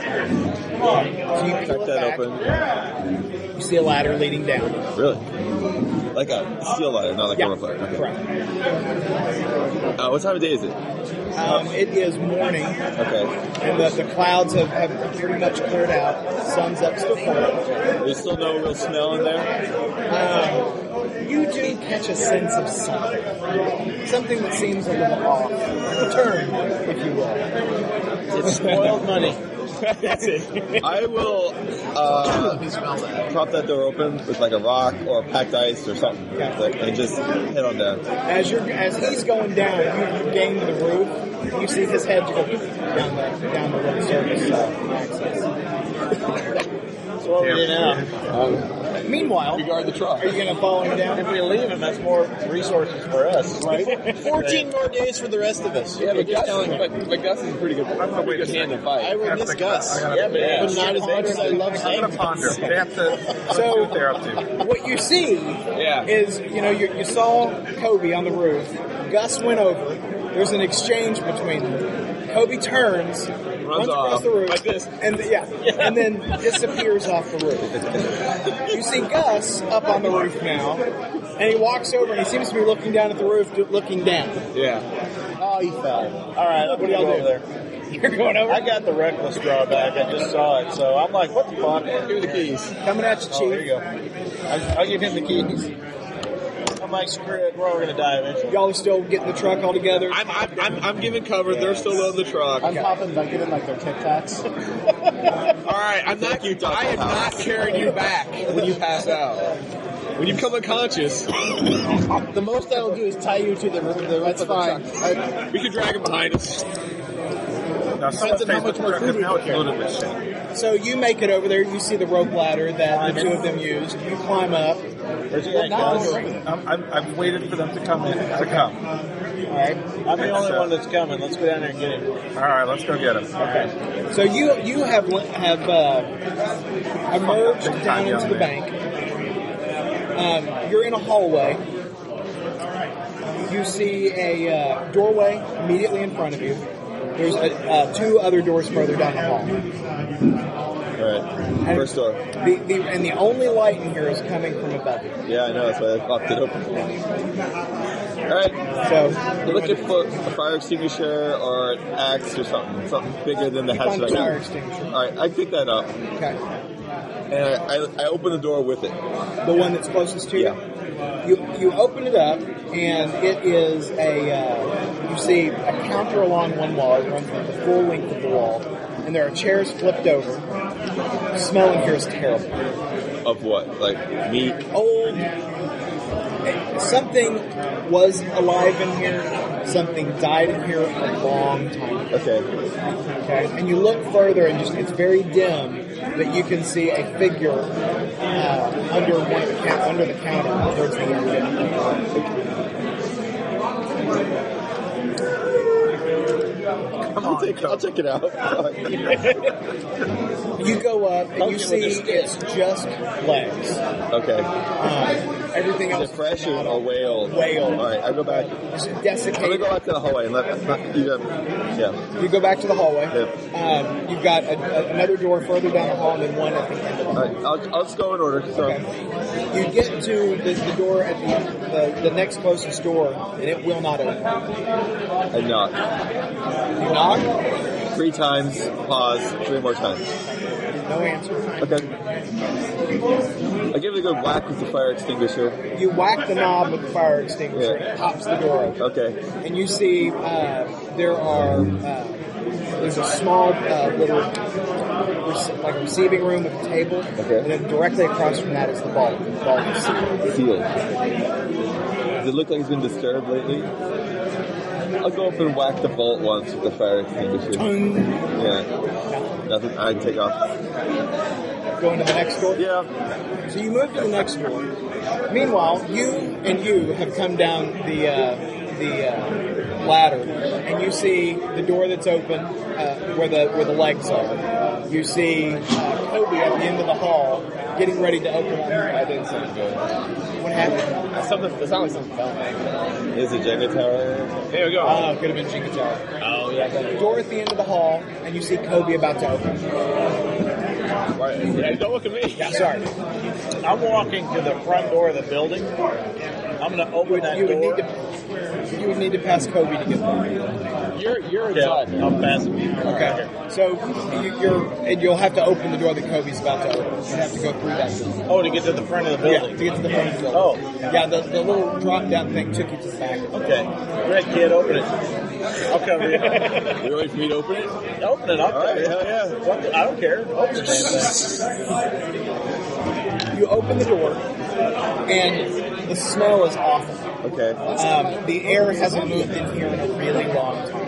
Speaker 4: you
Speaker 3: Crack
Speaker 4: peel it
Speaker 3: that
Speaker 4: back.
Speaker 3: open.
Speaker 4: You see a ladder leading down.
Speaker 3: Really? Like a steel ladder, not like
Speaker 4: Yeah,
Speaker 3: a rope ladder. Okay.
Speaker 4: Correct.
Speaker 3: Uh, what time of day is it?
Speaker 4: Um, it is morning,
Speaker 3: Okay.
Speaker 4: and the, the clouds have, have pretty much cleared out. Sun's up still pouring.
Speaker 3: There's still no real smell in there.
Speaker 4: Um, you do catch a sense of something. Something that seems a little off. A turn, if you will.
Speaker 30: It's spoiled money.
Speaker 4: That's it.
Speaker 3: I will uh, prop that door open with like a rock or packed ice or something, like, and just head on down.
Speaker 4: As you're as he's going down, you, you gain the roof. You see his head go down the down the little surface uh, access.
Speaker 5: So what do we do
Speaker 4: now? Um, meanwhile,
Speaker 30: Regard the truck.
Speaker 4: are you going to follow him down?
Speaker 5: If we leave him, that's more resources for us. [laughs]
Speaker 4: Right.
Speaker 5: 14 more days for the rest of us.
Speaker 30: Yeah, but Gus,
Speaker 5: Just telling you.
Speaker 30: but, but Gus is a pretty good. Pretty good hand to
Speaker 5: I
Speaker 30: fight.
Speaker 5: will miss Gus. Yeah, but,
Speaker 30: Yeah.
Speaker 5: but not as much as I love
Speaker 25: I'm gonna
Speaker 5: Hank.
Speaker 25: ponder. They have
Speaker 4: So-
Speaker 25: to. So what they're up to.
Speaker 4: What you see
Speaker 30: Yeah.
Speaker 4: is, you know, you, you saw Kobe on the roof. Gus went over. There's an exchange between them. Kobe turns, runs, across
Speaker 30: off,
Speaker 4: the roof,
Speaker 30: like this.
Speaker 4: and yeah, and then disappears off the roof. You see Gus up on the roof now, and he walks over and he seems to be looking down at the roof, do- looking down.
Speaker 30: Yeah.
Speaker 5: Oh, he fell.
Speaker 7: All right,
Speaker 4: What do y'all do?
Speaker 7: there.
Speaker 4: You're going over,
Speaker 7: I got the reckless drawback. I just saw it, so I'm like, what the fuck?
Speaker 30: Give me the keys.
Speaker 4: coming at you, Chief.
Speaker 7: Oh, there you go. I, I'll give him the keys. I'm like, screw it. We're all gonna die eventually.
Speaker 4: Y'all are still getting the truck all together.
Speaker 30: I'm, I'm, I'm, I'm giving cover. They're still loading the truck.
Speaker 29: I'm popping like in like their Tic Tacs.
Speaker 30: All right, I'm not.
Speaker 3: you, Dr.
Speaker 30: I am
Speaker 3: House.
Speaker 30: not carrying you back when you pass out. When you become unconscious,
Speaker 5: The most I will do is tie you to the, the
Speaker 29: That's fine. I,
Speaker 30: we can drag him behind us.
Speaker 25: Now, someone
Speaker 5: on how
Speaker 25: pays
Speaker 5: much
Speaker 25: the
Speaker 5: more
Speaker 25: truck
Speaker 5: food
Speaker 25: because
Speaker 5: we
Speaker 25: now
Speaker 5: put
Speaker 25: it's
Speaker 5: there.
Speaker 25: loaded with shit.
Speaker 4: So you make it over there. You see the rope ladder that the two of them used. You climb up.
Speaker 7: Where's he
Speaker 4: Well,
Speaker 7: at,
Speaker 4: now
Speaker 7: Gus?
Speaker 4: we're-
Speaker 25: I'm, I'm, I've waited for them to come in to come.
Speaker 4: All right.
Speaker 7: I'm the only one that's coming. Let's go down there and get him.
Speaker 25: All right, let's go get them.
Speaker 4: So you you have have uh, emerged
Speaker 25: Big time
Speaker 4: down into
Speaker 25: young
Speaker 4: the
Speaker 25: man.
Speaker 4: bank. Um, you're in a hallway. You see a uh, doorway immediately in front of you. There's uh uh, two other doors further down the hall.
Speaker 3: All right,
Speaker 4: And
Speaker 3: first door.
Speaker 4: The, the, and the only light in here is coming from above you.
Speaker 3: Yeah, I know. That's why I popped it open. All right,
Speaker 4: So
Speaker 3: they're looking for a fire extinguisher or an axe or something, something bigger than the
Speaker 4: you find
Speaker 3: hatchet.
Speaker 4: a
Speaker 3: I
Speaker 4: fire
Speaker 3: got.
Speaker 4: extinguisher.
Speaker 3: All right, I pick that up
Speaker 4: Okay.
Speaker 3: and I, I, I open the door with it.
Speaker 4: The one that's closest to you. You you open it up and it is a uh, you see a counter along one wall. It runs the full length of the wall, and there are chairs flipped over. The smell in here is terrible.
Speaker 3: Of what? Like meat?
Speaker 4: Old. Something was alive in here. Something died in here a long time. ago.
Speaker 3: Okay.
Speaker 4: Okay, and you look further, and just it's very dim, but you can see a figure uh, under one of the count, under the counter towards the end. [laughs]
Speaker 3: I'll take, I'll check it out.
Speaker 5: You go up and you see it's just legs.
Speaker 3: Okay.
Speaker 5: Um, everything
Speaker 3: Is
Speaker 5: else
Speaker 3: it fresh or, or whale?
Speaker 5: Whale.
Speaker 3: All right, I'll go back.
Speaker 5: desiccated.
Speaker 3: I'm gonna go back to the hallway and let, let you go. Yeah.
Speaker 5: You go back to the hallway.
Speaker 3: Yep.
Speaker 5: Um, you've got a, a- another door further down the hall and then one at the end of the
Speaker 3: All
Speaker 5: hall.
Speaker 3: right, I'll, I'll just go in order. So,
Speaker 5: You get to the, the door at the, the, the next closest door and it will not open.
Speaker 3: I knock.
Speaker 5: You knock?
Speaker 3: uh, Three times, pause, three more times.
Speaker 5: No answer.
Speaker 3: Okay. I give it a good whack with the fire extinguisher.
Speaker 5: You whack the knob with the fire extinguisher
Speaker 3: Yeah.
Speaker 5: and it pops the door open.
Speaker 3: Okay.
Speaker 5: and you see uh, there are uh, there's a small uh, little rece- like receiving room with a table, and then directly across from that is the ball. The ball is sealed.
Speaker 3: Sealed. Does it look like it's been disturbed lately? I'll go up and whack the vault once with the fire extinguisher. Yeah. Nothing. I take off.
Speaker 5: Going to the next door.
Speaker 3: Yeah.
Speaker 5: So you move to the next door. Meanwhile, you and you have come down the uh, the uh, ladder, and you see the door that's open uh, where the where the legs are. You see uh, Kobe at the end of the hall getting ready to open up. I didn't sound good. What happened?
Speaker 4: Something, it sounded like something fell.
Speaker 3: Is it Jenga Tower?
Speaker 4: There we go.
Speaker 5: Oh, it could have been Jenga Tower.
Speaker 4: Oh, yeah.
Speaker 5: Door at the end of the hall, and you see Kobe about to open.
Speaker 4: Right. Yeah, don't look at me.
Speaker 5: Sorry.
Speaker 7: I'm walking to the front door of the building. I'm going to open that
Speaker 5: You would need
Speaker 7: door.
Speaker 5: to you would need to pass Kobe to get there.
Speaker 4: You're you're
Speaker 7: yeah, I'll pass it.
Speaker 5: Okay. So you, you're and you'll have to open the door that Kobe's about to open. You have to go through that. Door.
Speaker 7: Oh, to get to the front of the building.
Speaker 5: Yeah, to get to the front of the building.
Speaker 7: Oh,
Speaker 5: Yeah, the, the little drop down thing took you to the back.
Speaker 7: okay. Red kid, open it. I'll cover [laughs] you.
Speaker 3: You wait for me to open it?
Speaker 7: Open it. I'll
Speaker 3: All right,
Speaker 7: cover you.
Speaker 3: hell yeah.
Speaker 7: What the- I don't care. Open the damn thing.
Speaker 5: You open the door, and the smell is awful.
Speaker 3: Okay.
Speaker 5: Um, the air hasn't moved in here in a really long time.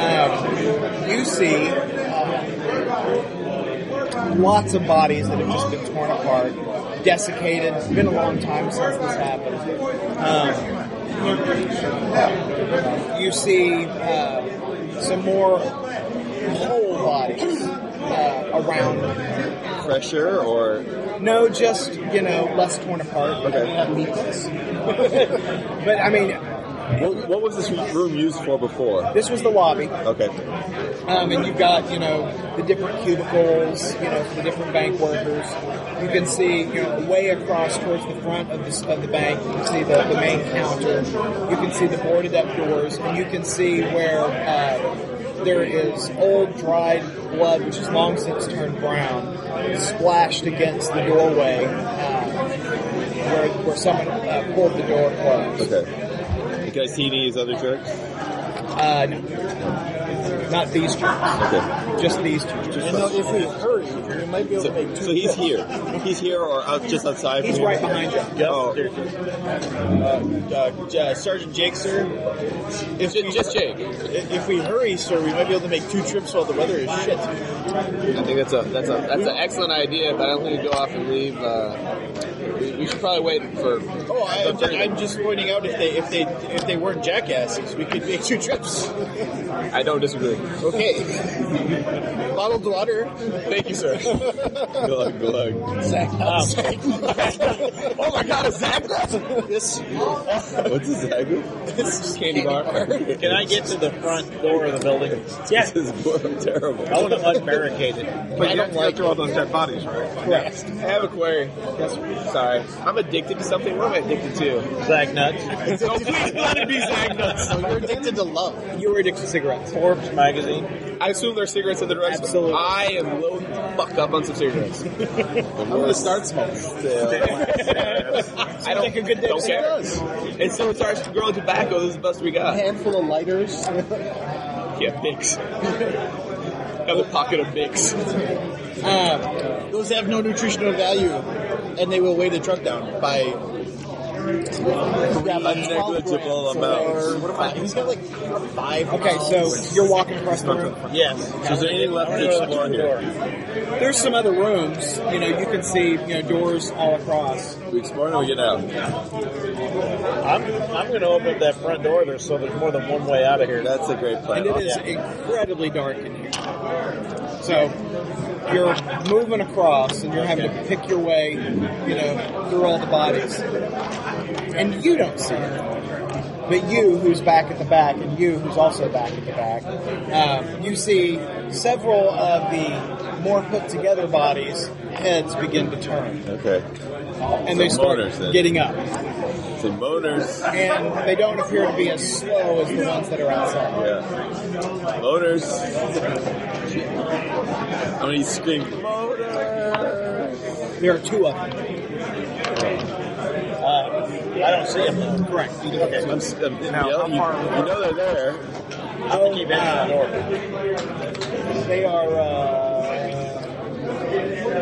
Speaker 5: Um, you see lots of bodies that have just been torn apart, desiccated. It's been a long time since this happened. Um, you see uh, some more whole bodies uh, around
Speaker 3: Fresher or
Speaker 5: no, just you know, less torn apart. Okay. [laughs] but I mean,
Speaker 3: what, what was this room used for before?
Speaker 5: this was the lobby,
Speaker 3: Okay.
Speaker 5: um, and you've got you know the different cubicles, you know, for the different bank workers. You can see you know way across towards the front of the of the bank. You can see the, the main counter. You can see the boarded up doors, and you can see where uh, there is old dried blood, which has long since turned brown, splashed against the doorway. Uh, where, where someone uh, pulled the door closed.
Speaker 3: Okay. Can I see any of these other jerks?
Speaker 5: Uh, no. Not these two.
Speaker 3: Okay.
Speaker 5: Just these two.
Speaker 6: You know, if we hurry, we might be able to make two.
Speaker 3: So he's here. He's here or out, just outside?
Speaker 5: He's
Speaker 3: from
Speaker 5: right behind you.
Speaker 7: Yep.
Speaker 3: Oh.
Speaker 7: there it is. Uh, uh, J- uh, Sergeant Jake, sir. If we,
Speaker 4: Just Jake.
Speaker 7: If we hurry, sir, we might be able to make two trips while the weather is shit.
Speaker 3: I think that's a that's a
Speaker 4: That's an excellent idea, but I don't think we go off and leave. Uh, we, we should probably wait for.
Speaker 7: Oh, I, I'm, just, I'm just pointing out if they if they if they weren't jackasses, we could make two trips.
Speaker 3: I don't disagree.
Speaker 7: Okay. Bottled water. Thank you, sir.
Speaker 3: glug glug.
Speaker 7: Zach.
Speaker 3: [laughs]
Speaker 7: Um,
Speaker 4: oh my God, a Zach
Speaker 7: this
Speaker 3: What's his aggro?
Speaker 7: this is
Speaker 4: candy bar.
Speaker 7: Can I get to the front door of the building?
Speaker 3: Yes. This is [laughs] terrible.
Speaker 7: I want to unbarricade it.
Speaker 25: But
Speaker 7: I
Speaker 25: you
Speaker 7: don't
Speaker 25: have to go
Speaker 7: like
Speaker 25: through all those dead bodies, right?
Speaker 5: Correct.
Speaker 4: I have a query. Sorry, I'm addicted to something. What am I addicted to?
Speaker 7: Zag nuts.
Speaker 4: [laughs] So please let it be Zach nuts.
Speaker 6: You're addicted to love.
Speaker 5: You were addicted to cigarettes.
Speaker 7: Forbes magazine.
Speaker 4: I assume there's cigarettes in the direction.
Speaker 5: Absolutely.
Speaker 4: I am loading the fuck up on some cigarettes.
Speaker 6: I'm gonna start smoking.
Speaker 4: [laughs] I don't think a good day don't care. And so it's our growing tobacco. This is the best we
Speaker 6: A
Speaker 4: got.
Speaker 6: handful of lighters.
Speaker 4: Yeah, Bix. Another pocket of Bix.
Speaker 6: Um, those have no nutritional value, and they will weigh the truck down by. Yeah, by 12
Speaker 3: negligible
Speaker 6: grams
Speaker 3: amounts.
Speaker 6: Or, what about, he's got like five.
Speaker 5: Okay, so you're walking across the room.
Speaker 7: Yes.
Speaker 3: So is there anything left to explore here?
Speaker 5: There's some other rooms. You know, you can see you know doors all across.
Speaker 3: We explore or we get out?
Speaker 7: I'm, I'm going to open up that front door there so there's more than one way out of here.
Speaker 3: That's a great plan.
Speaker 5: And it is
Speaker 7: Yeah.
Speaker 5: incredibly dark in here. So you're moving across and you're having to pick your way, you know, through all the bodies. And you don't see it. But you, who's back at the back, and you, who's also back at the back, um, you see several of the more put together bodies' heads begin to turn.
Speaker 3: Okay.
Speaker 5: And they start getting up.
Speaker 3: So moaners.
Speaker 5: And they don't appear to be as slow as the ones that are outside.
Speaker 3: Yeah. Moaners. I'm gonna scream. Moaners.
Speaker 5: There are two of them.
Speaker 7: Uh, I don't see them.
Speaker 5: Correct. You don't
Speaker 3: Okay,
Speaker 5: see
Speaker 3: I'm, s- I'm
Speaker 5: Now,
Speaker 3: yelling.
Speaker 5: how
Speaker 3: Um, You,
Speaker 5: far-
Speaker 3: you know they're there.
Speaker 5: Oh, wow. They are uh,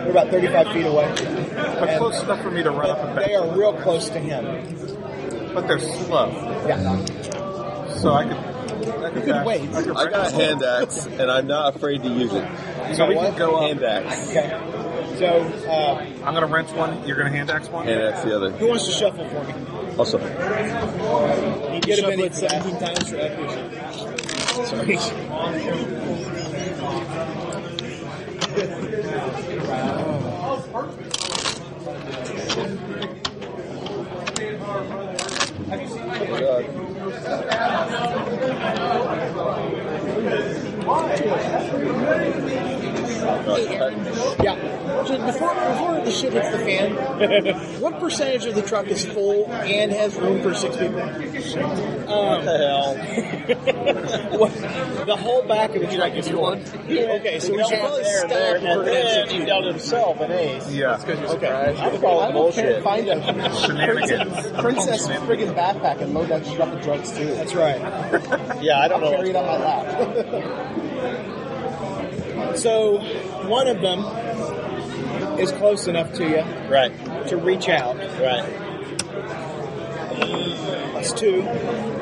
Speaker 5: they're about 35 feet away.
Speaker 25: But
Speaker 5: And
Speaker 25: close enough for me to run up and back.
Speaker 5: They are real close to him.
Speaker 25: But they're slow.
Speaker 5: Yeah.
Speaker 25: So I could. I could
Speaker 5: could
Speaker 25: back-
Speaker 5: wait.
Speaker 25: I, could
Speaker 3: I got a
Speaker 25: back-
Speaker 3: hand axe, and I'm not afraid to use it.
Speaker 25: So we
Speaker 5: what?
Speaker 25: can go up.
Speaker 3: Hand axe.
Speaker 5: Okay. So, uh,
Speaker 25: I'm gonna wrench one. You're gonna hand axe one.
Speaker 3: Hand axe the other.
Speaker 5: who wants to shuffle for me?
Speaker 3: Also,
Speaker 5: You get a minute for that.
Speaker 6: times for accuracy.
Speaker 5: Sorry.
Speaker 6: [laughs] Yeah. So before, before the shit hits the
Speaker 7: [laughs]
Speaker 6: fan, what percentage of the truck is full and has room for six people? Um, [laughs]
Speaker 5: What- the whole back of the truck is
Speaker 7: [laughs]
Speaker 5: gone.
Speaker 6: Okay, so we should probably stop
Speaker 7: there,
Speaker 6: for
Speaker 7: and then he
Speaker 6: that.
Speaker 7: dealt himself an ace.
Speaker 25: Yeah.
Speaker 7: Okay, I'm calling bullshit.
Speaker 6: Find a
Speaker 25: Shenanigans.
Speaker 6: princess friggin' backpack and load that shit up with drugs too.
Speaker 5: That's right.
Speaker 7: Yeah, I don't know.
Speaker 6: Carry it on my lap.
Speaker 5: [laughs] So, one of them is close enough to you
Speaker 7: Right,
Speaker 5: to reach out.
Speaker 7: right.
Speaker 5: That's two.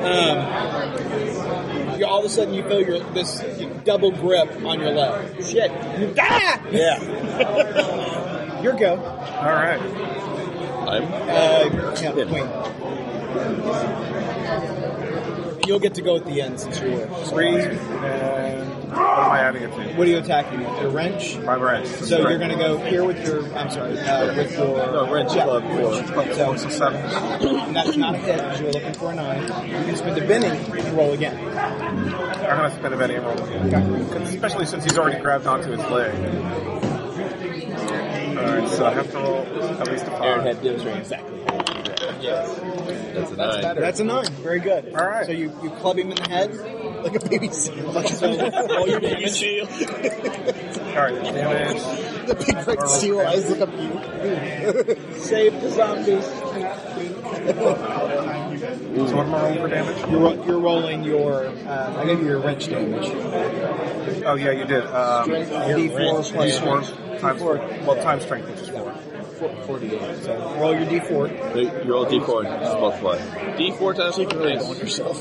Speaker 5: Um, you, all of a sudden, you feel your this double grip on your leg.
Speaker 7: Shit.
Speaker 5: Ah!
Speaker 7: Yeah.
Speaker 5: [laughs] Your go.
Speaker 25: All right.
Speaker 3: I'm
Speaker 5: Uh, yeah, queen. You'll get to go at the end since you were.
Speaker 25: Three. And what am I adding it to?
Speaker 5: What are you attacking with? Your wrench?
Speaker 25: My wrench.
Speaker 5: So you're going to go here with your. I'm sorry. Uh, with your.
Speaker 3: no wrench
Speaker 5: yeah,
Speaker 3: club four.
Speaker 5: wrench club.
Speaker 25: So
Speaker 5: So,
Speaker 25: seven.
Speaker 5: and that's not a hit because you were looking for a nine. You can spend a bending and roll again.
Speaker 25: I'm gonna spend a penny and roll again. Especially since he's already grabbed onto his leg. Alright, so I have to roll at least a
Speaker 7: Aaron
Speaker 25: five.
Speaker 7: had dibs ring. Exactly.
Speaker 3: That's a nine.
Speaker 5: That's a nine. Very good.
Speaker 25: All right.
Speaker 5: So you, you club him in the head like a baby seal. Like so all your baby seal.
Speaker 25: Alright, damage.
Speaker 6: the big red seal eyes look up at you. Save the zombies.
Speaker 25: So what am I rolling for damage?
Speaker 5: You're, ro- you're rolling your. Uh, I gave you your wrench damage.
Speaker 25: Oh yeah, you did. Um,
Speaker 5: D4 plus
Speaker 25: D4
Speaker 5: strength.
Speaker 25: times four. Well, times strength, which is four.
Speaker 5: Four- 48. So roll your D4.
Speaker 3: You you roll d4 and just multiply. d4 times three rings.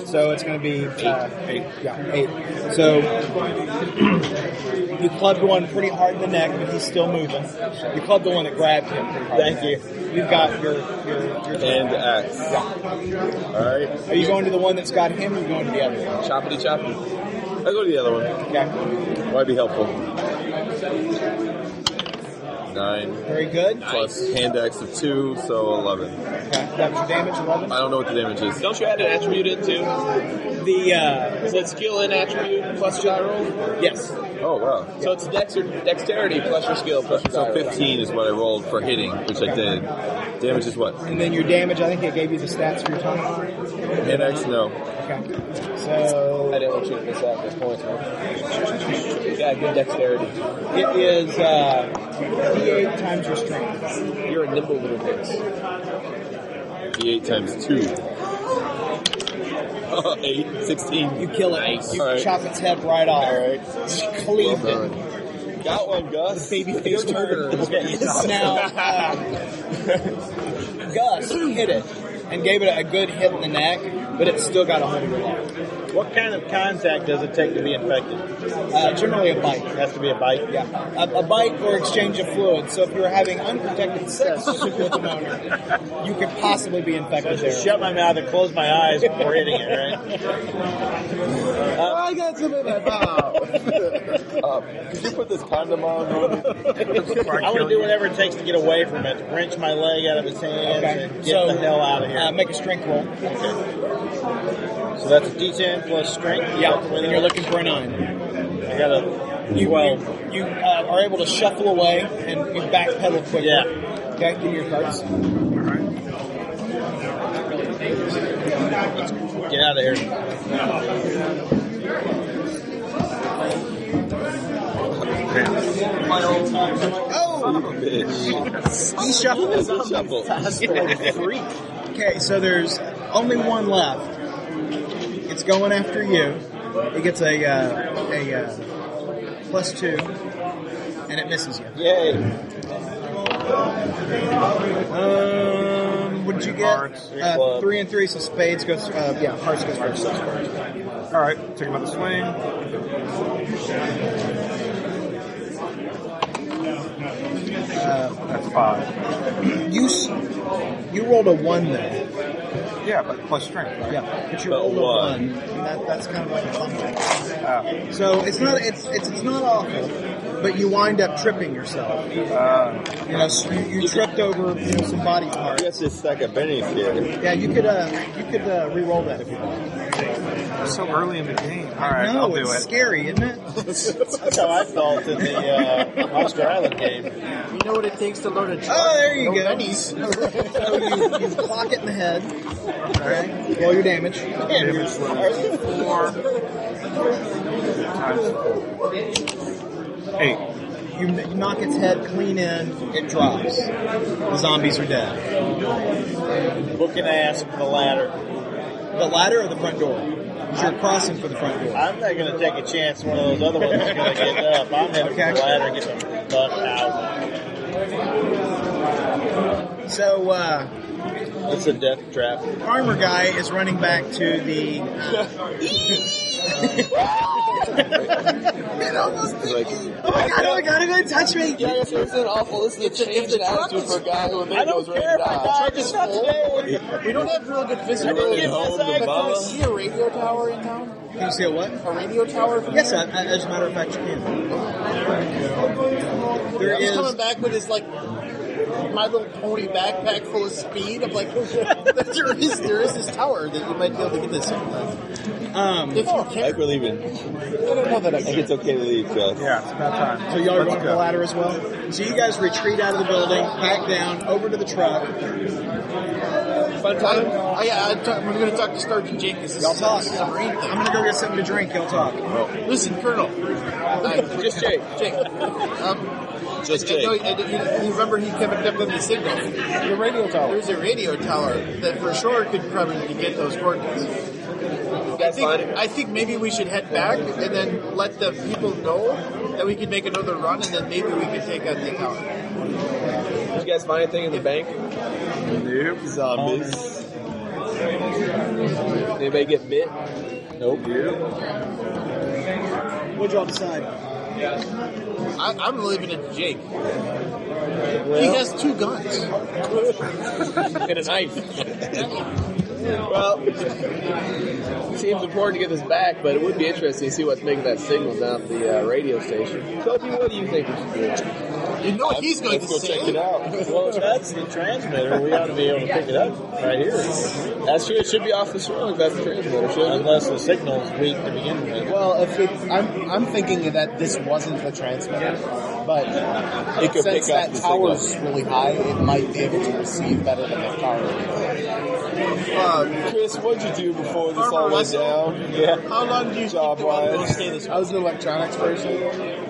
Speaker 5: So it's going to be uh, eight. Yeah, eight. So [clears throat] you clubbed one pretty hard in the neck, but he's still moving. You clubbed the one that grabbed him. Pretty hard
Speaker 7: Thank you.
Speaker 5: You've got your your. your
Speaker 3: And axe. Alright.
Speaker 5: Are you going to the one that's got him, or are you going to the other one?
Speaker 3: Choppity choppity. I'll go to the other one.
Speaker 5: Okay.
Speaker 3: Might be helpful. Nine
Speaker 5: Very good.
Speaker 3: plus hand axe of two, so eleven.
Speaker 5: Okay. That was your damage. Eleven.
Speaker 3: I don't know what the damage is.
Speaker 4: Don't you add an attribute in too?
Speaker 5: The uh,
Speaker 4: Is that skill and attribute plus your die roll?
Speaker 5: yes.
Speaker 3: Oh wow.
Speaker 4: So it's dex or dexterity plus your skill plus your
Speaker 3: So
Speaker 4: die roll.
Speaker 3: fifteen is what I rolled for hitting, which I did. Damage is what?
Speaker 5: And then your damage, I think it gave you the stats for your tonic.
Speaker 3: Hand axe? No.
Speaker 5: Okay.
Speaker 4: I
Speaker 5: So
Speaker 4: didn't want you to miss out this point, man. Yeah, good dexterity.
Speaker 5: it is uh, D8 times your strength.
Speaker 4: You're a nimble little bitch.
Speaker 3: D eight times two. [laughs] Oh, Eight. Sixteen.
Speaker 5: You kill it. You
Speaker 3: All right.
Speaker 5: chop its head right off. Just cleave
Speaker 3: Well
Speaker 5: it.
Speaker 3: Got one, Gus.
Speaker 5: Baby face murder. now, uh, Gus hit it and gave it a good hit in the neck, but it still got a hold of your leg.
Speaker 7: What kind of contact does it take to be infected?
Speaker 5: Uh, generally a bite.
Speaker 7: It has to be a bite.
Speaker 5: Yeah, a, a bite or exchange of fluid. So if you're having unprotected sex with pneumonia, you could possibly be
Speaker 7: I
Speaker 5: infected
Speaker 7: should
Speaker 5: there.
Speaker 7: shut my mouth and close my eyes before hitting it, right?
Speaker 5: Oh, I got
Speaker 3: Ransom in my mouth. [laughs] uh, could you put this condom on?
Speaker 7: [laughs] I want to do whatever it takes to get away from it. Wrench my leg out of his hands and get
Speaker 5: So,
Speaker 7: the hell out of here.
Speaker 5: uh, make a strength roll.
Speaker 7: So that's a D10 plus strength.
Speaker 5: um, Yeah, and you're looking for a nine.
Speaker 7: I got a
Speaker 5: You
Speaker 7: twelve.
Speaker 5: you uh, are able to shuffle away and you backpedal quickly. Yeah. Okay, give me your cards.
Speaker 7: Get out of here.
Speaker 3: [laughs]
Speaker 5: Oh,
Speaker 3: Bitch.
Speaker 5: he shuffles.
Speaker 3: Shuffle. [laughs]
Speaker 5: Okay, so there's only one left. It's going after you. It gets a uh, a uh, plus two, and it misses you.
Speaker 7: Yay.
Speaker 5: Um, what did you get?
Speaker 25: Hearts, three
Speaker 5: Uh,
Speaker 25: clubs.
Speaker 5: three and three, so spades goes. Uh, yeah, hearts goes first.
Speaker 25: All right, take another swing.
Speaker 5: Uh,
Speaker 25: That's five.
Speaker 5: you s- you rolled a one though.
Speaker 25: Yeah, but plus strength. Right?
Speaker 5: Yeah, but you
Speaker 3: But
Speaker 5: rolled a
Speaker 3: one.
Speaker 5: one. And that, that's kind of like a fun
Speaker 25: Yeah.
Speaker 5: So it's not it's, it's it's not awful, but you wind up tripping yourself.
Speaker 25: Uh, uh,
Speaker 5: You know, s- you, you tripped over you know, some body
Speaker 3: I
Speaker 5: part.
Speaker 3: guess this stack of bennies here.
Speaker 5: Yeah, you could uh, you could uh, re-roll that if you want.
Speaker 25: it's so early in the game. All right,
Speaker 5: no,
Speaker 25: I'll do
Speaker 5: it's
Speaker 25: it.
Speaker 5: scary, isn't it?
Speaker 7: That's how I felt in the uh, Monster Island game.
Speaker 4: You know what it takes to load a truck?
Speaker 5: Oh, there you
Speaker 4: No
Speaker 5: go.
Speaker 4: Bennies.
Speaker 5: [laughs] so you, you clock it in the head. All right, roll your damage.
Speaker 25: Eight.
Speaker 5: You, kn- you knock its head clean in. It drops. The zombies are dead.
Speaker 7: Booking ass for the ladder.
Speaker 5: The ladder or the front door? 'Cause You're crossing for the front door.
Speaker 7: I'm not going to take a chance one of those other ones is going to get up. I'm heading
Speaker 5: Okay.
Speaker 7: for the ladder and get the fuck out.
Speaker 5: So uh,
Speaker 7: It's a death trap.
Speaker 5: armor guy is running back to the. uh, it almost bit
Speaker 3: Like-
Speaker 5: me. Oh my god! Oh my god! It didn't touch me.
Speaker 31: Yeah, it's, it's an awful. This is a changed attitude for a guy who
Speaker 7: I don't care if I die. It's not today.
Speaker 4: We don't have real good
Speaker 3: I
Speaker 4: visibility.
Speaker 3: didn't get this
Speaker 4: Can
Speaker 3: egg.
Speaker 4: I see a radio tower in town?
Speaker 5: Can you see a what?
Speaker 4: A radio tower? from
Speaker 5: Yes,
Speaker 4: there?
Speaker 5: I, I, as a matter of fact, you can. There
Speaker 4: He's
Speaker 5: is.
Speaker 4: coming back with his like My Little Pony backpack full of speed. I'm like, [laughs] there is there is this tower that you might be able to get this. Sometime.
Speaker 5: Um,
Speaker 4: If you
Speaker 3: I
Speaker 4: care,
Speaker 3: believe in.
Speaker 4: Oh, I don't know that I
Speaker 3: I think it's okay to leave, Josh.
Speaker 25: Yeah, it's about time.
Speaker 5: so y'all are
Speaker 25: Let's
Speaker 5: going up
Speaker 25: go.
Speaker 5: the ladder as well. So you guys retreat out of the building, back down, over to the truck.
Speaker 4: Fun time. Oh yeah, I talk, I'm going to talk to Sergeant Jake. 'cause This
Speaker 5: Y'all
Speaker 4: is
Speaker 5: talk.
Speaker 4: this is a marine
Speaker 5: I'm
Speaker 4: thing.
Speaker 5: gonna go get something to drink. Y'all talk.
Speaker 4: Listen, Colonel. I-
Speaker 31: Just Jake.
Speaker 4: Jake. Um,
Speaker 3: Just
Speaker 4: I know,
Speaker 3: Jake.
Speaker 4: I, you, you remember he kept up with the signal. The radio tower. There's a radio tower that for sure could probably get those coordinates. I think, I think maybe we should head back and then let the people know that we can make another run and then maybe we can take out the tower.
Speaker 31: Did you guys find anything in the bank?
Speaker 25: Nope.
Speaker 3: Zombies.
Speaker 31: Anybody get bit?
Speaker 3: Nope. Nope.
Speaker 5: What'd y'all decide?
Speaker 4: I, I'm leaving it to Jake. he has two guns.
Speaker 31: [laughs] And a knife. well, seems important to get this back, but it would be interesting to see what's making that signal down at the uh, radio station. Toby, what do you think we should do?
Speaker 4: You know what he's going
Speaker 3: Let's
Speaker 4: to
Speaker 3: go
Speaker 4: say.
Speaker 3: check it out.
Speaker 7: Well, if that's the transmitter, we ought to be able to pick it up right here.
Speaker 31: That's true. It should be off the shore if that's the transmitter, shouldn't it?
Speaker 7: Unless the signal's weak to begin with.
Speaker 32: Well, if it, I'm I'm thinking that this wasn't the transmitter, but
Speaker 3: It could
Speaker 32: since
Speaker 3: pick up
Speaker 32: that
Speaker 3: the
Speaker 32: tower's
Speaker 3: signal.
Speaker 32: really high, it might be able to receive better than the tower.
Speaker 3: Uh, Chris, what'd you do before this
Speaker 4: Armor
Speaker 3: all went
Speaker 4: Russell.
Speaker 3: down? Yeah.
Speaker 4: How long do you
Speaker 3: Job
Speaker 4: think the water will
Speaker 3: wise.
Speaker 4: stay this
Speaker 32: I was an electronics person.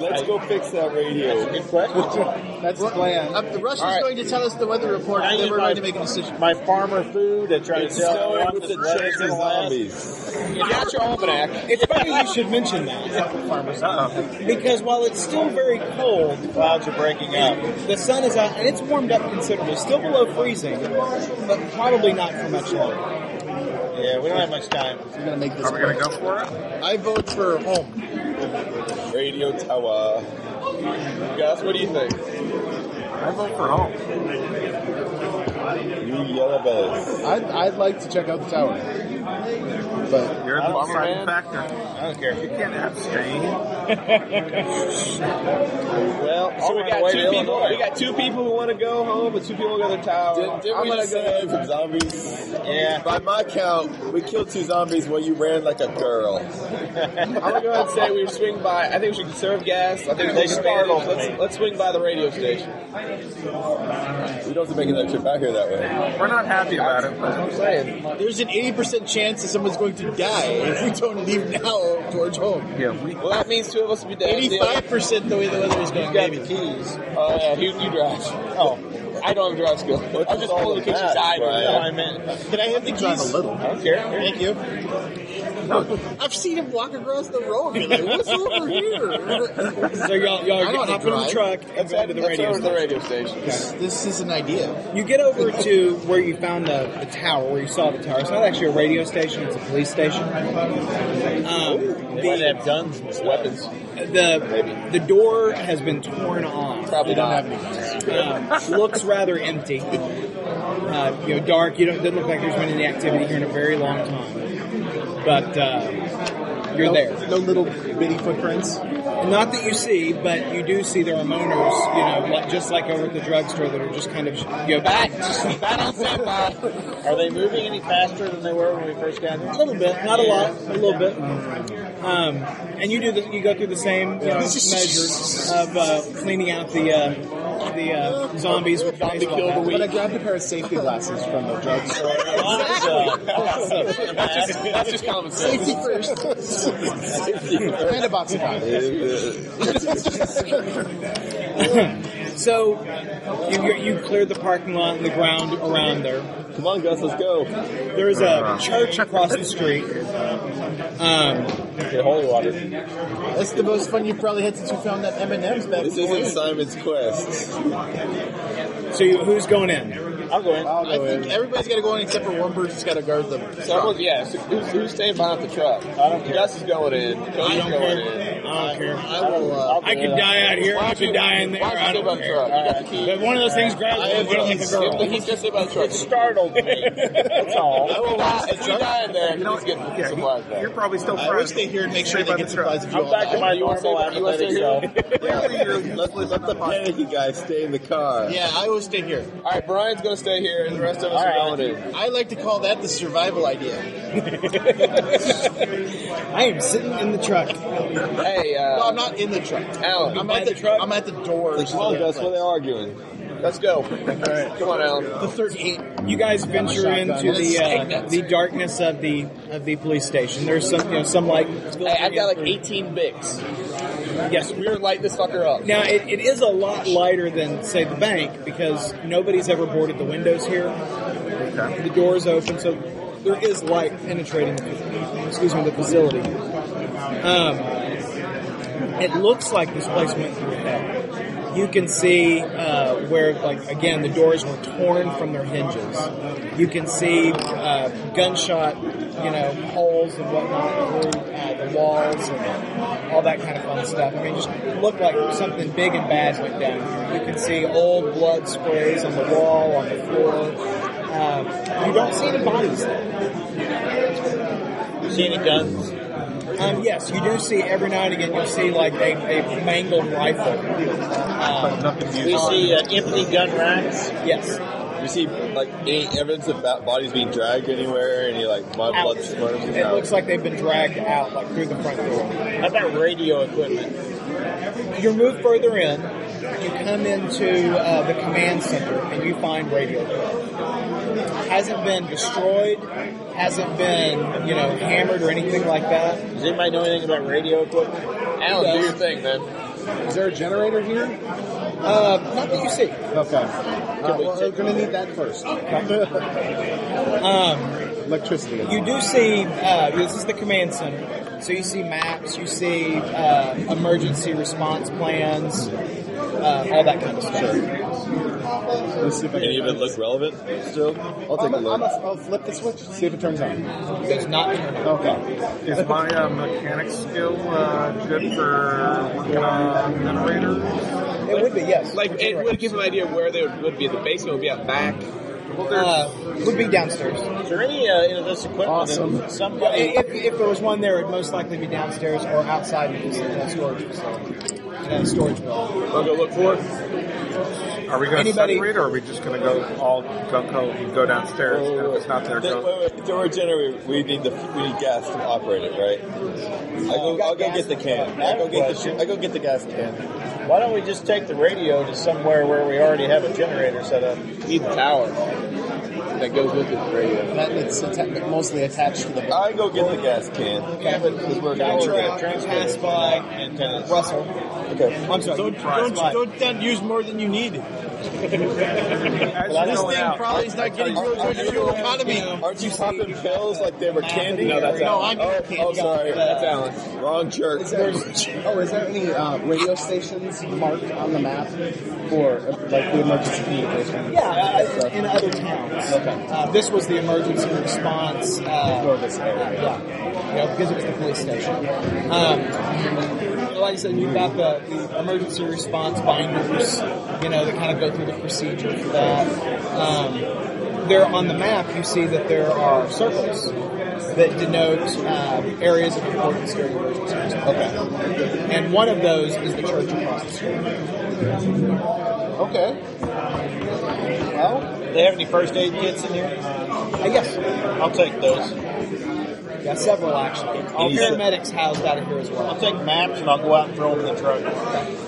Speaker 3: Let's go fix that radio.
Speaker 32: That's the plan.
Speaker 4: Uh, the Russian's
Speaker 7: All right.
Speaker 4: going to tell us the weather report,
Speaker 7: I
Speaker 4: and then
Speaker 7: need
Speaker 4: we're
Speaker 7: my-
Speaker 4: going to make a decision.
Speaker 7: My farmer food, I try to
Speaker 3: It's
Speaker 7: tell
Speaker 3: snowing
Speaker 7: everyone
Speaker 3: with the
Speaker 7: this weather's
Speaker 3: chance of
Speaker 7: gonna last.
Speaker 3: zombies.
Speaker 31: Got your almanac.
Speaker 5: It's funny you should mention that
Speaker 25: Uh-oh.
Speaker 5: because while it's still very cold,
Speaker 7: Clouds are breaking up.
Speaker 5: the sun is out and it's warmed up considerably. Still below freezing, but probably not for much longer.
Speaker 7: Yeah, we don't have much time.
Speaker 32: I'm gonna make this
Speaker 25: Are we gonna
Speaker 32: work.
Speaker 25: go for it?
Speaker 4: I vote for home.
Speaker 3: Radio tower. Guys, what do you think?
Speaker 25: I vote for home.
Speaker 3: You yellow bells.
Speaker 32: I'd, I'd like to check out the tower.
Speaker 25: But you're the deciding factor. I don't care. You can't abstain.
Speaker 4: well, so we got two people. We got two people who want to go home, and two people go to the tower.
Speaker 3: Did, did
Speaker 4: I'm
Speaker 3: we
Speaker 4: gonna
Speaker 3: just
Speaker 4: go.
Speaker 3: save from zombies?
Speaker 4: Yeah.
Speaker 3: By my count, we killed two zombies while you ran like a girl.
Speaker 4: I'm gonna go ahead and say we swing by. I think we should conserve gas. I think
Speaker 3: They
Speaker 4: we should
Speaker 3: startled me.
Speaker 4: Let's, let's swing by the radio station.
Speaker 3: We don't have to make another trip out here that way.
Speaker 25: We're not happy about it.
Speaker 6: That's what I'm saying. There's an 80% chance that someone's going to die if we don't leave now towards home.
Speaker 25: Yeah, we
Speaker 4: Well, that means two of us will be dead.
Speaker 6: 85% the way the weather is
Speaker 4: He's
Speaker 6: going.
Speaker 4: got
Speaker 6: Maybe.
Speaker 4: the keys. Oh yeah, you, you drive. Oh, I don't have drive skill. I'm just pulling the kitchen
Speaker 3: that,
Speaker 4: side.
Speaker 3: Brian?
Speaker 6: No, I meant. Can I have the keys? A little. I don't care. Thank you.
Speaker 4: [laughs]
Speaker 6: I've seen him walk across the road. Be like, what's over here?
Speaker 5: So y'all, y'all
Speaker 6: I don't
Speaker 5: hop in
Speaker 6: wanna
Speaker 5: the
Speaker 6: drive.
Speaker 5: truck and go to the radio.
Speaker 4: over to the radio station.
Speaker 6: This, this is an idea.
Speaker 5: You get over to where you found the, the tower, where you saw the tower. It's not actually a radio station; it's a police station. Um, the,
Speaker 3: have guns and weapons.
Speaker 5: the the door has been torn off.
Speaker 4: Probably not.
Speaker 5: Um, looks rather empty. Uh, you know, dark. You don't doesn't look like there's been any activity here in a very long time. But uh, you're there.
Speaker 6: No little bitty footprints.
Speaker 5: Not that you see, but you do see there are moaners, you know, like, just like over at the drugstore that are just kind of, you know, back, back on standby.
Speaker 6: Are they moving any faster than they were when we first got
Speaker 5: A
Speaker 6: here?
Speaker 5: little bit, not a lot, a little bit. Um, and you do the, you go through the same you know, measure of uh, cleaning out the uh, the uh, zombies with zombie kill the
Speaker 33: But I
Speaker 5: week.
Speaker 33: grabbed a pair of safety glasses from the drugstore.
Speaker 5: [laughs] uh,
Speaker 4: That's just, that's just common sense.
Speaker 33: Safety first. and a box of glasses.
Speaker 5: So you you you cleared the parking lot and the ground around there.
Speaker 3: Come on, Gus, let's go.
Speaker 5: There's a church across the street. Um,
Speaker 3: Get holy water.
Speaker 6: That's the most fun you probably had since you found that M&M's back
Speaker 3: This
Speaker 6: before.
Speaker 3: isn't Simon's Quest.
Speaker 5: so you, who's going in?
Speaker 6: I'll go in. I think everybody's got to go in except for one person's got to guard them.
Speaker 4: Someone, yeah. so Who's, who's staying behind the truck? I don't care. Gus is going in. Cody's
Speaker 6: don't
Speaker 4: going
Speaker 5: I
Speaker 4: in.
Speaker 5: don't care.
Speaker 6: I will. Uh,
Speaker 5: I could die out here.
Speaker 4: Why
Speaker 5: I
Speaker 4: don't
Speaker 5: could
Speaker 4: you-
Speaker 5: die in there.
Speaker 4: Why
Speaker 5: I
Speaker 4: don't you stay
Speaker 5: don't
Speaker 4: by the
Speaker 5: care.
Speaker 4: truck? You got the key.
Speaker 5: But one of those things grabs
Speaker 4: I
Speaker 5: me
Speaker 4: have
Speaker 5: and like a
Speaker 4: guns.
Speaker 5: girl.
Speaker 4: If He's just stay by the truck.
Speaker 6: startled me. That's all.
Speaker 4: I will die. If we die in there, he's getting
Speaker 25: yeah,
Speaker 4: supplies
Speaker 25: you-
Speaker 4: back.
Speaker 25: you're probably still
Speaker 6: I will stay here and make sure they
Speaker 25: Stay by
Speaker 6: get
Speaker 25: the truck.
Speaker 6: supplies if you all die.
Speaker 4: my normal apathetic
Speaker 3: Let's let the panicky guy stay in the car.
Speaker 6: Yeah, I will stay here.
Speaker 4: All right, Brian's gonna stay here, and the rest of us are going in.
Speaker 6: I like to call that the survival idea.
Speaker 5: I am sitting in the truck.
Speaker 4: Hey, uh,
Speaker 6: Well, I'm not in the truck.
Speaker 4: Alan,
Speaker 6: I'm at the, truck. I'm at the doors.
Speaker 3: Come on,
Speaker 6: to the
Speaker 3: Gus, what are they
Speaker 6: place.
Speaker 3: arguing?
Speaker 4: let's go. Come on, Alan.
Speaker 6: The third eight.
Speaker 5: You guys venture into the uh, the darkness of the of the police station. There's some you know some like.
Speaker 4: Hey, I've got like 18 bics.
Speaker 5: yes.
Speaker 4: We're gonna light this fucker up.
Speaker 5: Now it, it is a lot lighter than say the bank because nobody's ever boarded the windows here. The door's open, so there is light penetrating. the- Excuse me, the facility. Um, it looks like this place went through hell. You can see uh, where, like, again, the doors were torn from their hinges. You can see uh, gunshot, you know, holes and whatnot through uh, the walls and all that kind of fun stuff. I mean, it just looked like something big and bad went down. here. You can see old blood sprays on the wall, on the floor. Um, you don't see any bodies there.
Speaker 6: See any guns?
Speaker 5: Um, yes, you do see every now and again. You'll see like a, a mangled rifle. Um,
Speaker 6: We see uh, empty gun racks.
Speaker 5: yes,
Speaker 3: You see, like, any evidence of ba- bodies being dragged anywhere, and you're like, my
Speaker 5: out.
Speaker 3: blood squirms
Speaker 5: It
Speaker 3: out.
Speaker 5: looks like they've been dragged out like through the front door.
Speaker 6: How about radio equipment?
Speaker 5: You move further in. You come into uh, the command center and you find radio. equipment. Hasn't been destroyed. Hasn't been you know hammered or anything like that.
Speaker 6: Does anybody know anything about radio equipment?
Speaker 4: Alan, do your thing, man.
Speaker 33: Is there a generator here?
Speaker 5: Uh, not that you see.
Speaker 33: Okay. Uh, well, we're going to need that
Speaker 5: [laughs]
Speaker 33: first.
Speaker 5: Um,
Speaker 33: Electricity.
Speaker 5: You do see, uh, this is the command center. So you see maps, you see uh, emergency response plans, uh, all that kind of stuff.
Speaker 33: Let's see if I
Speaker 3: Any of
Speaker 33: can.
Speaker 3: it look relevant still? I'll take
Speaker 33: I'm
Speaker 3: a
Speaker 33: a, I'm a,
Speaker 3: look.
Speaker 33: I'll flip the switch, see if it turns on.
Speaker 5: It does not turn on.
Speaker 33: Okay.
Speaker 25: Is my uh, mechanic skill uh, good for working on generators?
Speaker 5: It would be, yes.
Speaker 4: Like, it would give an idea of where they would, would be. The basement would be out back.
Speaker 5: Uh, would be downstairs.
Speaker 6: Is there any uh, you know, this equipment?
Speaker 5: Awesome.
Speaker 6: That somebody.
Speaker 5: If, if there was one there, it'd most likely be downstairs or outside of this uh, storage facility. Uh, storage building.
Speaker 3: I'll go look for it.
Speaker 25: Are we going to
Speaker 5: Anybody-
Speaker 25: separate, or are we just going to go all gunko and go downstairs? and if it's not there,
Speaker 3: Then,
Speaker 25: go.
Speaker 3: wait, wait, if there were a generator, we need the we need gas to operate it, right? I go, I'll go get the can. I go get the I go get the gas can.
Speaker 6: Why don't we just take the radio to somewhere where we already have a generator set up?
Speaker 4: Need the tower that goes with the radio.
Speaker 33: That, it's atta- mostly attached to the.
Speaker 3: I go get the gas can.
Speaker 5: Okay, but
Speaker 3: we're
Speaker 5: I
Speaker 3: gonna
Speaker 5: try- pass by
Speaker 6: And then it's-
Speaker 5: Russell.
Speaker 3: Okay.
Speaker 5: I'm sorry. pass by.
Speaker 7: use more than you need.
Speaker 25: As you're going out,
Speaker 7: probably is not getting real good fuel economy.
Speaker 3: Aren't you popping pills like they were candy?
Speaker 4: No, that's
Speaker 3: oh,
Speaker 4: Alan.
Speaker 3: oh,
Speaker 4: Candy.
Speaker 3: sorry,
Speaker 4: That's Alan.
Speaker 3: Wrong jerk.
Speaker 33: Is there, oh, is there any uh, radio stations marked on the map for uh, like the emergency communication?
Speaker 5: Yeah, uh, in other towns.
Speaker 33: Okay.
Speaker 5: Uh, this was the emergency response. Uh,
Speaker 33: For this area.
Speaker 5: Yeah, you know, because it was the police station. Um, like I said, you've got the, the emergency response binders, you know, that kind of go through the procedure for that. Um, there on the map, you see that there are circles that denote uh, areas of importance during emergency response. Okay. And one of those is the church across the street.
Speaker 6: Okay. Well, they have any first aid kits in here?
Speaker 5: I guess.
Speaker 6: I'll take those.
Speaker 5: Yeah, several actually. All
Speaker 6: Easy.
Speaker 5: paramedics housed out of here as well.
Speaker 6: I'll take maps and I'll go out and throw them in the truck.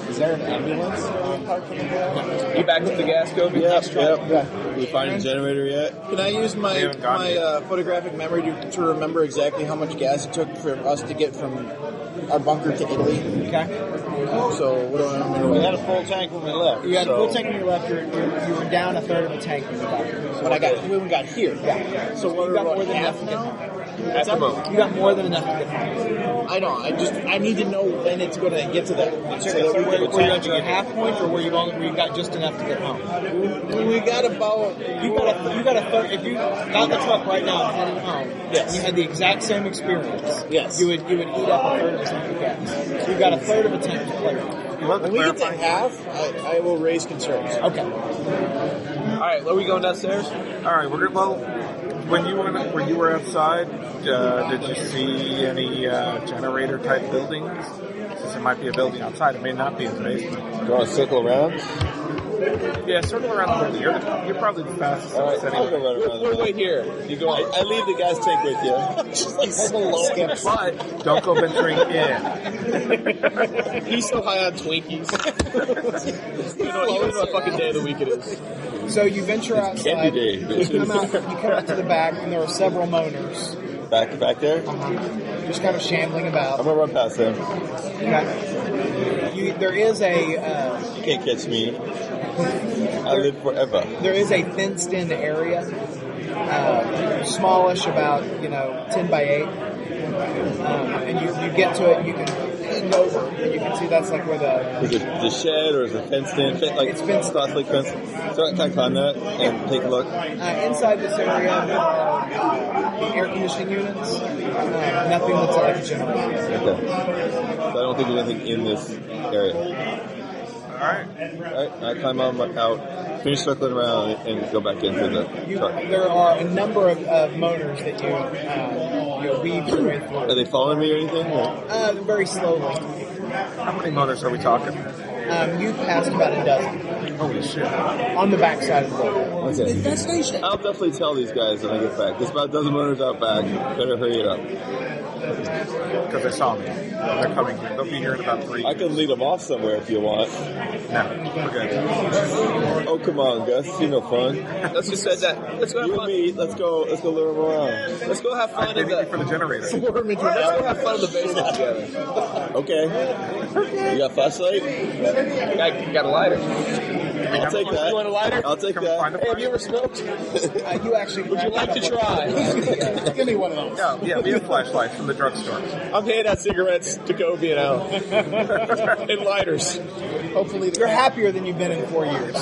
Speaker 33: Is there an ambulance uh, parked in the road?
Speaker 4: You back up the gas go?
Speaker 3: Yep, yep.
Speaker 33: Yeah.
Speaker 3: We find a generator yet?
Speaker 7: Can I use
Speaker 25: They
Speaker 7: my
Speaker 25: haven't gotten
Speaker 7: my
Speaker 25: it.
Speaker 7: uh, photographic memory to, to remember exactly how much gas it took for us to get from our bunker to Italy?
Speaker 5: Okay.
Speaker 7: So what do I remember?
Speaker 6: We had a full tank when we left.
Speaker 5: You had a
Speaker 6: so-
Speaker 5: full tank when you left. You're, you're, you were down a third of a tank when you left.
Speaker 7: But I got when we got here.
Speaker 5: Yeah.
Speaker 7: So what
Speaker 5: you
Speaker 7: are
Speaker 5: got
Speaker 7: we,
Speaker 5: more
Speaker 7: what,
Speaker 5: than
Speaker 7: half
Speaker 5: enough to
Speaker 7: now?
Speaker 25: at the moment.
Speaker 5: get- You got more than enough to get home.
Speaker 7: I know. I just I need to know when it's going to get to that point. So
Speaker 5: So
Speaker 7: that we,
Speaker 5: where,
Speaker 7: can
Speaker 5: where you're
Speaker 7: attack
Speaker 5: at your
Speaker 7: again.
Speaker 5: half point, or where you've only where you got just enough to get home.
Speaker 7: we, we got about
Speaker 5: You got a you got a third. If you got the truck right now and headed home,
Speaker 7: Yes.
Speaker 5: you had the exact same experience.
Speaker 7: Yes.
Speaker 5: You would you would eat up a third of a tank of gas. You got a third of a tank to play with.
Speaker 25: You want to
Speaker 7: when we get to
Speaker 25: clarify?
Speaker 7: half, I, I will raise concerns.
Speaker 5: Okay.
Speaker 4: All right, are we going downstairs?
Speaker 25: All right, we're good. Well, when you were when you were outside, uh, did you see any uh, generator type buildings? Since it might be a building outside, it may not be in the basement.
Speaker 3: You want to circle around?
Speaker 25: Yeah, circle around the building. You're, the, you're probably the fastest.
Speaker 3: All right,
Speaker 25: of us
Speaker 3: I'll
Speaker 25: anyway.
Speaker 3: go right around.
Speaker 4: We'll wait here.
Speaker 3: You go. I, I leave the gas tank with you.
Speaker 7: Just like hello.
Speaker 25: But don't go venturing in.
Speaker 4: He's so high on
Speaker 7: [laughs]
Speaker 4: Twinkies. you know, you know what fucking day of the week it is.
Speaker 5: So you venture outside.
Speaker 3: Candy day,
Speaker 5: You come out.
Speaker 3: bitches.
Speaker 5: You come out to the back, and there are several moaners.
Speaker 3: Back, back there. I'm
Speaker 5: just kind of shambling about.
Speaker 3: gonna run past them.
Speaker 5: Okay. You, there is a uh,
Speaker 3: You can't catch me. I live forever.
Speaker 5: there is a fenced in area, uh, smallish, about you know ten by eight, um, and you, you get to it. You can lean over, and you can see that's like where the
Speaker 3: Is it the shed or is it fenced in? Fe- like
Speaker 5: It's fenced.
Speaker 3: Stuff like fenced. So I can climb that and take a look.
Speaker 5: uh, inside this area are the air conditioning units. Uh, nothing that's electric.
Speaker 3: Okay. So I don't think there's anything in this area.
Speaker 25: All right.
Speaker 3: All right, I climb out, my- out, finish circling around, and go back into the
Speaker 5: You,
Speaker 3: truck.
Speaker 5: there are a number of, of motors that you uh, you know, weave your way
Speaker 3: Are
Speaker 5: through,
Speaker 3: they following me or anything? Or-
Speaker 5: uh, very slowly.
Speaker 25: How many motors are we talking?
Speaker 5: Um, you passed about a dozen
Speaker 25: Holy shit!
Speaker 5: on the backside of the building.
Speaker 3: Okay. I'll definitely tell these guys when I get back. There's about a dozen motors out back. Better hurry it up.
Speaker 25: Because they saw me. They're coming. They'll be here in about three.
Speaker 3: I can lead them off somewhere if you want.
Speaker 25: No, we're good.
Speaker 3: Oh come on, Gus, you no fun.
Speaker 4: Let's just said that. Let's go have
Speaker 3: You and
Speaker 4: fun.
Speaker 3: me, let's go, let's go lure them around.
Speaker 4: Let's go have
Speaker 25: I
Speaker 4: fun in
Speaker 25: didn't for
Speaker 4: the.
Speaker 25: the generator.
Speaker 4: Let's go have fun in the basement together.
Speaker 3: Okay. You got a flashlight?
Speaker 4: Got, got a lighter.
Speaker 3: I'll take that.
Speaker 4: You want a lighter?
Speaker 3: I'll take
Speaker 25: Come find
Speaker 3: that.
Speaker 25: a
Speaker 4: Hey, have you ever smoked?
Speaker 5: Uh, you actually
Speaker 4: Would you like to try?
Speaker 33: Give me one of those.
Speaker 25: No, yeah, we have flashlights from the drugstore.
Speaker 4: I'm handing out cigarettes to Gobi and [laughs] Al. and lighters.
Speaker 33: Hopefully, the
Speaker 5: You're happier than you've been in four years.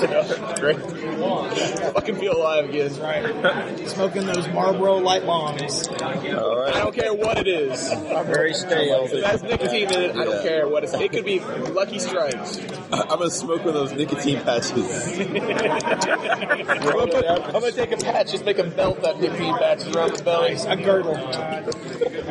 Speaker 4: Great. I can feel alive again. right.
Speaker 5: Smoking those Marlboro light bombs.
Speaker 4: All right. I don't care what it is.
Speaker 7: I'm very stale.
Speaker 4: If it has nicotine in it, I don't care what it's. It could be Lucky Strikes.
Speaker 3: I'm gonna smoke one of those nicotine [laughs] patches.
Speaker 4: I'm, gonna put- I'm gonna take a patch, just make a belt that nicotine patches around the belly.
Speaker 5: A girdle.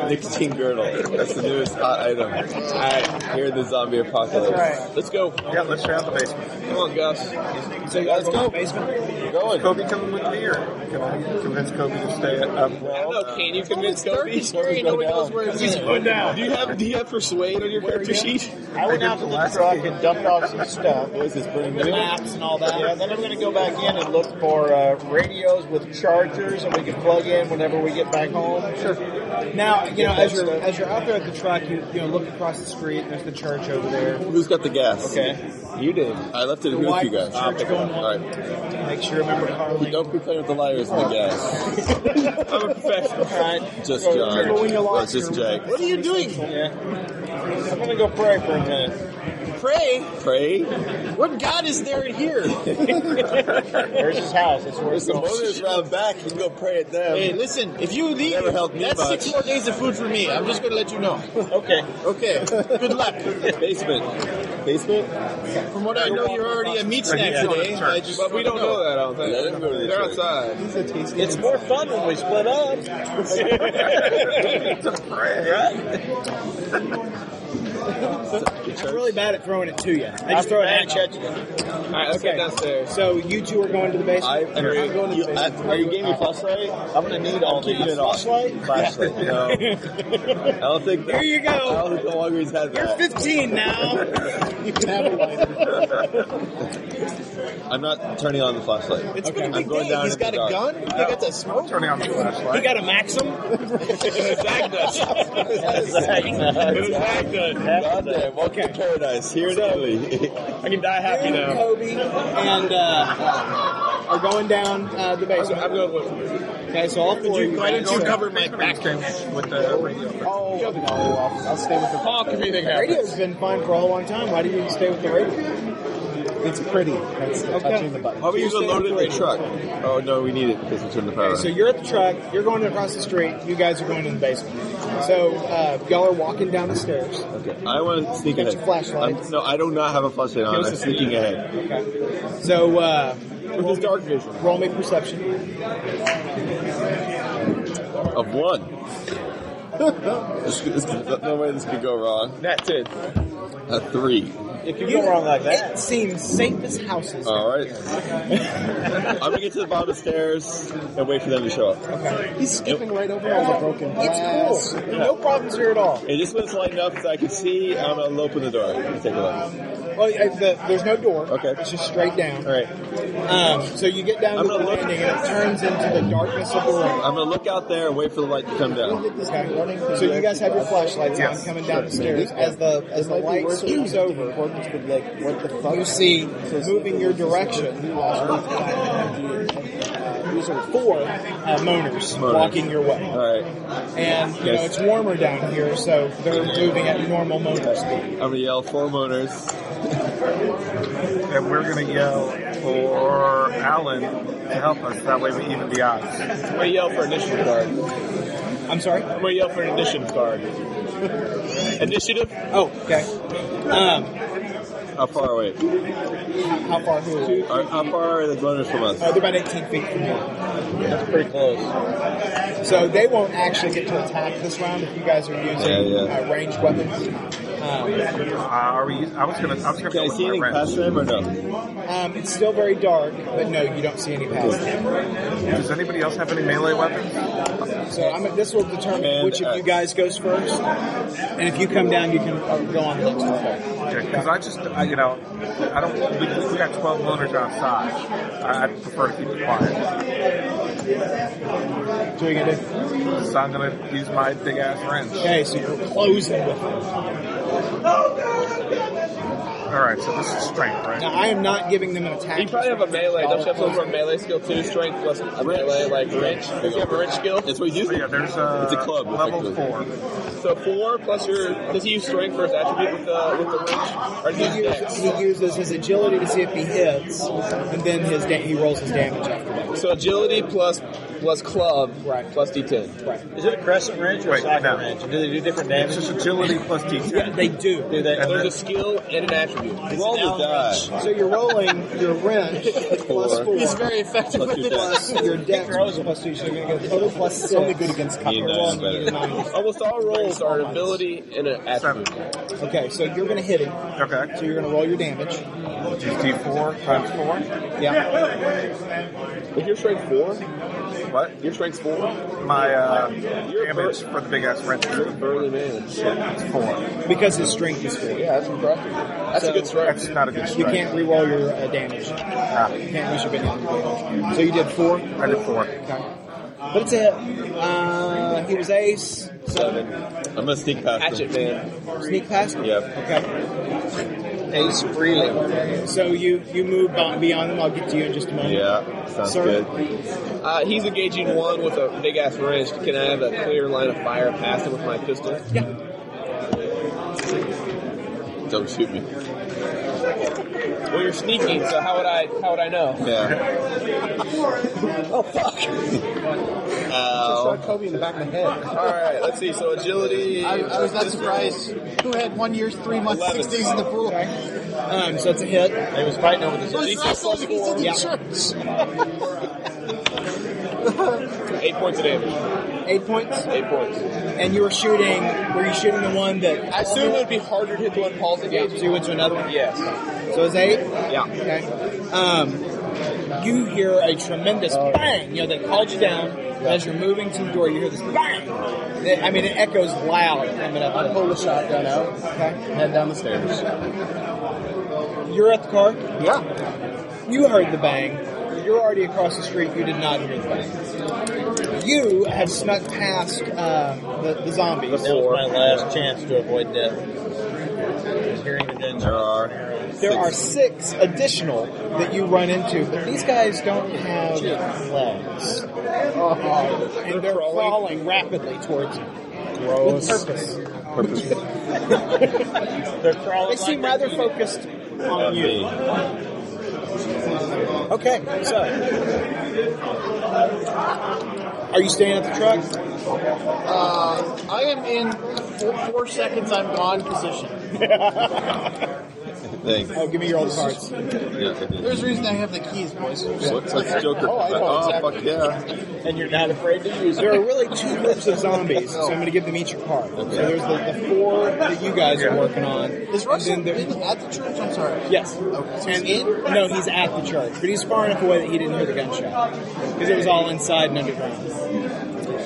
Speaker 3: Nicotine girdle. That's the newest hot item. All right, here in the zombie apocalypse.
Speaker 4: Let's go.
Speaker 25: Yeah, let's check out the basement.
Speaker 4: Come on, Gus.
Speaker 25: So you guys go. Basement. Going. Kobe coming with me, or can I convince Kobe to stay um, up?
Speaker 4: No, can you convince Kobe?
Speaker 25: Kobe, go
Speaker 4: Nobody knows
Speaker 25: down.
Speaker 4: where
Speaker 25: He's going down.
Speaker 4: Do you have Do you have persuade on your character sheet?
Speaker 7: I went out to the truck and dumped off some stuff. What is this, burning the
Speaker 4: wheel?
Speaker 7: maps and all that. Yeah, then I'm going to go back in and look for uh, radios with chargers that we can plug in whenever we get back home. Sure.
Speaker 5: Now, you know, as you're as you're out there at the truck, you you know look across the street. and There's the church over there.
Speaker 3: Who's got the gas?
Speaker 5: Okay.
Speaker 3: You did. I left it
Speaker 5: The
Speaker 3: here with
Speaker 5: white
Speaker 3: you guys.
Speaker 5: church going on.
Speaker 3: All right.
Speaker 5: Make sure you remember Carly.
Speaker 3: Don't be playing with the liars and the gas.
Speaker 5: I'm a professional.
Speaker 3: Just
Speaker 7: Go,
Speaker 3: John.
Speaker 7: remember when you
Speaker 3: That's
Speaker 7: lost
Speaker 3: just
Speaker 7: your-
Speaker 3: Jake.
Speaker 7: What are you doing? Yeah. I'm going to go pray for a minute.
Speaker 4: Pray.
Speaker 3: Pray.
Speaker 4: What God is there in here?
Speaker 7: There's his house. It's where
Speaker 3: There's
Speaker 7: it's
Speaker 3: some others round back. You can go pray at them.
Speaker 6: Hey, listen, if you leave,
Speaker 3: Never helped me
Speaker 6: that's six
Speaker 3: much.
Speaker 6: more days of food for me. I'm just going to let you know.
Speaker 7: Okay.
Speaker 3: [laughs]
Speaker 6: Okay, good luck.
Speaker 3: Basement. Basement?
Speaker 6: From what I know, you're already a meat snack today. I just
Speaker 4: But we don't know that. I don't think.
Speaker 3: Let him go to the
Speaker 4: They're
Speaker 3: church.
Speaker 4: outside.
Speaker 7: It's more fun when we split up.
Speaker 5: I'm really bad at throwing it to you. I just
Speaker 7: I'm
Speaker 5: throw it
Speaker 7: bad
Speaker 5: at you.
Speaker 7: at you.
Speaker 4: All right, let's
Speaker 5: Okay.
Speaker 4: get downstairs.
Speaker 5: So oh, you two are going to the basement.
Speaker 3: I agree.
Speaker 5: I'm going to
Speaker 3: You-
Speaker 5: the
Speaker 3: I-
Speaker 5: basement.
Speaker 3: are you giving me flashlight? I'm gonna need all these. Flashlight? Flashlight. No. I don't think.
Speaker 5: Here you go.
Speaker 3: I don't think the Walgreens has
Speaker 5: You're
Speaker 3: that.
Speaker 5: 15 now. you can have a lighter.
Speaker 3: [laughs] I'm not turning on the flashlight.
Speaker 6: It's
Speaker 3: I'm
Speaker 6: been a big
Speaker 3: going
Speaker 6: day.
Speaker 3: down
Speaker 6: He's
Speaker 3: in the
Speaker 6: got a
Speaker 3: dark.
Speaker 6: gun. He got that smoke.
Speaker 25: Turning on the
Speaker 5: You
Speaker 25: flashlight.
Speaker 5: got a Maxim?
Speaker 3: Goddamn, welcome to paradise here in Italy.
Speaker 4: I can die
Speaker 5: You, Kobe, and uh, are going down uh, the basement.
Speaker 4: I'm going with
Speaker 5: Okay, so all four of you.
Speaker 6: Why didn't you
Speaker 5: guys-
Speaker 6: cover my back?
Speaker 25: with the radio.
Speaker 5: Oh, no, I'll, I'll stay with the
Speaker 4: Honk if anything
Speaker 5: The
Speaker 4: happens.
Speaker 5: radio's been fine for a long time. Why do you stay with the radio?
Speaker 33: It's pretty. That's the
Speaker 5: Okay.
Speaker 33: touching the button.
Speaker 3: How about you go load it in the truck? Oh no, we need it because we turned the power.
Speaker 5: Okay, so you're at the truck. You're going across the street. You guys are going in the basement. So uh, y'all are walking down the stairs.
Speaker 3: okay. I want to sneak
Speaker 5: Got
Speaker 3: ahead.
Speaker 5: your flashlight.
Speaker 3: I'm- no, I do not have a flashlight on.
Speaker 5: Give us
Speaker 3: I'm
Speaker 5: a-
Speaker 3: Uh, sneaking ahead.
Speaker 5: Okay. So uh,
Speaker 3: With this dark vision.
Speaker 5: roll me perception.
Speaker 3: Of one.
Speaker 5: [laughs]
Speaker 3: this, this, no way this could go wrong.
Speaker 6: That's it.
Speaker 3: A three.
Speaker 7: It could go wrong like that.
Speaker 5: It seems safe as houses.
Speaker 3: All right. I'm gonna get to the bottom of the stairs and wait for them to show up.
Speaker 33: He's skipping right over all the broken glass.
Speaker 5: It's cool. No problems here at all.
Speaker 3: And just when it's light enough that I can see, I'm gonna open the door. Let's take a look.
Speaker 5: Well, uh, the, there's no door.
Speaker 3: Okay.
Speaker 5: It's just straight down.
Speaker 3: All right.
Speaker 5: Um, so you get down
Speaker 3: I'm
Speaker 5: to the
Speaker 3: gonna look-
Speaker 5: landing and it turns into the darkness of the room.
Speaker 3: I'm gonna look out there and wait for the light to come down.
Speaker 5: Okay. So you guys have your flashlights on coming down the stairs as the as the light skews over.
Speaker 33: Accordance with like what the fuck.
Speaker 5: you see moving your direction uh, these are four uh, moaners
Speaker 3: Moaners.
Speaker 5: walking your way
Speaker 3: All
Speaker 4: Uh,
Speaker 3: right.
Speaker 5: and you know
Speaker 3: Yes.
Speaker 5: it's warmer down here so they're moving at normal moaner speed
Speaker 3: I'm gonna yell four motors.
Speaker 25: And we're going to yell for Alan to help us. That way we even the odds.
Speaker 4: I'm gonna yell for initiative guard.
Speaker 5: i'm sorry
Speaker 4: I'm gonna yell for an initiative
Speaker 5: [laughs]
Speaker 4: guard. initiative?
Speaker 5: oh okay um,
Speaker 3: How far away?
Speaker 5: how far who are you?
Speaker 3: Are, how far are the motors from us?
Speaker 5: Uh, they're about 18 feet from here
Speaker 7: That's pretty close.
Speaker 5: so they won't actually get to attack this round if you guys are using
Speaker 3: Yeah, yeah.
Speaker 5: Uh, ranged weapons um,
Speaker 25: Uh, are we? I was going to. I was going to
Speaker 3: Can I
Speaker 25: go
Speaker 3: see
Speaker 25: with
Speaker 3: anything
Speaker 25: my
Speaker 3: past
Speaker 25: wrench.
Speaker 3: them or no?
Speaker 5: um, it's still very dark but no you don't see any past
Speaker 25: Does anybody else have any melee weapons?
Speaker 5: So I'm, this will determine
Speaker 3: And,
Speaker 5: which of
Speaker 3: uh,
Speaker 5: you guys goes first. And if you come down, you can uh, go on the next one.
Speaker 25: Because I just, I, you know, I don't. We, we got twelve loners outside. I, I prefer to keep it quiet.
Speaker 5: So you're gonna do-
Speaker 25: So I'm going to use my big ass wrench.
Speaker 5: Okay, so you're closing with them.
Speaker 25: All right, so this is strength, right?
Speaker 5: Now, I am not giving them an attack.
Speaker 7: You probably have a melee. Don't you have some sort of melee skill too? Strength plus a melee, like wrench. You have a wrench skill.
Speaker 3: That's what he uses.
Speaker 25: yeah, there's a
Speaker 3: it's a club.
Speaker 25: level
Speaker 3: effectively.
Speaker 25: four.
Speaker 7: So four plus your. Does he use strength for his attribute with the with the wrench? Or does he
Speaker 5: He,
Speaker 7: use
Speaker 5: uses,
Speaker 7: dex?
Speaker 5: he uses his agility to see if he hits, and then his da- he rolls his damage after that.
Speaker 7: So agility plus plus club
Speaker 5: Right.
Speaker 7: plus d10.
Speaker 5: Right.
Speaker 34: Is it a crescent wrench or
Speaker 25: Wait,
Speaker 34: a socket
Speaker 25: no.
Speaker 34: wrench? Do they do different damage?
Speaker 25: It's just agility plus D10.
Speaker 5: Yeah, they do.
Speaker 34: Do they?
Speaker 25: And
Speaker 7: There's
Speaker 25: then-
Speaker 7: a skill and an attribute.
Speaker 3: Roll the die.
Speaker 5: So you're rolling your wrench plus
Speaker 3: Four.
Speaker 5: four.
Speaker 4: He's very effective
Speaker 3: Plus
Speaker 4: with
Speaker 3: your
Speaker 4: this.
Speaker 3: dex.
Speaker 5: plus your dex
Speaker 34: Throws a plus two, so you're gonna get
Speaker 5: total plus six. Only good against
Speaker 3: You need nine better.
Speaker 7: Almost all rolls are an ability and an attribute.
Speaker 5: Okay, so you're going to hit him.
Speaker 25: Okay.
Speaker 5: So you're going to roll your damage.
Speaker 25: Just D4 times four.
Speaker 5: Yeah.
Speaker 7: If your strength four,
Speaker 25: What?
Speaker 7: your strength's four.
Speaker 25: My uh,
Speaker 7: You're a
Speaker 25: damage for the big ass wrench
Speaker 7: You're a burly man.
Speaker 25: is four.
Speaker 5: Because his strength is four.
Speaker 7: Yeah, that's impressive. That's
Speaker 5: So-
Speaker 7: a good strength.
Speaker 25: That's not a good
Speaker 5: You
Speaker 25: strike.
Speaker 5: can't re-roll your uh, damage. You
Speaker 25: Ah,
Speaker 5: can't use your big damage. So you did four.
Speaker 25: I did four.
Speaker 5: Okay. But it's a hit. Uh, he was ace. So
Speaker 3: I'm gonna sneak past
Speaker 7: Hatchet
Speaker 3: him.
Speaker 7: man.
Speaker 5: sneak past him.
Speaker 3: Yeah.
Speaker 5: Okay.
Speaker 4: Ace freely.
Speaker 5: So you you move on- beyond them. I'll get to you in just a moment.
Speaker 3: Yeah, sounds
Speaker 5: Sir?
Speaker 3: good.
Speaker 7: Uh, he's engaging one with a big ass wrench. Can I have a clear line of fire past him with my pistol?
Speaker 5: Yeah.
Speaker 3: Don't shoot me.
Speaker 7: Well, you're sneaking, so how would I? How would I know?
Speaker 34: [laughs]
Speaker 3: Yeah.
Speaker 34: Oh,
Speaker 3: Oh.
Speaker 4: Shot Kobe in the back of the head.
Speaker 7: All right, let's see. So agility.
Speaker 4: I, I was not surprised. Who had one year, three months, six days in the pool?
Speaker 5: Um, so it's a hit.
Speaker 34: They was fighting over this.
Speaker 4: Let's wrestle if he's in the
Speaker 5: Yeah.
Speaker 4: church.
Speaker 7: Eight points of damage.
Speaker 5: Eight points.
Speaker 7: Eight points.
Speaker 5: And you were shooting. Were you shooting the one that?
Speaker 7: I assume it would be harder to hit the one Paul's
Speaker 5: Yeah.
Speaker 7: engaged.
Speaker 5: So you went to another one.
Speaker 7: Yes.
Speaker 5: So it's eight.
Speaker 7: Yeah.
Speaker 5: Okay. Um, you hear a tremendous bang. You know, they called you down. and As you're moving to the door, you hear this bang. It- I mean, it echoes loud coming up.
Speaker 4: I
Speaker 5: the-
Speaker 4: pulled the shotgun out, head down the stairs.
Speaker 5: You're at the car.
Speaker 4: Yeah.
Speaker 5: You heard the bang. You're already across the street. You did not hear the bang. You had snuck past um, the, the zombies.
Speaker 34: That was my last chance to avoid death. Hearing the gunshot.
Speaker 3: There are.
Speaker 5: There are six additional that you run into, but these guys don't have legs. and they're crawling rapidly towards you. With purpose.
Speaker 34: They're crawling.
Speaker 5: They seem rather focused on you.
Speaker 3: Me.
Speaker 5: Okay, so. Are you staying at the truck?
Speaker 4: Uh, I am in four, four seconds, I'm gone position.
Speaker 3: Thanks.
Speaker 5: Oh, give me your old cards.
Speaker 3: Yeah, I did.
Speaker 4: There's a reason I have the keys, boys.
Speaker 3: What's, what's the Joker?
Speaker 4: Oh, I know
Speaker 3: oh
Speaker 4: exactly.
Speaker 3: fuck yeah.
Speaker 34: and you're not afraid to use
Speaker 5: There are really two groups of zombies, so I'm going to give them each a card. So there's the, the four that you guys are working on.
Speaker 4: Is Russell
Speaker 5: and then there-
Speaker 4: in at the church? I'm sorry.
Speaker 5: Yes.
Speaker 4: so
Speaker 5: And
Speaker 4: he's in?
Speaker 5: No, he's at the church, but he's far enough away that he didn't hear the gunshot because it was all inside and underground.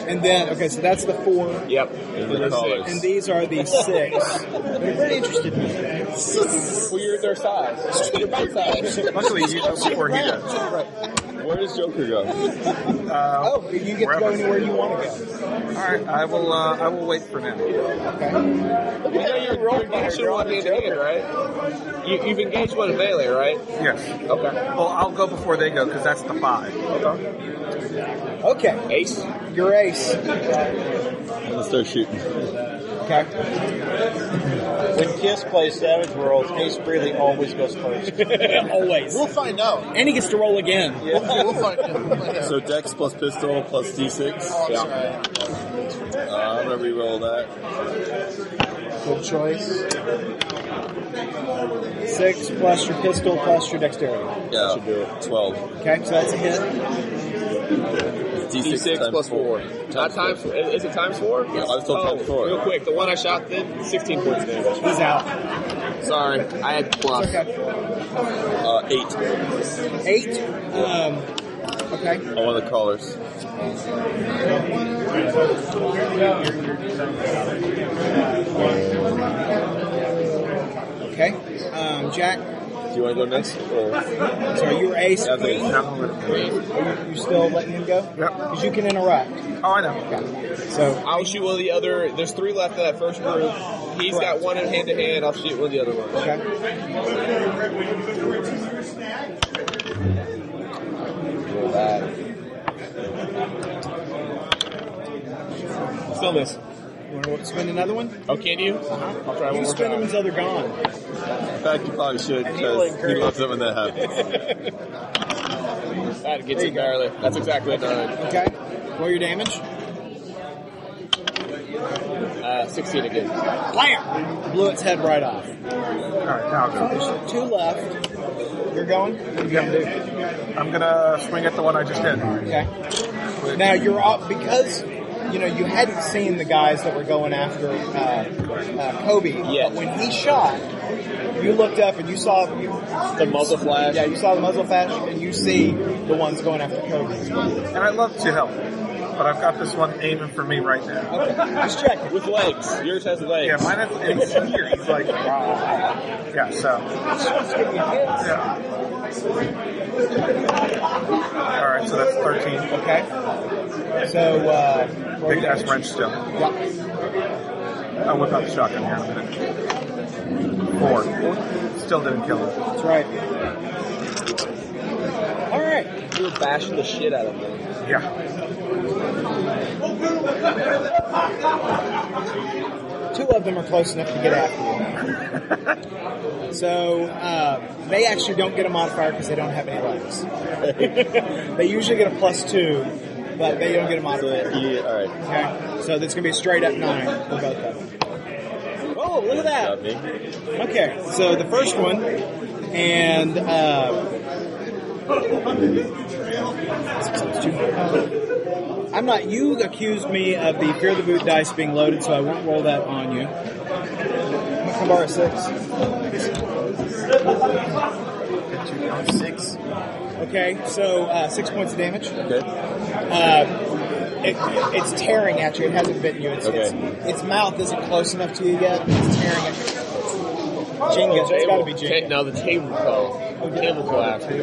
Speaker 5: And then, okay, so that's the four,
Speaker 7: Yep.
Speaker 3: And the collars.
Speaker 5: and these are the six. They're very interested in this.
Speaker 7: Well, you're their size. You're bite size.
Speaker 25: Luckily, you go before he does.
Speaker 3: Where does Joker go?
Speaker 5: Oh, you get to go anywhere you want to go.
Speaker 25: All right, I will. Uh, I will wait for now.
Speaker 7: You know you're rolling action one hand to hand, right? You, you've engaged one in melee, right?
Speaker 25: Yes.
Speaker 7: Okay.
Speaker 25: Well, I'll go before they go because that's the five.
Speaker 5: Okay,
Speaker 7: Ace.
Speaker 5: you're ace.
Speaker 3: I'm gonna start shooting.
Speaker 5: Okay.
Speaker 34: When Kiss plays Savage Worlds, Ace Freely always goes
Speaker 4: [laughs]
Speaker 34: first.
Speaker 5: Always.
Speaker 4: We'll find out.
Speaker 5: And he gets to roll again.
Speaker 4: We'll, we'll find out. We'll find out.
Speaker 3: So Dex plus pistol plus D6.
Speaker 4: That's right.
Speaker 3: Uh, I'm gonna re-roll that.
Speaker 4: Good choice.
Speaker 5: Six plus your pistol plus your dexterity.
Speaker 3: Yeah, should do it. Twelve.
Speaker 5: Okay, so that's a hit.
Speaker 3: It's
Speaker 7: D6,
Speaker 3: D6, times
Speaker 7: plus four. Not
Speaker 3: four.
Speaker 7: times. Is it times four?
Speaker 3: Yeah, I was told
Speaker 7: oh,
Speaker 3: times four.
Speaker 7: Real quick, the one I shot did 16 points of damage.
Speaker 5: He's out.
Speaker 7: Sorry, I had plus.
Speaker 5: Okay.
Speaker 3: Uh, eight.
Speaker 5: Eight. Um, okay.
Speaker 3: I want the collars.
Speaker 5: Okay. Um, Jack.
Speaker 3: Do you want to go next? Or?
Speaker 5: Sorry, you were ace
Speaker 3: Yeah, they-
Speaker 5: Are you, you still letting him go? Yep. Because you can interrupt.
Speaker 25: Oh, I know.
Speaker 5: So
Speaker 3: I'll shoot one of the other. There's three left in that first group. He's got one in hand to hand. I'll shoot one of the other ones. Roll that. Still miss.
Speaker 5: You want to spend another one? Uh-huh.
Speaker 3: Oh, can you? I'll try one
Speaker 5: You
Speaker 3: more
Speaker 5: spend them
Speaker 3: time.
Speaker 5: until they're gone.
Speaker 3: In fact, you probably should because he loves it when that happens. that gets you barely. That's exactly a nine.
Speaker 5: Okay. Roll your damage.
Speaker 3: Uh, 16 again.
Speaker 5: Blam! Blew its head right off.
Speaker 25: All right, now I'll go.
Speaker 5: There's two left. You're going?
Speaker 25: I'm gonna swing at the one I just hit.
Speaker 5: Okay. Now you're off because you know you hadn't seen the guys that were going after uh, uh, Kobe. But when he shot, you looked up and you saw you,
Speaker 3: The muzzle flash.
Speaker 5: Yeah, you saw the muzzle flash, and you see the ones going after Kobe.
Speaker 25: And I'd love to help, but I've got this one aiming for me right now.
Speaker 5: Okay, just check.
Speaker 3: With legs. Yours has legs.
Speaker 25: Yeah, mine is it's here. He's like, wow. Yeah, so. Yeah. All right, so that's 13.
Speaker 5: Okay. So uh,
Speaker 25: Big ass wrench still. I'll whip out the shotgun here in a minute. Four. Still didn't kill him.
Speaker 5: that's right. All right.
Speaker 3: You were bashing the shit out of him.
Speaker 25: Yeah.
Speaker 5: Two of them are close enough to get after you. so uh, they actually don't get a modifier because they don't have any legs. [laughs] they usually get a plus two, but they don't get a modifier.
Speaker 3: Yeah, all right.
Speaker 5: Okay, so that's gonna be a straight up nine for both of them. Oh, look at that!
Speaker 3: Got me.
Speaker 5: Okay, so the first one, and uh, I'm not. You accused me of the fear of the boot dice being loaded, so I won't roll that on you. I'm gonna borrow a six. Six. Okay, so uh, six points of damage.
Speaker 3: Okay.
Speaker 5: Uh, it, it's tearing at you. It hasn't bitten you. It's, it's-
Speaker 3: Okay.
Speaker 5: its mouth isn't close enough to you yet. It's tearing at you. Jenga. It's got to be Jenga.
Speaker 3: Now the table fell. The table collapsed.
Speaker 6: I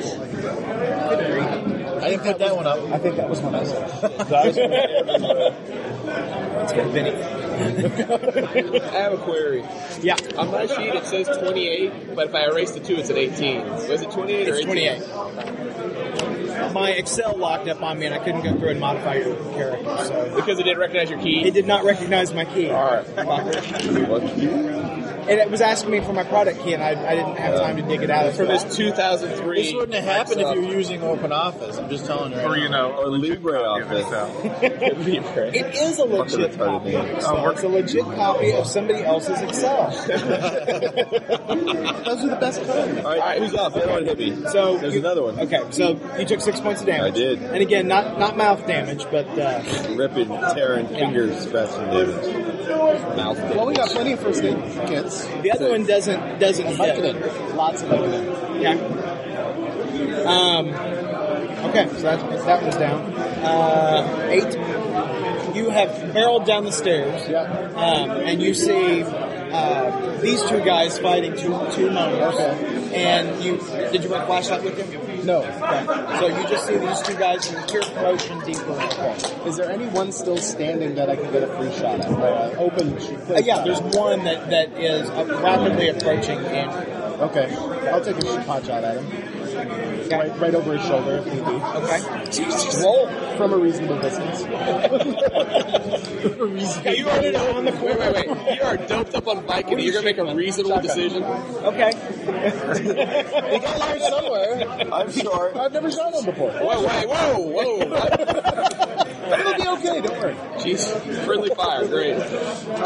Speaker 6: didn't put that one up.
Speaker 5: I think that was one I said. It's got to be
Speaker 3: I have a query.
Speaker 5: Yeah.
Speaker 3: On my sheet it says 28, but if I erase the two, it's an 18. Was it 28 or
Speaker 5: It's
Speaker 3: 18?
Speaker 5: 28. My Excel locked up on me, and I couldn't go through and modify your character. So
Speaker 3: Because it didn't recognize your key.
Speaker 5: it did not recognize my key.
Speaker 3: Alright.
Speaker 5: [laughs] And it was asking me for my product key, and I, I didn't have time to dig it out.
Speaker 3: From his 2003.
Speaker 6: This wouldn't have happened if you were using Open Office. I'm just telling you. Right
Speaker 25: Or, you know,
Speaker 3: Or Libre office.
Speaker 25: so.
Speaker 5: It is a legit copy. of Excel.
Speaker 25: Oh, we're-
Speaker 5: it's a legit copy of somebody else's [laughs] Excel.
Speaker 6: Those are the best colors.
Speaker 3: All right, who's up? The other one hit me.
Speaker 5: So
Speaker 3: there's
Speaker 5: you-
Speaker 3: another one.
Speaker 5: Okay, so you took six points of damage.
Speaker 3: I did.
Speaker 5: And again, not not mouth damage, but uh,
Speaker 3: Ripping, tearing, fingers, scratching damage. Mouth damage.
Speaker 33: Well, we got plenty of first aid kits.
Speaker 5: the other one doesn't doesn't
Speaker 33: And
Speaker 5: hit.
Speaker 33: Vicodin. Lots of Vicodin.
Speaker 5: Yeah. Um. Okay, so that that one's down. Uh, eight. You have barreled down the stairs.
Speaker 33: Yeah.
Speaker 5: Um, and you see uh, these two guys fighting two two mowers. And you did you want flashlight with you?
Speaker 33: No.
Speaker 5: Okay. So you just see these two guys and you hear motion deeper.
Speaker 33: Is there anyone still standing that I can get a free shot at? Or an open shoot.
Speaker 5: Uh, yeah, there's one that, that is uh, rapidly approaching Andrew.
Speaker 33: Okay. I'll take a sh- pot shot at him. Right, right over his shoulder if need be.
Speaker 5: Okay. Roll.
Speaker 33: From a reasonable distance.
Speaker 3: you are on the wait, wait, wait. You are doped up on Vicodin. You're gonna make a reasonable decision. [laughs]
Speaker 5: Okay.
Speaker 33: They got live somewhere.
Speaker 3: I'm sure.
Speaker 33: I've never shot him before.
Speaker 3: Whoa, wait, whoa, whoa!
Speaker 7: [laughs]
Speaker 33: It'll be okay, don't worry.
Speaker 3: Jeez, friendly fire, great.
Speaker 33: Uh,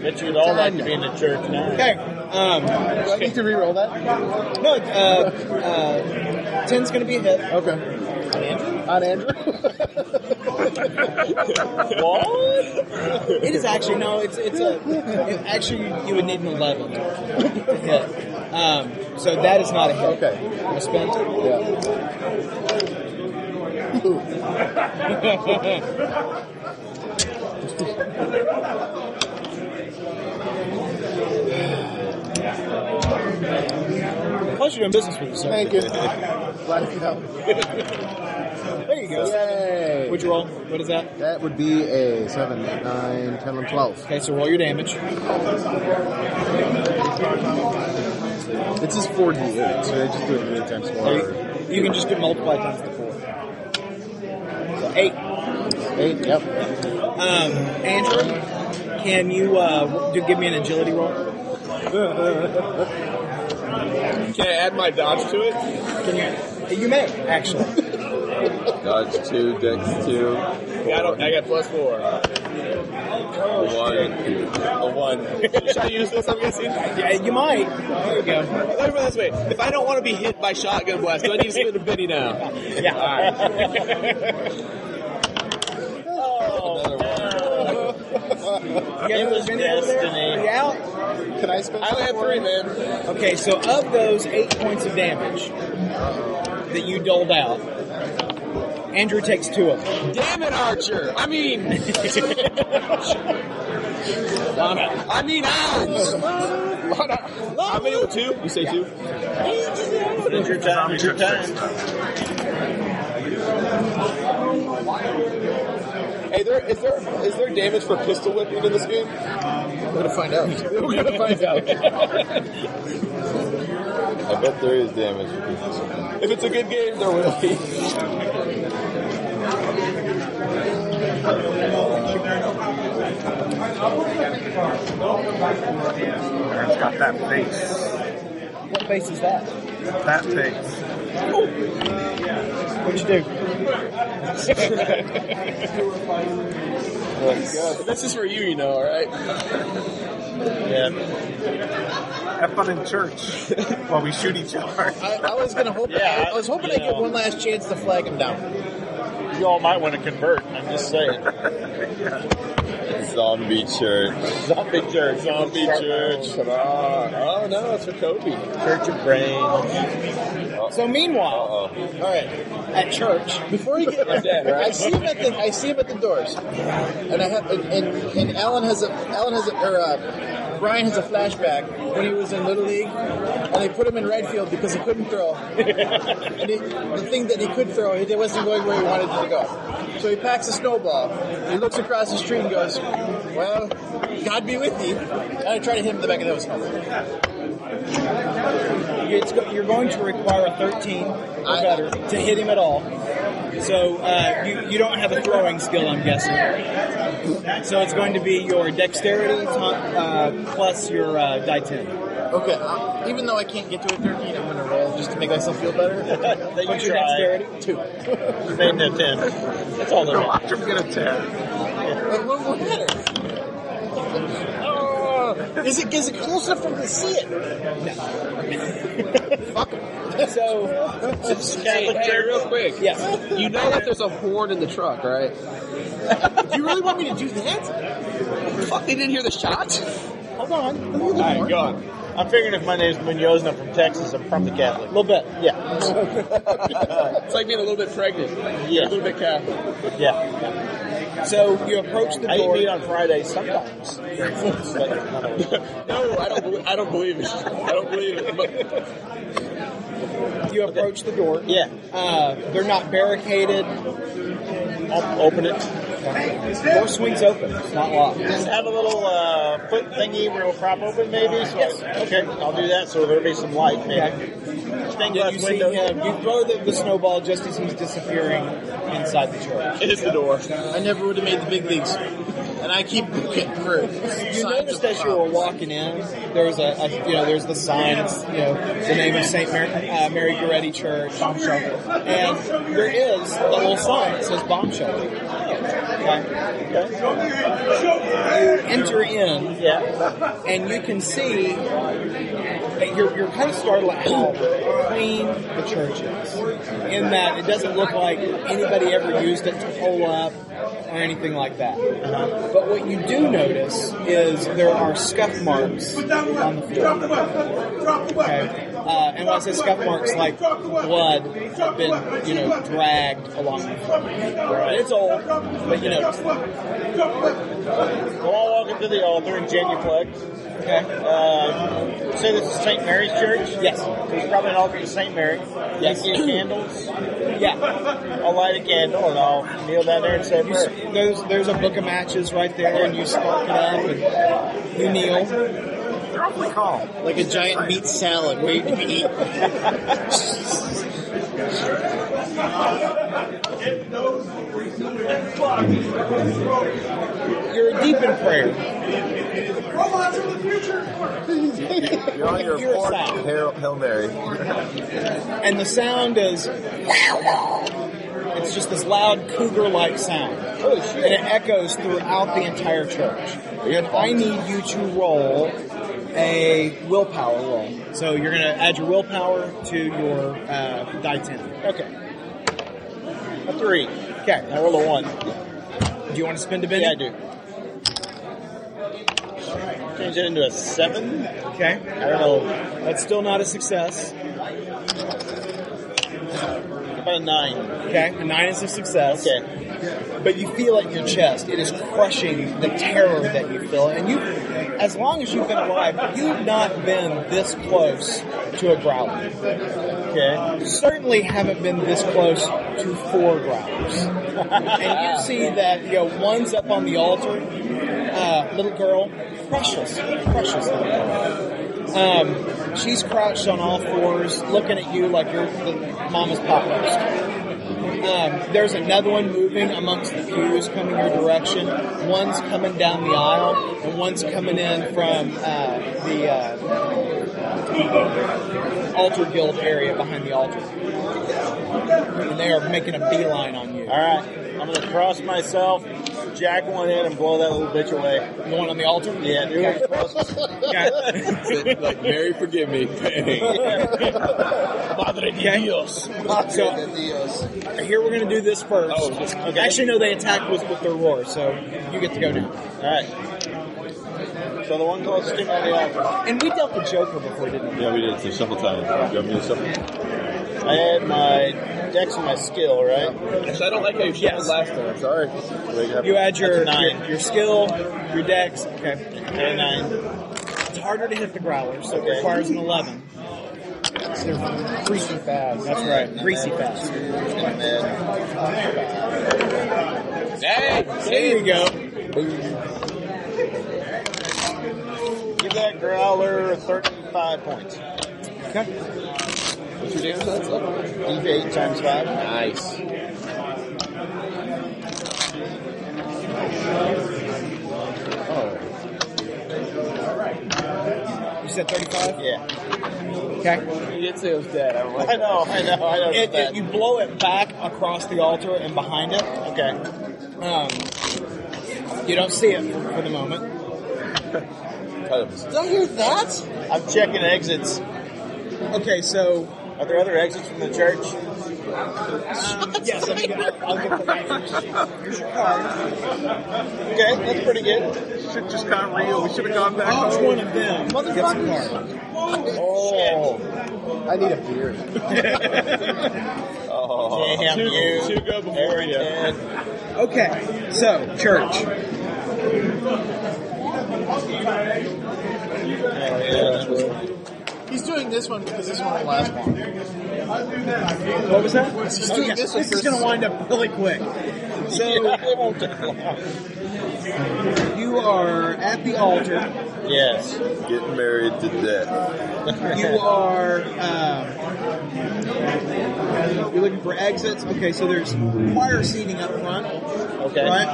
Speaker 6: Bet you'd all like to be in the church now.
Speaker 5: Okay. Um,
Speaker 33: do I need to re-roll that?
Speaker 5: no, uh, uh, 10's going to be a hit.
Speaker 33: Okay.
Speaker 5: It
Speaker 33: On Andrew?
Speaker 5: is actually, no, it's, it's a, it, actually, you, you would need an 11 to hit. Um, so that is not a hit.
Speaker 33: Okay.
Speaker 5: I'm gonna spend- [laughs]
Speaker 33: Yeah.
Speaker 5: glad you're doing business with us.
Speaker 35: Thank you. Glad to help.
Speaker 5: [laughs] There you go.
Speaker 35: Yay.
Speaker 5: Would you roll? What is that?
Speaker 35: That would be a 7, 8, 9, 10, and 12.
Speaker 5: Okay, so roll your damage.
Speaker 35: It's just 4d8, so I just do it many times more.
Speaker 5: You, you can just do multiply times the 4. So 8.
Speaker 35: 8, yep.
Speaker 5: Um, Andrew, can you uh, do, give me an agility roll?
Speaker 3: Can I add my dodge to it?
Speaker 5: Can you? You may actually. [laughs]
Speaker 3: dodge two, dex two.
Speaker 7: I, don't, I got plus four.
Speaker 3: Oh, one, a one.
Speaker 7: [laughs] Should I use this? I'm guessing.
Speaker 5: Yeah, you might. There you go.
Speaker 7: Let me put this way: if I don't want to be hit by shotgun blast, do I need to spend a penny now?
Speaker 5: Yeah. All right. oh, it was destiny. Yeah.
Speaker 35: Can I spend? I
Speaker 7: only have three, man.
Speaker 5: Okay, so of those eight points of damage that you doled out, Andrew takes two of them.
Speaker 7: Damn it, Archer!
Speaker 5: [laughs]
Speaker 7: I mean, Lana. I mean, Alms. Lana.
Speaker 3: How many with two? You say yeah. two.
Speaker 5: It's your time. It's your time.
Speaker 3: Hey, there is there is there damage for pistol whipping in this game?
Speaker 5: We're gonna find out.
Speaker 3: We're gonna find out. I bet there is damage for pistol whipping. If it's a good game, there will be.
Speaker 25: Aaron's got that face.
Speaker 5: What face is that?
Speaker 25: That face.
Speaker 5: Oh. What'd you do?
Speaker 7: this is for you, you know, all right?
Speaker 25: Yeah. Have fun in church while we shoot each other.
Speaker 7: [laughs]
Speaker 5: I, I was gonna hope. Yeah, I, I was hoping I get one last chance to flag him down.
Speaker 4: You all might want to convert. I'm just saying.
Speaker 3: Zombie church.
Speaker 4: Zombie church.
Speaker 3: Zombie church.
Speaker 7: Oh no, it's for Kobe.
Speaker 4: Church of Brains.
Speaker 5: So meanwhile, Uh-oh. all right, at church before he gets there, I see him at the I see him at the doors, and I have and and, and Alan has a Alan has a or uh, Brian has a flashback when he was in little league, and they put him in right field because he couldn't throw, and he, the thing that he could throw it wasn't going where he wanted it to go, so he packs a snowball, he looks across the street and goes, "Well, God be with you," and I try to hit him in the back of the nose. It's, you're going to require a 13 or better to hit him at all. So uh, you, you don't have a throwing skill, I'm guessing. So it's going to be your dexterity uh, plus your uh, die 10.
Speaker 35: Okay, uh, even though I can't get to a 13, I'm going to roll just to make myself feel better.
Speaker 5: that What's your dexterity? Two.
Speaker 4: you made that 10. That's all that
Speaker 25: no, matters. I'm going to 10.
Speaker 5: Like, what will matter?
Speaker 7: Oh,
Speaker 5: is it is it close enough for me to see it? No.
Speaker 4: [laughs]
Speaker 5: Fuck him. So,
Speaker 7: so hey, hey, real quick.
Speaker 5: Yes.
Speaker 7: You know that there's a horn in the truck,
Speaker 4: [laughs]
Speaker 7: right?
Speaker 5: do you really want me to do that?
Speaker 7: Fuck, they didn't hear the shot?
Speaker 5: Hold on.
Speaker 4: All right, go on. I'm figuring if my name's Munoz and I'm from Texas, I'm probably Catholic.
Speaker 5: A little bit,
Speaker 4: yeah.
Speaker 7: [laughs] it's like being a little bit pregnant.
Speaker 4: Yeah.
Speaker 7: A little bit Catholic.
Speaker 4: yeah.
Speaker 5: So you approach the door.
Speaker 4: I eat meat on Friday [laughs] sometimes.
Speaker 7: no, I don't. Believe, I don't believe it. I don't believe it. But.
Speaker 5: You approach the door.
Speaker 4: Yeah.
Speaker 5: Uh, they're not barricaded.
Speaker 4: I'll open it.
Speaker 5: Door swings open. It's not locked.
Speaker 4: Just have a little uh, foot thingy where it'll prop open, maybe. So yes. I, okay, I'll do that. So there'll be some light, maybe.
Speaker 5: Okay. Stained glass you window. See him, you throw the, the snowball just as he's disappearing inside the church.
Speaker 7: It is the door.
Speaker 35: I never would have made the big leagues. And I keep getting through.
Speaker 5: You noticed as you were walking in, there was a, a you know, there's the signs, you know, the name of St. Mary, uh, Mary Goretti Church, bomb shelter. And there is the little sign that says bomb shelter. Okay. okay. You enter in,
Speaker 4: yeah.
Speaker 5: and you can see you're, you're kind of startled at how clean the church is. In that it doesn't look like anybody ever used it to pull up or anything like that. Uh-huh. But what you do notice is there are scuff marks on the floor. Okay. Uh, and when I say scuff marks, like blood had been, you know, dragged
Speaker 4: uh,
Speaker 5: along the floor. Right. It's old, but you know.
Speaker 4: Well, I'll walk up to the altar and genuflect. Okay. Uh, say this is St. Mary's Church?
Speaker 7: Yes.
Speaker 4: There's probably an altar to St. Mary.
Speaker 7: Yes.
Speaker 4: You see
Speaker 5: [clears throat]
Speaker 4: candles?
Speaker 7: Yeah.
Speaker 4: I'll light a candle and I'll kneel down there and say a
Speaker 5: You,
Speaker 4: prayer.
Speaker 5: s- there's there's a book of matches right there, and you spark it up, and you kneel.
Speaker 25: They're awfully calm.
Speaker 7: Like a giant meat salad waiting to be eaten.
Speaker 5: You're deep in prayer.
Speaker 3: You're on your
Speaker 5: You're
Speaker 3: fourth
Speaker 5: sad.
Speaker 3: Hail, Hail Mary.
Speaker 5: and the sound is it's just this loud cougar like sound and it echoes throughout the entire church and i need you to roll a willpower roll so you're going to add your willpower to your uh, die 10 okay
Speaker 4: A three.
Speaker 5: okay
Speaker 4: I roll a one.
Speaker 5: do you want to spend a
Speaker 4: Yeah, I
Speaker 5: minute
Speaker 4: do. Change it into a seven.
Speaker 5: okay
Speaker 4: I don't know.
Speaker 5: that's still not a success
Speaker 4: About a nine.
Speaker 5: okay a nine is a success
Speaker 4: Okay.
Speaker 5: but you feel it in your chest. It is crushing the terror that you feel. And you, as long as you've been alive, you've not been this close to a growler.
Speaker 4: Okay.
Speaker 5: You certainly haven't been this close to four growlers. and you see that, you know, one's up on the altar, uh, little girl, precious, precious little girl. Um, she's crouched on all fours, looking at you like you're the mama's pot roast. Um, there's another one moving amongst the pews coming your direction. One's coming down the aisle, and one's coming in from uh, the uh, altar guild area behind the altar. And they are making a beeline on you.
Speaker 4: All right. I'm gonna cross myself, jack one in, and blow that little bitch away.
Speaker 5: The one on the altar?
Speaker 4: Yeah,
Speaker 5: [laughs]
Speaker 4: dude.
Speaker 5: Okay.
Speaker 3: like, Mary, forgive [laughs] me. Bang.
Speaker 4: Madre de Dios.
Speaker 5: So here we're going to do this first.
Speaker 4: Oh,
Speaker 5: Actually, no, they attack with, with their roar, so you get to go now.
Speaker 4: All right. So the one closest to me on the altar.
Speaker 5: And we dealt the Joker before, didn't we?
Speaker 3: yeah, we did. So shuffle time. Do you want me to shuffle?
Speaker 4: I had my dex and my skill, right?
Speaker 3: Actually, I don't like how you shuffled
Speaker 5: Yes.
Speaker 3: last time. I'm sorry. Make it happen.
Speaker 5: You add your,
Speaker 4: That's a nine.
Speaker 5: your your skill, your dex. Okay.
Speaker 4: And nine.
Speaker 5: It's harder to hit the growler, so it
Speaker 4: Okay.
Speaker 5: requires an 11.
Speaker 36: Greasy fast.
Speaker 5: That's right. Greasy fast. There you go.
Speaker 4: Give that growler 35 points.
Speaker 5: Okay.
Speaker 4: What's your damage that's up? D8 times 5. Nice.
Speaker 5: Oh. You said 35?
Speaker 4: Yeah.
Speaker 5: Okay.
Speaker 37: You did say it was dead. I don't like
Speaker 4: I know, I know, I know.
Speaker 5: It,
Speaker 4: that.
Speaker 5: it, you blow it back across the altar and behind it. Okay. Um, you don't see it for the moment.
Speaker 7: Did I hear that?
Speaker 4: I'm checking exits.
Speaker 5: Okay, so.
Speaker 4: Are there other exits from the church?
Speaker 5: Um, yes, I'm gonna, I'll get the Here's your card.
Speaker 4: Okay, that's pretty good.
Speaker 25: Shit just got real. We should have gone back.
Speaker 5: Oh, it's
Speaker 25: home.
Speaker 5: one of them. Gets a card.
Speaker 4: Oh,
Speaker 36: I need a beer.
Speaker 3: Oh.
Speaker 4: damn you. Two go before you.
Speaker 5: Okay, so church.
Speaker 7: He's doing this one because this one will last long.
Speaker 5: What was that?
Speaker 7: just
Speaker 4: Oh,
Speaker 7: doing this one
Speaker 5: is
Speaker 7: for-
Speaker 5: going to wind up really quick. So
Speaker 4: it won't take long.
Speaker 5: you are at the altar.
Speaker 4: Yes.
Speaker 3: Getting married to death.
Speaker 5: You are. Um, you're looking for exits. Okay, so there's choir seating up front,
Speaker 4: Okay.
Speaker 5: right?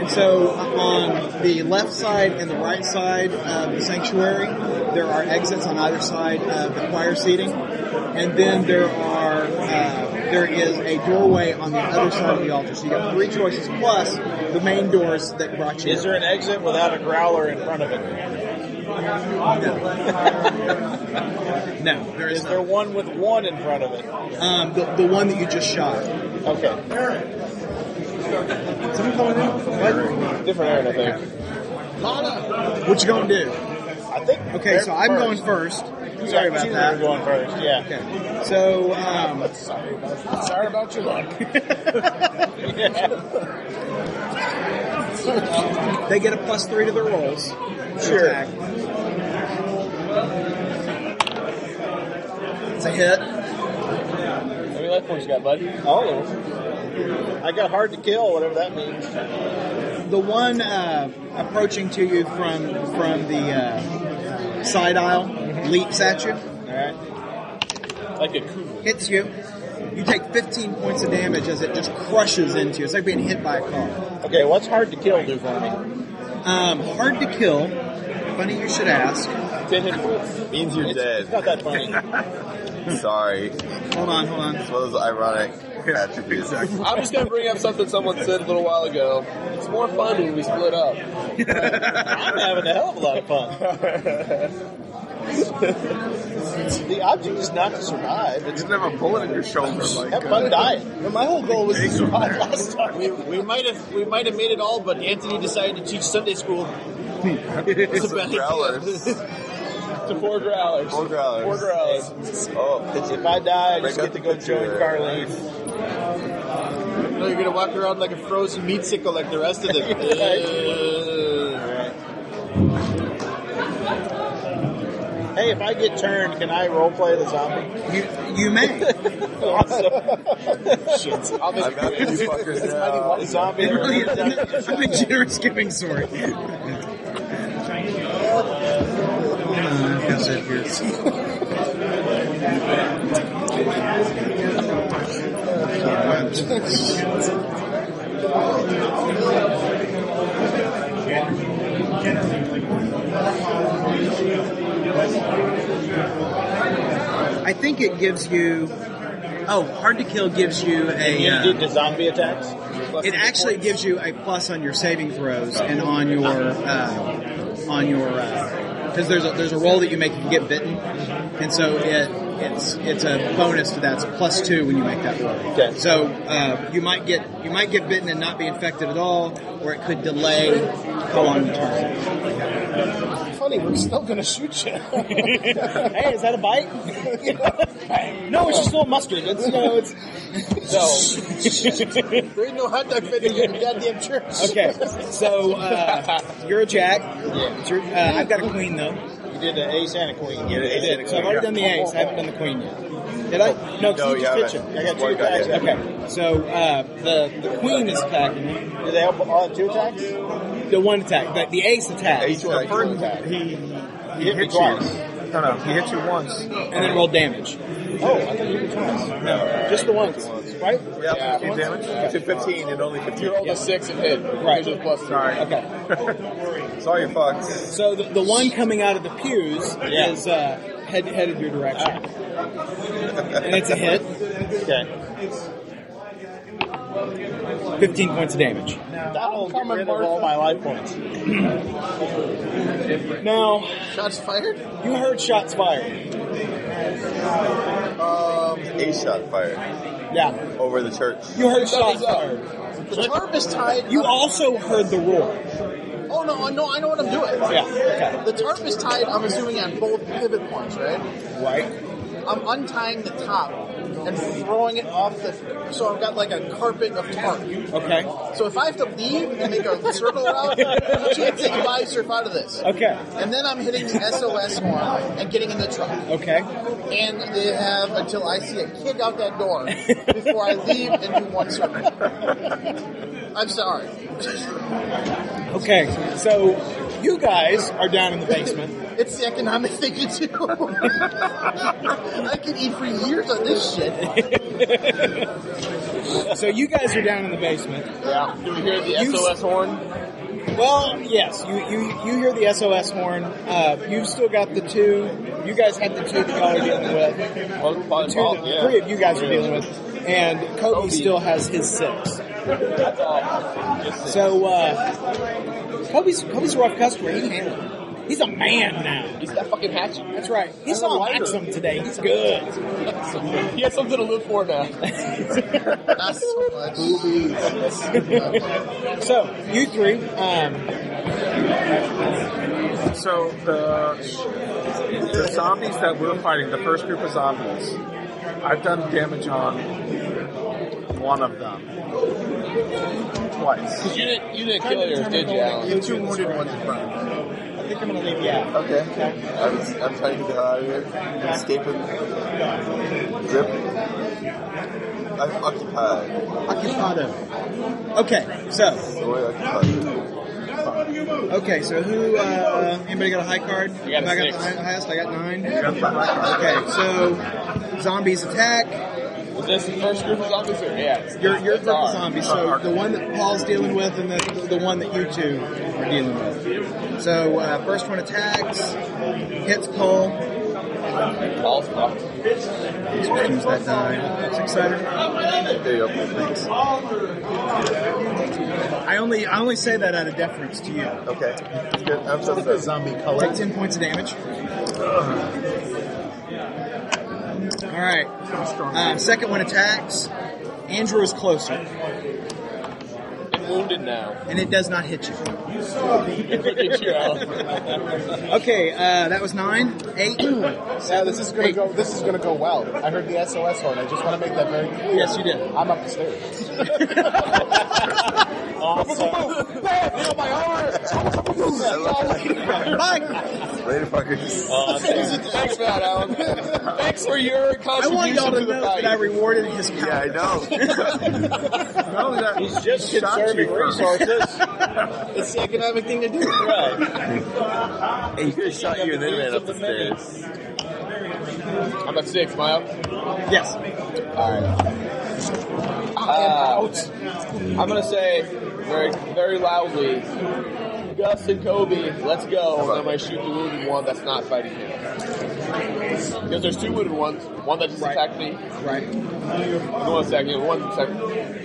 Speaker 5: And so on the left side and the right side of the sanctuary, there are exits on either side of the choir seating, and then there are uh, there is a doorway on the other side of the altar. So you got three choices plus the main doors that brought you.
Speaker 4: Is there an exit without a growler in front of it?
Speaker 5: No, there
Speaker 4: Is
Speaker 5: is
Speaker 4: there
Speaker 5: no.
Speaker 4: one with one in front of it?
Speaker 5: Um, the, the one that you just shot.
Speaker 4: Okay.
Speaker 5: Someone calling in?
Speaker 4: Different area, I think.
Speaker 5: What? What you gonna do?
Speaker 4: I think.
Speaker 5: Okay, so I'm going first. Sorry about
Speaker 4: you
Speaker 5: that.
Speaker 4: You're going first. Yeah.
Speaker 5: Okay. So, um,
Speaker 7: Sorry about your luck.
Speaker 5: [laughs] They get a plus three to their rolls.
Speaker 6: Sure.
Speaker 5: Attack. It's a hit.
Speaker 7: How many life points you got, bud?
Speaker 6: All of them. I got hard to kill, whatever that means.
Speaker 5: The one uh, approaching to you from from the uh, side aisle leaps at you. All
Speaker 7: right. Like a coup.
Speaker 5: Hits you. You take 15 points of damage as it just crushes into you. It's like being hit by a car.
Speaker 6: Okay, what's hard to kill do for me?
Speaker 5: Um, hard to kill. Funny you should ask.
Speaker 7: Ten hit points.
Speaker 3: Means you're dead.
Speaker 6: Not that funny.
Speaker 3: Sorry.
Speaker 5: Hold on, hold on.
Speaker 3: It's one of those ironic attributes.
Speaker 4: I'm just going to bring up something someone said a little while ago. It's more fun when we split up.
Speaker 6: I'm having a hell of a lot of fun. the object is not to survive. It's
Speaker 25: You didn't have a bullet in your shoulder. Like,
Speaker 6: have fun
Speaker 25: uh,
Speaker 6: dying. my whole goal was to
Speaker 25: Take 'em
Speaker 6: survive
Speaker 25: there.
Speaker 6: last time.
Speaker 7: We, we might have we might have made it all, but Anthony decided to teach Sunday school. [laughs] It's a bad
Speaker 3: Growlers.
Speaker 7: idea. to four growlers.
Speaker 3: Four growlers.
Speaker 7: Four growlers.
Speaker 3: Oh,
Speaker 6: If I die, I just get to
Speaker 3: Break out the
Speaker 6: go
Speaker 3: picture
Speaker 6: join
Speaker 3: there.
Speaker 6: Carly.
Speaker 7: No, you're gonna walk around like a frozen meat sickle like the rest
Speaker 6: [laughs]
Speaker 7: of them. Uh,
Speaker 6: Hey, if I get turned, can I roleplay the [laughs] zombie?
Speaker 5: You you may.
Speaker 6: Shit.
Speaker 3: I'm
Speaker 7: I'll just-
Speaker 3: after you fuckers
Speaker 6: The
Speaker 3: now.
Speaker 6: zombie.
Speaker 5: [laughs] I've been generous giving sorry. Hold on, I've got that here. I think it gives you. Oh, hard to kill gives you a.
Speaker 6: You
Speaker 5: uh,
Speaker 6: did the zombie attacks? Plus
Speaker 5: it
Speaker 6: the
Speaker 5: actually gives you a plus on your saving throws and on your uh, on your because there's a there's a roll that you make if you get bitten, and so it it's it's a bonus to that. It's a plus two when you make that roll.
Speaker 6: Okay.
Speaker 5: So uh, you might get you might get bitten and not be infected at all, or it could delay how long you turn.
Speaker 6: funny. We're still gonna shoot you. hey, is that a bite? no, it's just a little mustard. It's you know, it's
Speaker 7: no. there ain't no hot dog vendors in the goddamn church.
Speaker 5: Okay.
Speaker 6: [laughs]
Speaker 5: So uh, you're a jack. It's your- uh, I've got a queen though.
Speaker 6: you did an ace and a queen.
Speaker 3: You did an ace and a
Speaker 5: So I've already done the ace. I haven't done the queen yet. Did
Speaker 6: Oh,
Speaker 5: I? No, 'cause
Speaker 3: No,
Speaker 5: you
Speaker 3: you
Speaker 5: just pitch
Speaker 3: haven't.
Speaker 5: it. I got two
Speaker 3: One guy
Speaker 5: attacks.
Speaker 3: did.
Speaker 5: Okay. So uh, the the queen is attacking me.
Speaker 6: Do they help all have two attacks?
Speaker 5: The one attack, but the ace attack,
Speaker 3: Ace
Speaker 5: and
Speaker 3: attack.
Speaker 25: The first,
Speaker 6: attack.
Speaker 25: he, he
Speaker 6: hit me
Speaker 25: hit you.
Speaker 6: twice.
Speaker 25: No, no, he hit you once.
Speaker 5: then roll damage.
Speaker 6: Oh, I thought you did twice.
Speaker 3: No.
Speaker 6: Just the ones, right?
Speaker 3: Yeah.
Speaker 25: Fifteen damage.
Speaker 3: To 15 and only 15.
Speaker 4: You rolled a six and hit.
Speaker 5: Right.
Speaker 4: Yours was plus three.
Speaker 25: Sorry.
Speaker 5: Okay.
Speaker 3: Sorry, fucks.
Speaker 5: So the, the one coming out of the pews
Speaker 6: Yeah.
Speaker 5: is uh, head, headed your direction, and it's a hit.
Speaker 6: Okay.
Speaker 5: Fifteen points of damage.
Speaker 6: That'll get rid of all my life points.
Speaker 5: [clears throat] Now
Speaker 7: Shots fired?
Speaker 5: you heard shots fired.
Speaker 3: Um, a shot fired
Speaker 5: Yeah,
Speaker 3: over the church.
Speaker 5: you heard
Speaker 7: Thumbs
Speaker 5: shots
Speaker 7: up.
Speaker 5: fired.
Speaker 7: The tarp is tied.
Speaker 5: You also heard the roar.
Speaker 7: Oh no, no, I know what I'm doing.
Speaker 5: Yeah, okay.
Speaker 7: The tarp is tied. I'm assuming on both pivot points, right?
Speaker 5: Right.
Speaker 7: I'm untying the top and throwing it off the. So I've got like a carpet of tarp.
Speaker 6: Oh,
Speaker 5: Okay.
Speaker 7: So if I have to leave and make a circle
Speaker 6: [laughs]
Speaker 7: around, I can't take my surf out of this.
Speaker 5: Okay.
Speaker 7: And then I'm hitting the SOS horn and getting in the truck.
Speaker 5: Okay.
Speaker 7: And they have until I see a kid out that door before I leave and do one circle. I'm sorry.
Speaker 5: Okay. So you guys are down in the basement.
Speaker 7: It's the economic thing to do. I could eat for years on this shit.
Speaker 5: So you guys are down in the basement.
Speaker 7: Yeah. Do we hear the
Speaker 5: You-
Speaker 7: SOS horn?
Speaker 5: Well, yes, you you, you hear the SOS horn. Uh, you've still got the two. You guys had the two that y'all are dealing with.
Speaker 7: Oh,
Speaker 5: Two, that- three of you guys are dealing with, and Kobe, still has his six. So uh, Kobe's Kobe's a rough customer. He handled it. He's a man now.
Speaker 7: He's got fucking hatchet.
Speaker 5: That's right. He saw Maxim today. He's good.
Speaker 7: He has something to live for now. Not so much.
Speaker 5: So you three, um,
Speaker 25: So the the zombies that we're fighting, the first group of zombies, I've done damage on one of them. Twice.
Speaker 4: Because you didn't, you didn't kill yours, did you, Alan?
Speaker 6: You two wounded ones in front. I think I'm gonna leave you out.
Speaker 3: Okay. I was, I'm trying to get the hell out of here. I'm escaping. Zip. I'm occupied.
Speaker 5: Occupado. Okay, so.
Speaker 3: Boy, occupied.
Speaker 5: Okay, so who? Uh, anybody got a high card?
Speaker 4: I got a
Speaker 5: I
Speaker 4: six.
Speaker 5: got the hi- highest. I got nine.
Speaker 25: got the high
Speaker 5: Okay, so zombies attack.
Speaker 4: Was this the first group of zombies here? Yeah.
Speaker 5: Your your
Speaker 4: That's
Speaker 5: group [laughs] of
Speaker 4: ours.
Speaker 5: zombies. So the one that Paul's dealing with, and the the one that you two are dealing with. So uh, first one attacks, hits Paul.
Speaker 4: Paul's fucked.
Speaker 5: Choose that die. Six sided.
Speaker 3: There you go.
Speaker 5: I only I only say that out of deference to you.
Speaker 3: Okay. That's good. I'm so
Speaker 6: The
Speaker 3: sorry.
Speaker 6: zombie
Speaker 5: Take
Speaker 6: color.
Speaker 5: Oh, ten points of damage. All right. Uh, second one attacks. Andrew is closer,
Speaker 4: And wounded now.
Speaker 5: and it does not hit [laughs] you.
Speaker 4: Look at you, Alan.
Speaker 5: Okay, uh, that was nine, eight.
Speaker 6: Yeah, this is gonna go. This is gonna go well. I heard the SOS horn. I just want to make that very clear.
Speaker 5: yes, you did.
Speaker 6: I'm up the stairs.
Speaker 3: I love it.
Speaker 5: Mike,
Speaker 3: Later, fuckers.
Speaker 4: Aw, thanks, thanks for that, Alan. Thanks for your
Speaker 5: I
Speaker 4: contribution
Speaker 5: want y'all
Speaker 4: to
Speaker 5: to
Speaker 4: the
Speaker 5: know that I
Speaker 4: fight.
Speaker 5: rewarded his power.
Speaker 3: Yeah, I know.
Speaker 4: [laughs]
Speaker 25: No, that
Speaker 7: He's just
Speaker 25: shot
Speaker 7: conserving
Speaker 25: you first.
Speaker 7: resources.
Speaker 6: It's the economic thing to do.
Speaker 7: right.
Speaker 3: hey, he could have shot you and then ran up the stairs.
Speaker 4: I'm at six, Miles.
Speaker 5: Yes.
Speaker 4: Uh, I'm gonna say very, very loudly, Gus and Kobe, let's go. And I'm gonna shoot the wounded one that's not fighting him. Because there's two wounded ones. One that just
Speaker 5: Right.
Speaker 4: attacked me.
Speaker 5: Right.
Speaker 4: One second. One second.
Speaker 5: Okay.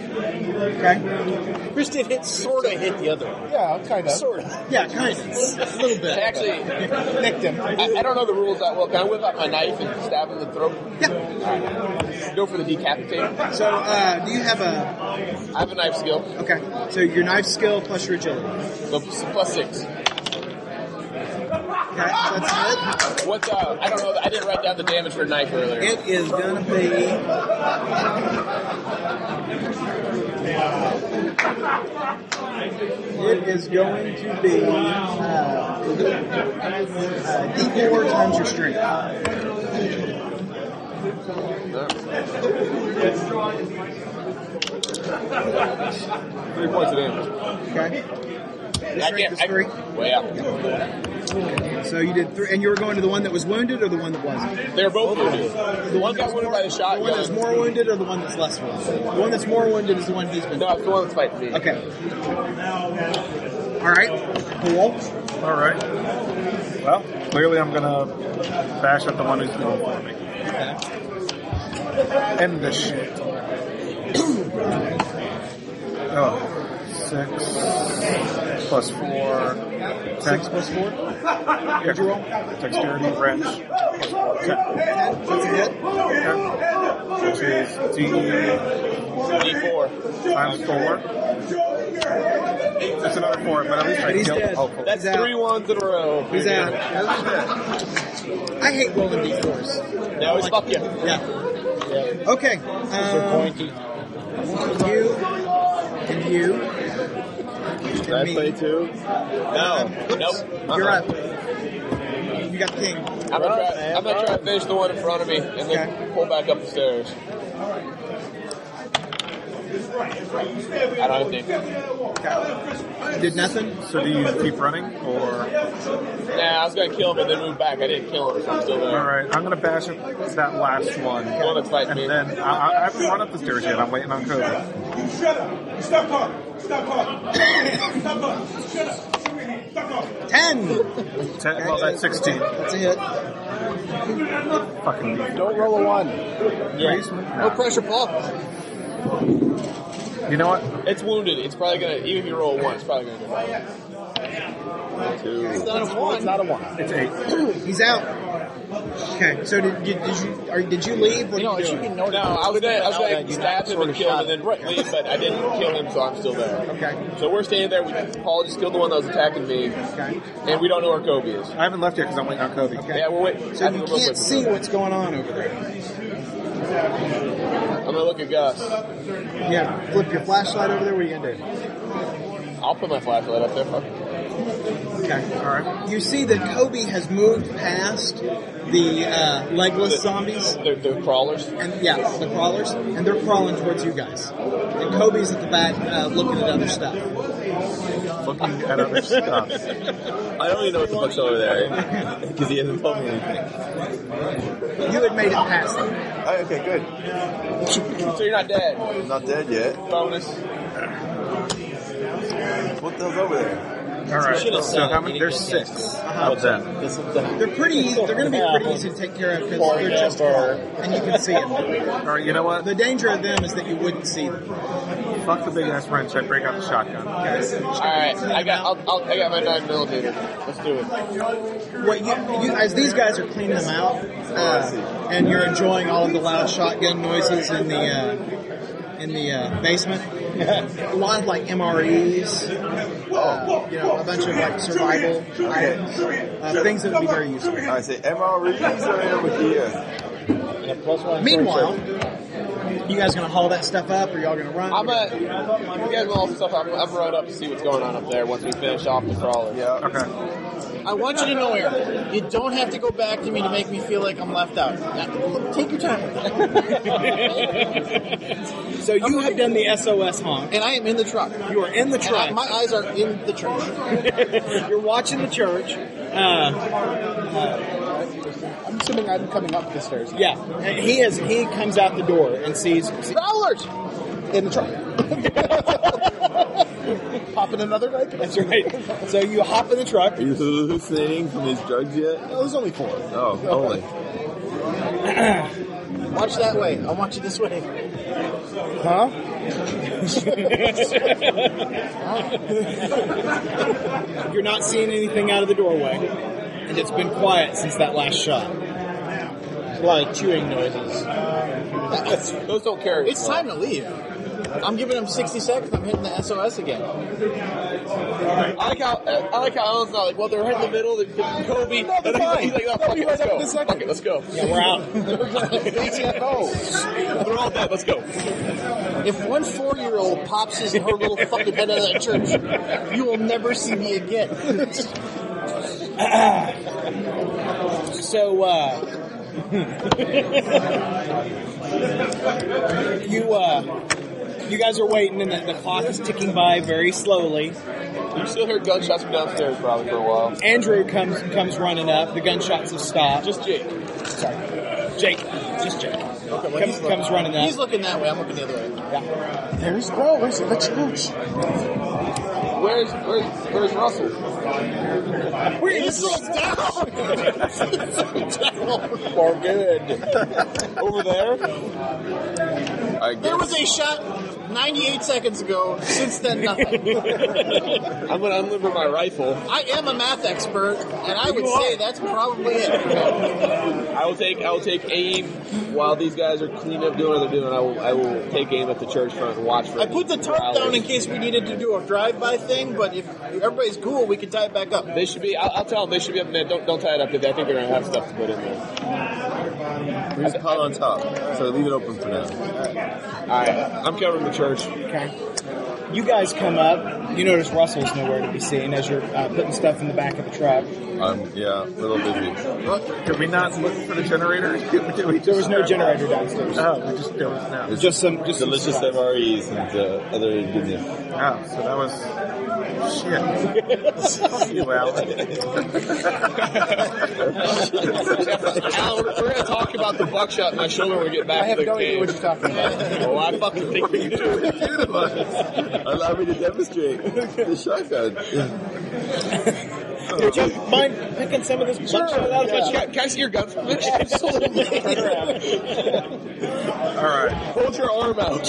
Speaker 6: First it hit, sort of hit the other.
Speaker 7: Yeah, kind of.
Speaker 6: Sort of.
Speaker 5: Yeah, kind of. A little bit.
Speaker 4: Actually,
Speaker 6: Nicked him.
Speaker 4: I, I don't know the rules that well. Can I whip out my knife and stab him in the throat? Yeah. Go for the decapitate.
Speaker 5: So, uh, do you have a?
Speaker 4: I have a knife skill,
Speaker 5: Okay. So your knife skill plus your agility.
Speaker 4: so plus six.
Speaker 5: Okay, that's it.
Speaker 4: What's uh? I don't know. I didn't write down the damage for a knife earlier.
Speaker 5: It is gonna be. It is going to be uh, uh, D4 times your strength.
Speaker 4: three points of damage.
Speaker 5: Okay. Your
Speaker 4: I
Speaker 5: strength
Speaker 4: can't.
Speaker 5: is
Speaker 4: I,
Speaker 5: three.
Speaker 4: well, yeah.
Speaker 5: So you did three, and you were going to the one that was wounded or the one that wasn't?
Speaker 4: They're both wounded. The one got wounded by the
Speaker 5: The one that's
Speaker 4: shotgun.
Speaker 5: more wounded or the one that's less wounded? The one that's more wounded is the one he's been.
Speaker 4: No, it's the one that's fighting me.
Speaker 5: Okay. All right. Cool.
Speaker 25: All right. Well, clearly I'm gonna bash at the one who's going for me. End this shit. [clears throat] oh, six plus four. Six plus four. Did you roll? Dexterity wrench. plus four, ten.
Speaker 5: That's a hit.
Speaker 25: Which is D
Speaker 4: D4.
Speaker 25: times four. That's another four, but at least I
Speaker 5: But he's
Speaker 25: killed.
Speaker 5: dead.
Speaker 25: Oh, cool.
Speaker 4: That's
Speaker 5: He's out.
Speaker 4: three ones in a row.
Speaker 5: He's out. I hate rolling d4s.
Speaker 4: They always fuck you.
Speaker 5: Yeah. Okay. Um,
Speaker 7: Pointy.
Speaker 5: you and you.
Speaker 3: Did I
Speaker 5: me.
Speaker 3: play too?
Speaker 4: No. Nope.
Speaker 5: You're
Speaker 4: Uh-uh.
Speaker 5: up. You got the king.
Speaker 4: I'm gonna try. I'm gonna try to finish the one in front of me and then
Speaker 5: Okay.
Speaker 4: pull back up the stairs. I don't think.
Speaker 5: Did nothing.
Speaker 25: So do you keep running or?
Speaker 4: Nah, I was gonna kill him and then move back. I didn't kill him, so I'm still
Speaker 25: All
Speaker 4: there.
Speaker 25: right, I'm gonna bash it that last one,
Speaker 4: Well, that's like
Speaker 25: and
Speaker 4: me.
Speaker 25: then I, I, I haven't run up the stairs yet. I'm waiting on Kobe.
Speaker 38: You shut up. You Stop talking. Stop talking. Stop talking. Shut up. Come here. Stop talking.
Speaker 5: Ten.
Speaker 25: Ten, well, that's 16.
Speaker 5: That's a hit.
Speaker 25: Fucking D4.
Speaker 6: Don't roll a one.
Speaker 4: No pressure, Paul.
Speaker 25: You know what?
Speaker 4: It's wounded. It's probably gonna. Even if you roll a one, it's probably gonna. do it.
Speaker 6: It's not a one. It's not a one.
Speaker 25: It's eight.
Speaker 5: He's out. Okay, so did, did, did you are, did you leave? What
Speaker 6: You know,
Speaker 5: did
Speaker 6: it
Speaker 5: you
Speaker 6: should
Speaker 5: do?
Speaker 6: be noted.
Speaker 4: No, I was gonna, I was
Speaker 6: Now that
Speaker 4: gonna
Speaker 6: you
Speaker 4: stab
Speaker 6: knocked
Speaker 4: him
Speaker 6: sort
Speaker 4: and
Speaker 6: of
Speaker 4: kill him
Speaker 6: shot
Speaker 4: and then right, leave, but I didn't kill him, so I'm still there.
Speaker 5: Okay,
Speaker 4: So we're standing there. We, Paul just killed the one that was attacking me,
Speaker 5: okay,
Speaker 4: and we don't know where Kobe is.
Speaker 25: I haven't left yet because I'm waiting on Kobe.
Speaker 5: okay.
Speaker 4: Yeah, we're waiting.
Speaker 5: so you can't see what's going on over there.
Speaker 4: I'm gonna look at Gus.
Speaker 5: Yeah, flip your flashlight over there. What are you gonna do?
Speaker 4: I'll put my flashlight up there. Fuck.
Speaker 5: Okay, all right. You see that Kobe has moved past the uh, legless zombies.
Speaker 4: They're, they're crawlers.
Speaker 5: And yeah, the crawlers, and they're crawling towards you guys. And Kobe's at the back uh, looking at other stuff.
Speaker 25: Looking at
Speaker 3: [laughs]
Speaker 25: other stuff.
Speaker 3: I don't even know what the fuck's over there [laughs] because he hasn't told me anything.
Speaker 5: You had made it past them.
Speaker 3: okay, good.
Speaker 4: So you're not dead.
Speaker 3: Not dead yet.
Speaker 4: Bonus.
Speaker 3: What the hell's over there?
Speaker 25: All right. So how many? There's six.
Speaker 3: What's that?
Speaker 5: They're pretty. easy- They're going to be pretty easy to take care of because they're just crawling, and you can see them.
Speaker 25: All right. You know what?
Speaker 5: The danger of them is that you wouldn't see them.
Speaker 25: Fuck the big ass wrench. I break out the shotgun.
Speaker 4: All right, I got. I'll, I'll, I got my nine millimeter. Let's do it.
Speaker 5: What you, you as these guys are cleaning them out, uh, and you're enjoying all of the loud shotgun noises in the uh, in the uh, basement. A lot of like MREs, uh, you know, a bunch of like survival items, uh, things that would be very useful.
Speaker 3: I say MREs are over here.
Speaker 5: Meanwhile, you guys gonna haul that stuff up, or y'all gonna run?
Speaker 4: I'm a. You guys will all stuff. I'm, I'm rode up to see what's going on up there once we finish off the crawler.
Speaker 3: Yeah.
Speaker 25: Okay.
Speaker 7: I want you to know, Aaron, you don't have to go back to me to make me feel like I'm left out. Now, Take your time with that.
Speaker 5: so you have done the SOS honk.
Speaker 7: And I am in the truck.
Speaker 5: You are in the
Speaker 7: And I-
Speaker 5: truck.
Speaker 7: my eyes are in the church.
Speaker 5: You're watching the church. Uh,
Speaker 7: I'm assuming I'm coming up the stairs.
Speaker 5: yeah, And he is. He comes out the door and sees.
Speaker 7: Dollars in the
Speaker 5: [laughs]
Speaker 7: truck. Popping another diaper.
Speaker 5: That's right. So you hop in the truck.
Speaker 3: Are you hallucinating from these drugs yet?
Speaker 7: It was only four.
Speaker 3: Oh, holy.
Speaker 7: Watch that way. I want you this way.
Speaker 5: Huh? You're not seeing anything out of the doorway, and it's been quiet since that last shot.
Speaker 7: A lot of chewing noises.
Speaker 5: Uh,
Speaker 7: [laughs]
Speaker 4: Those don't carry.
Speaker 7: It's time to leave. I'm giving them 60 seconds. I'm hitting the SOS again.
Speaker 4: I like how. I like how Alan's not like. Well, they're right in the middle. They're Kobe. and he's like, he's like, oh, fuck it, let's go. Fuck it, let's go.
Speaker 5: Yeah, we're out.
Speaker 4: [laughs] They're all dead. Let's go.
Speaker 7: If one four-year-old pops his her little fucking head out of that church, you will never see me
Speaker 5: [laughs]
Speaker 7: again.
Speaker 5: So, uh, [laughs] you, uh, you guys are waiting, and the, the clock is ticking by very slowly.
Speaker 4: You still hear gunshots from downstairs probably for a while.
Speaker 5: Andrew comes comes running up. The gunshots have stopped. Just
Speaker 4: Just Jake.
Speaker 5: Jake, just Jake, comes, comes running
Speaker 7: He's
Speaker 5: up.
Speaker 7: looking that way. I'm looking the other way.
Speaker 5: There's growers in the church.
Speaker 4: Where's where's where's Russell?
Speaker 7: He's so down. [laughs] so down.
Speaker 4: Or good. [laughs] Over there.
Speaker 3: I
Speaker 7: There
Speaker 3: guess
Speaker 7: was a shot 98 seconds ago. Since then, nothing.
Speaker 4: I'm gonna unlimber my rifle.
Speaker 7: I am a math expert, and I would say that's probably it.
Speaker 4: I will take I will take aim while these guys are cleaning up doing what they're doing. I will I will take aim at the church front and watch for.
Speaker 7: I put the tarp down in case we needed to do a drive-by thing, but if everybody's cool, we can tie it back up.
Speaker 4: They should be. I'll, I'll tell them they should be up in there. Don't don't tie it up. 'cause I think they're gonna have stuff to put in there.
Speaker 3: we just pile on top, so leave it open for now.
Speaker 4: All right, I'm covering the church.
Speaker 5: You guys come up. You notice Russell's nowhere to be seen as you're uh, putting stuff in the back of the truck.
Speaker 3: I'm Um, yeah, a little busy.
Speaker 25: Did we not look for the generator? [laughs] Did did we
Speaker 5: There was no
Speaker 25: just-
Speaker 5: generator downstairs.
Speaker 25: Oh, we just there was no.
Speaker 5: Just some just some
Speaker 3: Delicious
Speaker 5: stuff.
Speaker 3: MREs and uh, other
Speaker 4: [laughs]
Speaker 3: goodness. [laughs]
Speaker 25: Oh, so that was shit. Fuck you, Alan.
Speaker 4: Alan, we're, we're gonna talk about the buckshot in my shoulder when we get back. I have to the no idea what you're talking about. oh, I fucking think we do.
Speaker 3: Allow me to demonstrate the shotgun.
Speaker 5: Mind picking some of this buckshot out of my
Speaker 4: Can, can I see your gun? for a minute?
Speaker 25: All right.
Speaker 4: Hold your arm out.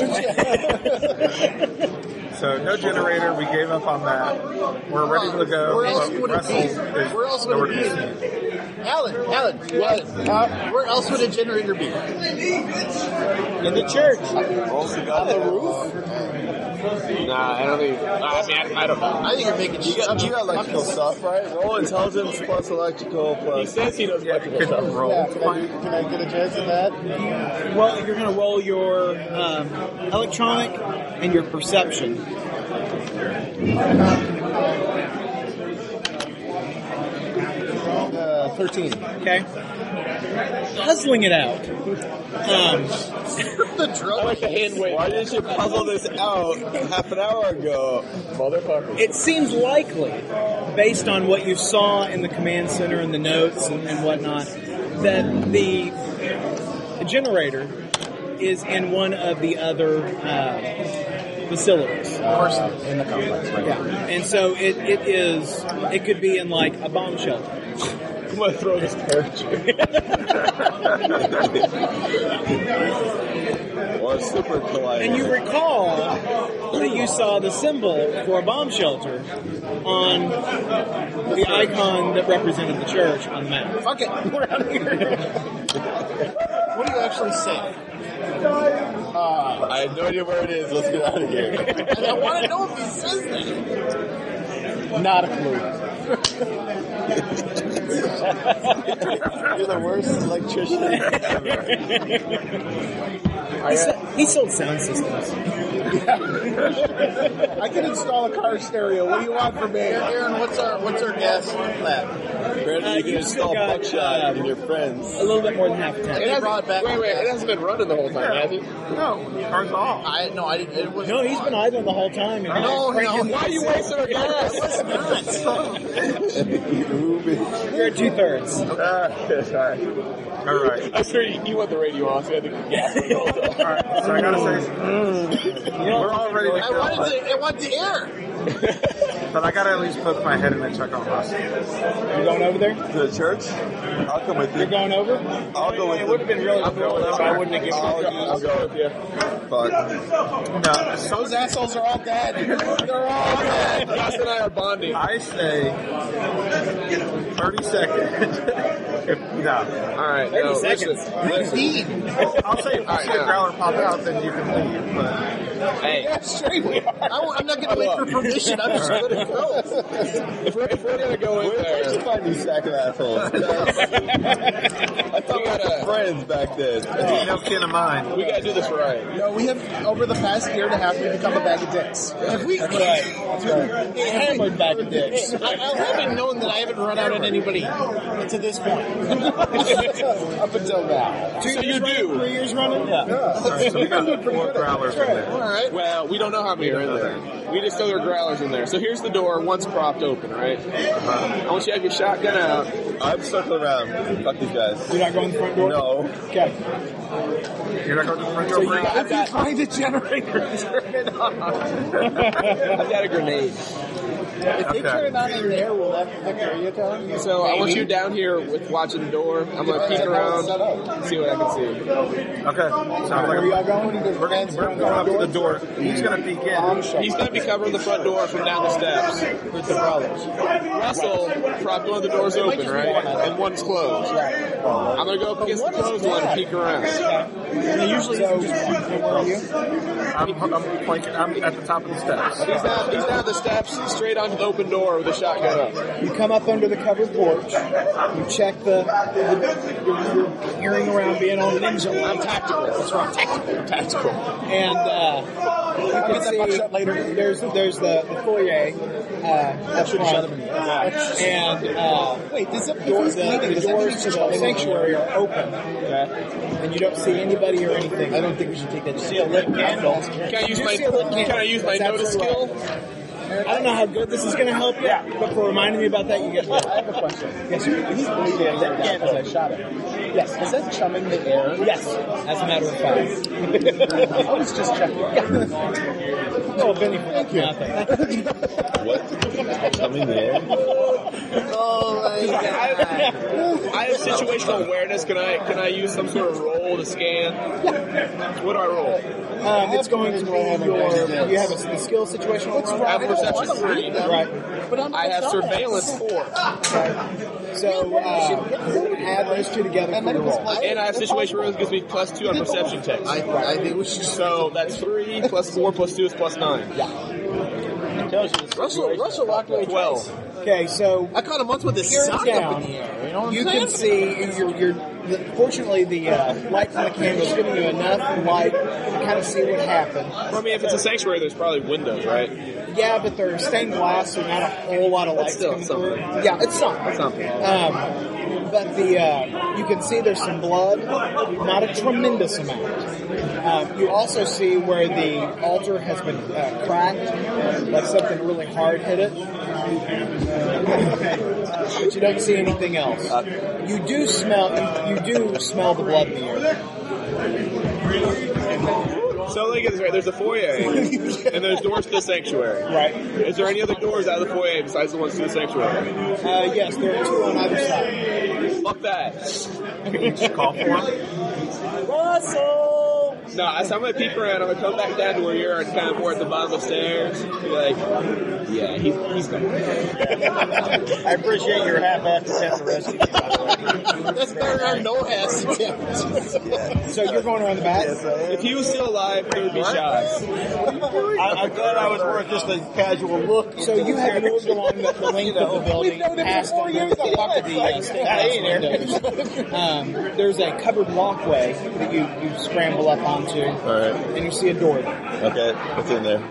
Speaker 25: So no generator. We gave up on that. We're ready to go.
Speaker 7: Where else
Speaker 25: but
Speaker 7: would it
Speaker 25: Russell is
Speaker 7: be? Where else would
Speaker 25: nowhere
Speaker 7: it
Speaker 25: to
Speaker 7: be?
Speaker 6: Alan, Alan, Alan, uh, where else would a generator be? In the church.
Speaker 3: Also
Speaker 6: On
Speaker 3: got
Speaker 6: the roof?
Speaker 4: Nah, I don't think. I mean, I, I don't know.
Speaker 6: I think you're making
Speaker 3: You got, you got electrical stuff, right? Roll intelligence plus electrical plus. He
Speaker 4: says he does electrical
Speaker 3: stuff. Roll.
Speaker 33: Yeah, can, I, can I get a chance at that?
Speaker 5: Well, you're going to roll your um, electronic and your perception.
Speaker 33: Uh, 13.
Speaker 5: Okay. Puzzling it out. Um,
Speaker 6: the drum.
Speaker 4: like the hand wave.
Speaker 3: Why didn't you puzzle this out half an hour ago, motherfucker?
Speaker 5: it seems likely, based on what you saw in the command center and the notes and, and whatnot, that the generator is in one of the other uh, facilities.
Speaker 33: in the complex, right?
Speaker 5: Yeah, and so it, it is. It could be in like a bomb shelter.
Speaker 3: I'm gonna throw this parachute. or a super collider.
Speaker 5: And you recall that you saw the symbol for a bomb shelter on the icon that represented the church on the map.
Speaker 6: Fuck it, we're out of here. what do you actually say?
Speaker 3: I have no idea where it is. Let's get out of here.
Speaker 6: And I want to know if he says that.
Speaker 33: Not a clue.
Speaker 7: You're the worst electrician.
Speaker 5: He, se- he sold sound systems.
Speaker 6: I can install a car stereo. What do you want from me? Aaron, what's our what's our gas lab?
Speaker 3: Brandon,
Speaker 5: Uh,
Speaker 3: you can
Speaker 5: you still
Speaker 3: install
Speaker 5: got,
Speaker 3: buckshot
Speaker 5: uh,
Speaker 3: and your friends.
Speaker 5: A little bit more than half a tank.
Speaker 6: They brought back.
Speaker 4: Wait, wait, it hasn't been running the whole time, has it?
Speaker 25: No, car's off.
Speaker 6: I no, I didn't. It was
Speaker 5: No, he's been idle the whole time. And
Speaker 6: No, no.
Speaker 5: Why
Speaker 6: are you wasting our gas? It was not.
Speaker 5: You're at two thirds.
Speaker 25: Ah, All right.
Speaker 4: I'm sure you, you want the radio on, so I think
Speaker 25: All right. So I gotta say, we're all ready to
Speaker 6: I
Speaker 25: go,
Speaker 6: wanted to. I want the air.
Speaker 25: but, but I gotta at least poke my head in and check on Ross.
Speaker 5: You're going over there.
Speaker 3: To the church? I'll come with you.
Speaker 5: You're going over.
Speaker 3: I'll go with you. It would have been really cool if I wouldn't have given I'll go with you. Fuck.
Speaker 25: No,
Speaker 6: Those assholes are all dead. They're all dead.
Speaker 4: Josh and I are bonding.
Speaker 25: I say 30 seconds. if, no.
Speaker 4: All right, no, seconds.
Speaker 6: Indeed.
Speaker 25: I'll say if you see a growler pop out, then you can leave. But
Speaker 4: Hey,
Speaker 6: Yeah, straight we are. I, am not going to wait for permission. I'm just going to go.
Speaker 4: if we're, if we're gonna go in
Speaker 3: Where'd you
Speaker 4: there,
Speaker 3: find these sack of [laughs] assholes? I thought we were friends back then.
Speaker 25: no kin of mine.
Speaker 4: we gotta do this right.
Speaker 6: No, we have over the past year and a half we become a bag of dicks. If we hammered bag of dicks. I, I haven't known that I haven't run out on anybody to this point. Up until now.
Speaker 4: So you do.
Speaker 6: years running? Yeah.
Speaker 25: All right, so we got four growlers in there.
Speaker 6: All right.
Speaker 4: Well, we don't know how many are in there. We just know there are growlers in there. So here's the door, once propped open, right? I want you to have your shotgun out.
Speaker 3: I'm circling around. Fuck these guys.
Speaker 5: You're not going the front door.
Speaker 3: No.
Speaker 5: Okay.
Speaker 25: You're not going to the front door, Brandon?
Speaker 4: I've got,
Speaker 6: Find a generator. Turn it on.
Speaker 4: I've got a grenade.
Speaker 6: If they
Speaker 25: Okay.
Speaker 6: turn it on in there, we'll have to victory you come.
Speaker 4: So I want you down here with watching the door. I'm gonna peek around,
Speaker 6: Set up.
Speaker 4: see what I can see.
Speaker 25: Okay. Sounds like
Speaker 6: Where
Speaker 25: a
Speaker 6: y'all going? We're
Speaker 25: We're going, we're going up to the door. He's going to peek in.
Speaker 6: Um,
Speaker 4: He's gonna be covering the front door from down the steps.
Speaker 6: with the problems.
Speaker 4: Russell, propped one of the doors open, right? And one's closed. I'm gonna go up against the closed one and peek around.
Speaker 6: And usually, so, where are you?
Speaker 25: I'm, I'm pointing. I'm at the top of the steps.
Speaker 4: He's down, he's down the steps, straight onto the open door with a shotgun up.
Speaker 6: You come up under the covered porch. You check the. the you're, you're peering around, being all ninja. I'm tactical. That's right, tactical, tactical.
Speaker 5: And uh,
Speaker 6: I'll get that buckshot later.
Speaker 5: there's there's the, the foyer. Uh,
Speaker 6: That should shut him.
Speaker 5: and uh,
Speaker 6: Wait, this up
Speaker 5: door,
Speaker 6: door.
Speaker 5: the, the doors to the sanctuary are open, and you don't see anybody or anything.
Speaker 33: I don't think we should take that. You see a lit candle.
Speaker 4: Can I use
Speaker 5: You
Speaker 4: my
Speaker 5: see a little
Speaker 4: Can I use my
Speaker 5: That's
Speaker 4: notice
Speaker 5: absolutely
Speaker 4: skill?
Speaker 5: I don't know how good this is going to help you, but for reminding me about that, you get
Speaker 33: I have a question. Yes, sir. He's bleeding out right now because I shot him. Yes. Is that chumming the air?
Speaker 5: yes. As a matter of
Speaker 4: [laughs]
Speaker 5: fact,
Speaker 33: I was just checking.
Speaker 5: oh Benny, thank you. Nothing.
Speaker 3: What? Coming there?
Speaker 6: Oh
Speaker 4: I have situational awareness. Can I can I use some sort of roll to scan? What do I roll?
Speaker 5: Um, it's going to be your. You have a, a skill situation.
Speaker 4: I have perception three.
Speaker 5: Right.
Speaker 4: I have surveillance four.
Speaker 5: So uh, add those two together for your roll.
Speaker 4: And I have a situation where it gives me plus two on perception checks. I, think we should. So that's three plus four plus two is plus nine. Yeah.
Speaker 5: Russell, Russell Rockaway.
Speaker 4: Twelve.
Speaker 5: Okay, so
Speaker 4: I caught him once with his
Speaker 5: You're
Speaker 4: sock
Speaker 5: down.
Speaker 4: up in the air. You know what I'm
Speaker 5: You
Speaker 4: saying?
Speaker 5: can see you're, you're the, fortunately the uh, light from the candle is giving you enough light to kind of see what happened.
Speaker 4: I mean, if it's a sanctuary, there's probably windows, right?
Speaker 5: Yeah, but they're stained glass, so not a whole lot of light.
Speaker 4: That's still something.
Speaker 5: Yeah, it's something. It's
Speaker 4: something.
Speaker 5: Um, but the uh, you can see there's some blood, not a tremendous amount. Um, you also see where the altar has been uh, cracked, like something really hard hit it. [laughs] but you don't see anything else. You do smell. You do smell the blood in the air.
Speaker 4: So like, it's right, there's a foyer, [laughs] and there's doors to the sanctuary.
Speaker 5: Right.
Speaker 4: Is there any other doors out of the foyer besides the ones to the sanctuary?
Speaker 5: Uh, yes, there are two on either side.
Speaker 4: Fuck that.
Speaker 25: call for
Speaker 4: Russell. No, I, so I'm gonna peep around. I'm gonna come back down to where you're, and kind of more at the bottom of the stairs. Be like, yeah, he, he's gonna.
Speaker 7: I appreciate your half-assed attempt to rescue me, by the way.
Speaker 6: That's better than no ass attempt.
Speaker 5: so you're going around the back?
Speaker 4: If he was still alive, there would be shots.
Speaker 7: I, I'm glad I was worth just a casual look.
Speaker 5: So you have moved along the, the length of the building. We've known him for four years. The Huckabee, uh, stained glass windows. um, there's a covered walkway that you, you scramble up onto, and you see a door there.
Speaker 3: Okay, what's in there?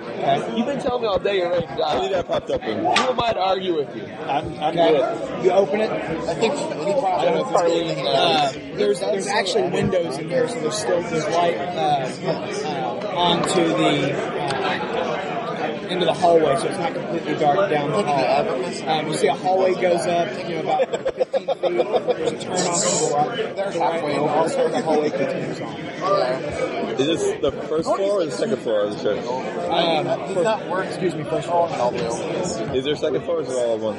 Speaker 4: You've been telling me all day you're ready to die.
Speaker 3: I popped up in.
Speaker 4: Who am I to argue with you? I'm, I'm
Speaker 5: Okay. You open it. I think uh, there's there's actually windows in there, so there's still there's light uh, uh, onto the uh, into the hallway, so it's not completely dark down the hall. Um, you see a hallway goes up, you know, about 15 feet. There's a turn off to the right. There's halfway and also the hallway continues on.
Speaker 3: Is this the first floor or the second floor of the church?
Speaker 5: Um, for, Excuse me, first of all,
Speaker 3: Is there a second floor or is it all one?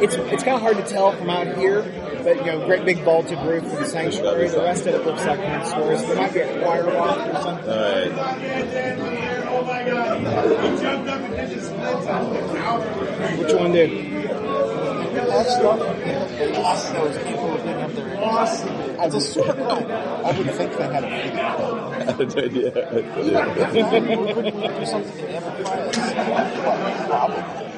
Speaker 5: It's it's kind of hard to tell from out here, but you know, great big vaulted roof for the sanctuary. The rest of it looks like one stories. There might be a choir loft or something.
Speaker 3: Alright.
Speaker 5: Which one did?
Speaker 33: As a super cop, I would think they had a
Speaker 3: [laughs] I had no idea.
Speaker 33: [laughs]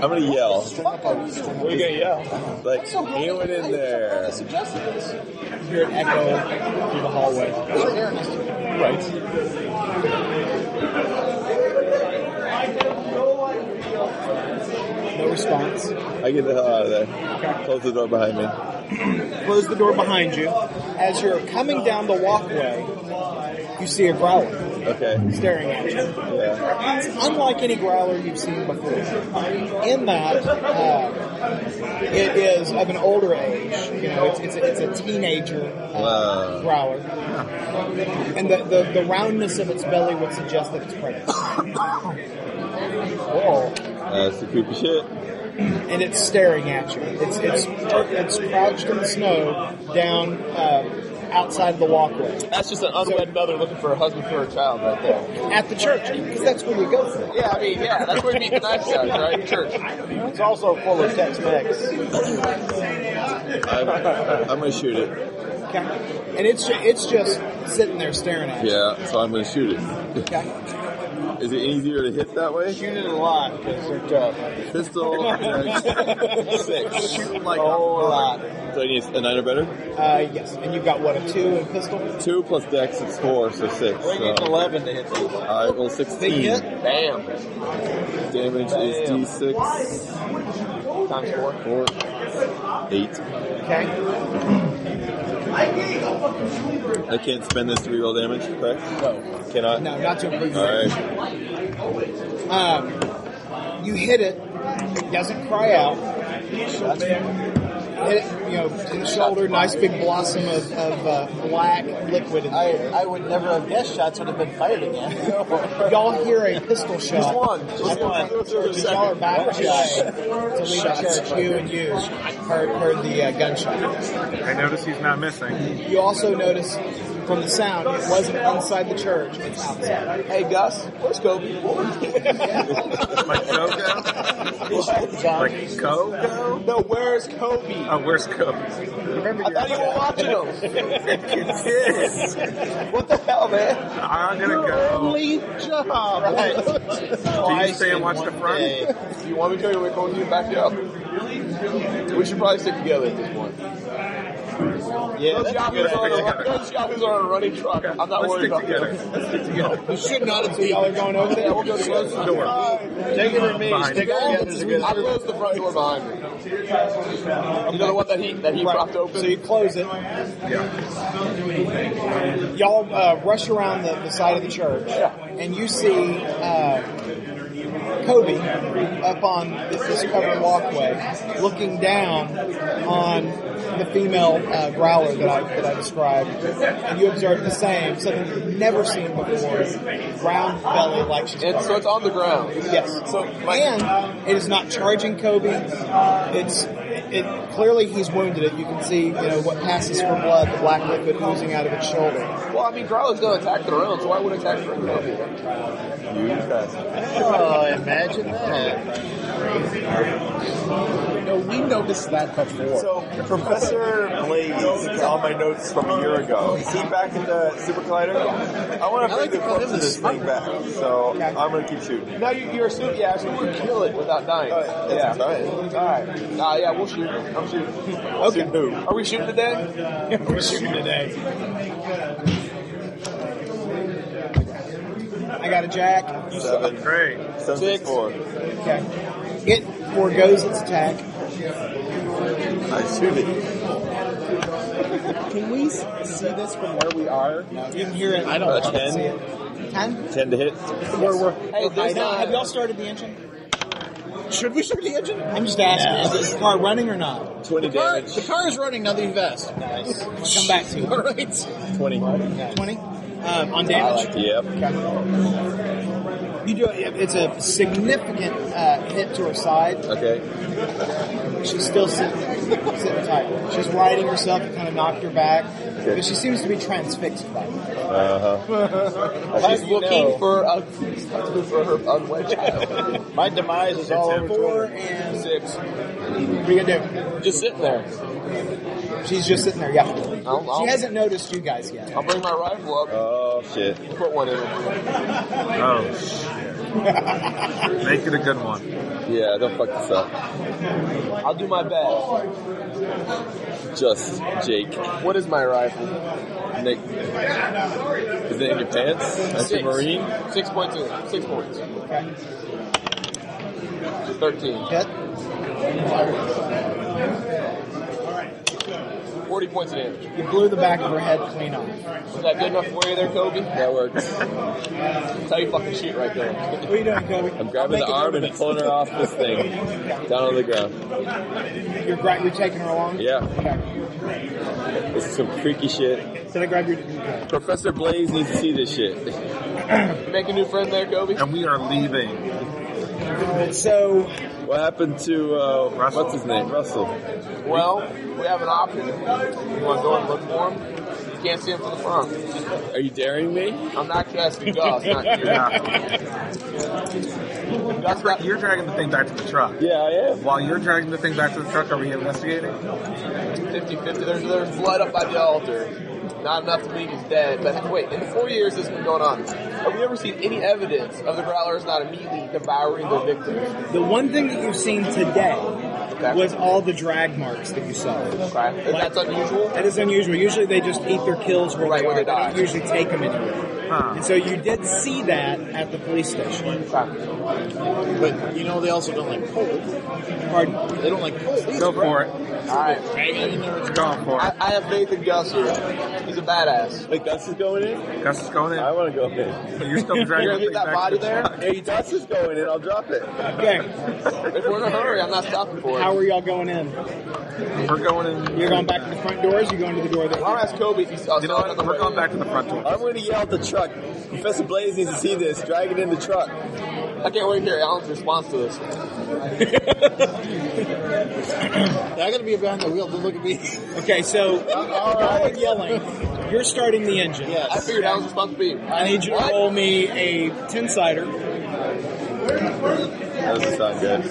Speaker 3: I'm gonna yell.
Speaker 4: We're gonna yell.
Speaker 3: Like, anyone in there?
Speaker 5: Hear an echo through the hallway.
Speaker 3: Right.
Speaker 5: No response.
Speaker 3: I get the hell out of there. Close the door behind me.
Speaker 5: Close the door behind you. As you're coming down the walkway, you see a growler
Speaker 3: Okay.
Speaker 5: staring at you.
Speaker 3: Yeah.
Speaker 5: It's unlike any growler you've seen before. In that, uh, it is of an older age. You know, it's, it's, a, it's a teenager
Speaker 3: Wow.
Speaker 5: uh, growler. And the, the, the roundness of its belly would suggest that it's pregnant. [coughs] Whoa.
Speaker 3: That's the creepy shit.
Speaker 5: And it's staring at you. It's, it's, it's crouched in the snow down uh, outside the walkway.
Speaker 4: That's just an unwed mother looking for a husband for her child right there.
Speaker 5: At the church, because that's where you go for it.
Speaker 4: Yeah, I mean, yeah, that's where we meet the knife guys, right? Church.
Speaker 7: It's also full of Tex-Mex.
Speaker 3: I'm, I'm gonna shoot it.
Speaker 5: Okay? And it's, ju- it's just sitting there staring at you.
Speaker 3: Yeah, so I'm gonna shoot it.
Speaker 5: Okay?
Speaker 3: Is it easier to hit that way?
Speaker 7: Shoot it a lot because they're tough.
Speaker 3: Pistol.
Speaker 4: [laughs]
Speaker 3: next. Six.
Speaker 7: Like a whole lot.
Speaker 3: So I need a nine or better.
Speaker 5: Uh, yes, and you've got what a two and pistol.
Speaker 3: Two plus dex is four, so six.
Speaker 7: We need
Speaker 3: So.
Speaker 7: 11 to hit these.
Speaker 3: I roll 16.
Speaker 4: Bam.
Speaker 3: Damage is d6.
Speaker 4: Times four.
Speaker 3: Four. Eight.
Speaker 5: Okay.
Speaker 3: I can't spend this to reroll damage, correct? No. Cannot?
Speaker 5: No, not to improve. your
Speaker 3: Alright.
Speaker 5: Um, you hit it. It doesn't cry out. Hit it, you know, in the shoulder. Nice big blossom of, of uh, black liquid. In
Speaker 6: I,
Speaker 5: there.
Speaker 6: I would never have guessed shots would have been fired again.
Speaker 5: [laughs] Y'all hear a pistol shot.
Speaker 6: Just one. Just one.
Speaker 5: Y'all are back shy. To lead shots. You and you heard, heard the uh, gunshot.
Speaker 25: I notice he's not missing.
Speaker 5: You also notice from the sound it wasn't inside the church. It's outside.
Speaker 4: Hey, Gus, where's Kobe?
Speaker 6: [laughs]
Speaker 25: Like Gogo, like Co?
Speaker 5: No, where's Kobe?
Speaker 25: Oh, where's Kobe?
Speaker 5: Remember I thought you were watching
Speaker 3: [laughs]
Speaker 5: them.
Speaker 25: Yes.
Speaker 5: what the hell, man?
Speaker 25: I'm gonna
Speaker 5: Your
Speaker 25: go.
Speaker 5: only job.
Speaker 25: Do you stay and watch the front?
Speaker 4: Do you want me to tell you we're going to back up? We should probably stick together at this point.
Speaker 7: Yeah,
Speaker 4: those Yahoos,
Speaker 7: that's a good
Speaker 4: are on a,
Speaker 7: idea.
Speaker 4: those Yahoos are on a running truck. I'm not
Speaker 7: Let's
Speaker 4: worried
Speaker 7: stick
Speaker 4: about
Speaker 7: together.
Speaker 4: them.
Speaker 25: Let's stick together.
Speaker 4: You should not until y'all are going over there. We'll go together.
Speaker 25: Close the door.
Speaker 4: Take
Speaker 25: it from me, Behind stick you. together is a good
Speaker 4: I closed the front door behind me. You know the one that he that he
Speaker 5: Right.
Speaker 4: propped open.
Speaker 5: So you close it. Y'all uh, rush around the, the side of the church, and you see uh, Kobe up on this, this covered walkway, looking down on the female uh, growler that I that I described, and you observe the same something you've never seen before, round belly like she's.
Speaker 4: And so it's on the ground.
Speaker 5: Yes.
Speaker 4: So my,
Speaker 5: And it is not charging Kobe. It's it clearly he's wounded. It you can see you know what passes for blood, the black liquid oozing out of its shoulder.
Speaker 4: well, I mean, Growler's going to attack the round, so why would it attack the round? You
Speaker 7: Oh, imagine that.
Speaker 33: No, we noticed that before.
Speaker 3: So, Professor Blaze, all my notes from a year ago. Is he back at the Super Collider? I want to bring the clips of this thing back, so I'm going to keep shooting. Oh,
Speaker 4: Now you, you're assuming, yeah, so we'll kill it without dying.
Speaker 3: yeah.
Speaker 4: All right. Uh, yeah, we'll shoot. I'm
Speaker 3: [laughs]
Speaker 4: shooting.
Speaker 3: Okay. Who?
Speaker 4: Are we shooting today? Yeah,
Speaker 7: we're shooting today.
Speaker 5: I got a jack.
Speaker 3: Seven.
Speaker 25: Great.
Speaker 3: Seven, six, four.
Speaker 5: Okay. It forgoes its attack.
Speaker 3: I shoot it.
Speaker 33: Can we s- see this from where we are?
Speaker 5: You can hear it.
Speaker 3: I don't Uh, ten. see it.
Speaker 5: Ten.
Speaker 3: Ten to hit.
Speaker 33: Where we're.
Speaker 5: Hey, there's not- have y'all started the engine? Should we start the engine? I'm just asking. Is this car running or not?
Speaker 3: Twenty
Speaker 7: Car,
Speaker 3: damage.
Speaker 7: the car is running now that you've asked.
Speaker 5: Nice. Come back to
Speaker 7: All
Speaker 5: you.
Speaker 7: right.
Speaker 3: Twenty.
Speaker 5: Twenty um, on
Speaker 3: I
Speaker 5: damage.
Speaker 3: like yep.
Speaker 5: You do. It's a significant uh, hit to her side.
Speaker 3: Okay.
Speaker 5: She's still sitting, sitting tight. She's riding herself. It kind of knocked her back, but she seems to be transfixed by it.
Speaker 3: Uh huh.
Speaker 4: She's looking for a, for her unwed child. [laughs]
Speaker 7: My demise is all over
Speaker 5: Four
Speaker 7: Twitter.
Speaker 5: and
Speaker 4: Six.
Speaker 5: what are you gonna
Speaker 4: Just sitting there.
Speaker 5: do? She's just sitting there. Yeah,
Speaker 4: I'll, I'll,
Speaker 5: she hasn't noticed you guys yet.
Speaker 4: I'll bring my rifle up.
Speaker 3: Oh shit.
Speaker 4: Put one in. it.
Speaker 25: Oh, shit. Make it a good one.
Speaker 3: Yeah. Don't fuck this up.
Speaker 4: I'll do my best.
Speaker 3: Just Jake.
Speaker 4: What is my rifle?
Speaker 3: Nick. Is it in your pants? That's a
Speaker 4: Six.
Speaker 3: marine.
Speaker 4: Six points. in. Six points.
Speaker 5: Okay.
Speaker 4: Thirteen.
Speaker 5: Hit.
Speaker 4: 40 points of damage.
Speaker 5: You blew the back of her head clean off.
Speaker 4: Is that good enough for you there, Kobe? That works. That's how you fucking shoot right there.
Speaker 5: What are you doing, Kobe?
Speaker 3: I'm grabbing the
Speaker 5: I'll make a
Speaker 3: arm
Speaker 5: note
Speaker 3: and
Speaker 5: of
Speaker 3: pulling her off this thing down on the ground.
Speaker 5: it. You're, gra- you're taking her along.
Speaker 3: Yeah.
Speaker 5: Okay.
Speaker 3: This is some freaky shit.
Speaker 5: Did I grab your? Okay.
Speaker 3: Professor Blaze needs to see this shit.
Speaker 4: Make a new friend there, Kobe.
Speaker 25: And we are leaving.
Speaker 5: So
Speaker 3: What happened to uh,
Speaker 25: Russell.
Speaker 3: what's his name? Russell.
Speaker 4: Well, we have an option. You want to go and look for him? You can't see him from the front.
Speaker 3: Are you daring me?
Speaker 4: I'm not
Speaker 5: [laughs]
Speaker 4: casting Gus, not you.
Speaker 25: Yeah.
Speaker 4: Gus got
Speaker 25: You're dragging the thing back to the truck.
Speaker 3: Yeah, I am.
Speaker 25: While you're dragging the thing back to the truck, are we investigating?
Speaker 4: 50 50. There's, there's blood up by the altar. Not enough to believe he's dead. But wait, in the four years this has been going on, have we ever seen any evidence of the Growlers not immediately devouring their victims?
Speaker 5: the one thing that you've seen today
Speaker 4: Okay.
Speaker 5: was all the drag marks that you saw.
Speaker 4: Okay. And that's unusual?
Speaker 5: That is unusual. Usually they just eat their kills where
Speaker 4: Right,
Speaker 5: they
Speaker 4: where
Speaker 5: are.
Speaker 4: they die.
Speaker 5: don't usually take them anywhere.
Speaker 25: Huh.
Speaker 5: And so you did see that at the police station.
Speaker 4: Okay.
Speaker 7: But you know they also don't like cold.
Speaker 5: Pardon?
Speaker 7: They don't like cold.
Speaker 25: Go for it.
Speaker 4: All right.
Speaker 7: Dragging in there.
Speaker 25: Go for
Speaker 4: I,
Speaker 25: it.
Speaker 4: I have faith in Gus here. He's a badass.
Speaker 3: Wait, Gus is going in.
Speaker 25: Gus is going
Speaker 3: I
Speaker 25: in.
Speaker 3: want to go in.
Speaker 25: But you're still
Speaker 4: You're
Speaker 25: dragging
Speaker 4: gonna
Speaker 25: the
Speaker 4: get that
Speaker 25: thing back
Speaker 4: body
Speaker 25: to the
Speaker 4: there?
Speaker 25: truck.
Speaker 3: Hey, Gus is going in. I'll drop it.
Speaker 5: Okay.
Speaker 4: If we're in a hurry, I'm not stopping for it.
Speaker 5: How are y'all going in?
Speaker 25: We're going in.
Speaker 5: You're going back to the front doors? You're going to the door
Speaker 4: I'll
Speaker 5: that
Speaker 4: ask Kobe if uh, he saw
Speaker 25: You know what? We're going back to the front door.
Speaker 3: I'm going to yell at the truck. Professor Blaze needs to see this. Drag it in the truck.
Speaker 4: I can't wait to hear Alan's response to
Speaker 5: [laughs]
Speaker 4: this.
Speaker 7: I gotta be behind the wheel. Don't look at me.
Speaker 5: Okay, so y'all are yelling. You're starting the engine.
Speaker 7: Yes.
Speaker 4: I figured Alan's response would be,
Speaker 5: I need you to
Speaker 4: What?
Speaker 5: roll me a ten cider.
Speaker 3: That doesn't sound good.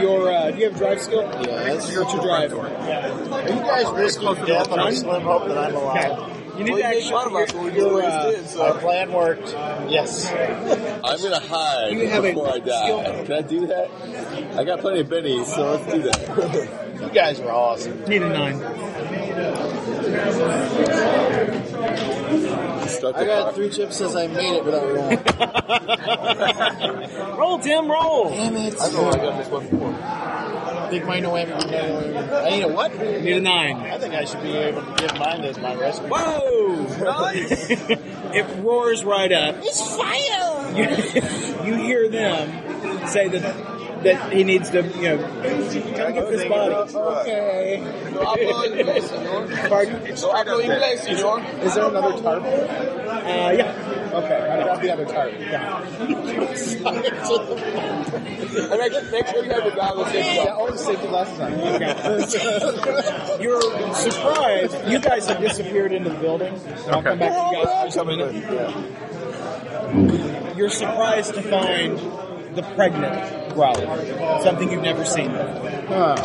Speaker 5: Your, uh, do you have drive skill?
Speaker 4: Yes.
Speaker 5: What's your drive?
Speaker 7: Are you guys risking death on a slim hope that I'm alive?
Speaker 5: You need to actually-
Speaker 7: fun of us when we just
Speaker 5: your,
Speaker 7: always
Speaker 5: uh,
Speaker 7: did, so. Our plan worked. Yes.
Speaker 3: I'm gonna hide
Speaker 7: You have a
Speaker 3: before I die.
Speaker 7: skill-
Speaker 3: Can I do that? I got plenty of bennies, so let's do that. [laughs]
Speaker 7: You guys were awesome.
Speaker 5: Need a nine.
Speaker 7: I got three chips since I made it without
Speaker 4: [laughs]
Speaker 7: rolling. roll, Tim, roll. Damn it. I
Speaker 4: Oh
Speaker 7: know I got this one before. Big minor whammy. I need a what?
Speaker 5: Need a nine.
Speaker 7: I think I should be able to give mine as my rescue.
Speaker 5: Whoa!
Speaker 7: [laughs]
Speaker 5: Nice. it roars right up.
Speaker 7: It's fire!
Speaker 5: You,
Speaker 4: [laughs]
Speaker 5: you hear them say that that he needs to, you know, come get this body. Okay. Pardon?
Speaker 7: Is there another tarp?
Speaker 5: Uh, yeah.
Speaker 7: Okay, I got the other tarp. Yeah.
Speaker 4: I make, make sure you have your goggles in.
Speaker 7: Yeah, all the safety glasses on.
Speaker 5: [laughs] You're surprised. You guys have disappeared into the building. I'll come back to you guys in just a minute. You're surprised to find the pregnant Raleigh. Something you've never seen before.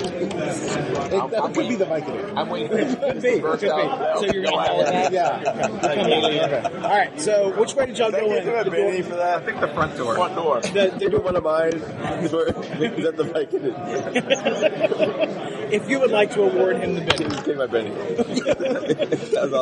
Speaker 7: It, that could be the Viking.
Speaker 4: I'm waiting for you
Speaker 5: Could be. Could be. So you're going to follow that?
Speaker 7: Yeah.
Speaker 5: All right. So which way did y'all go in? The door-
Speaker 3: for that? I think the front door. Front door.
Speaker 5: the-
Speaker 3: Give
Speaker 5: the
Speaker 3: me one of mine. Is that the Viking?
Speaker 5: If you would like to award him the Benny.
Speaker 3: Take my
Speaker 7: [laughs]
Speaker 3: Benny. that was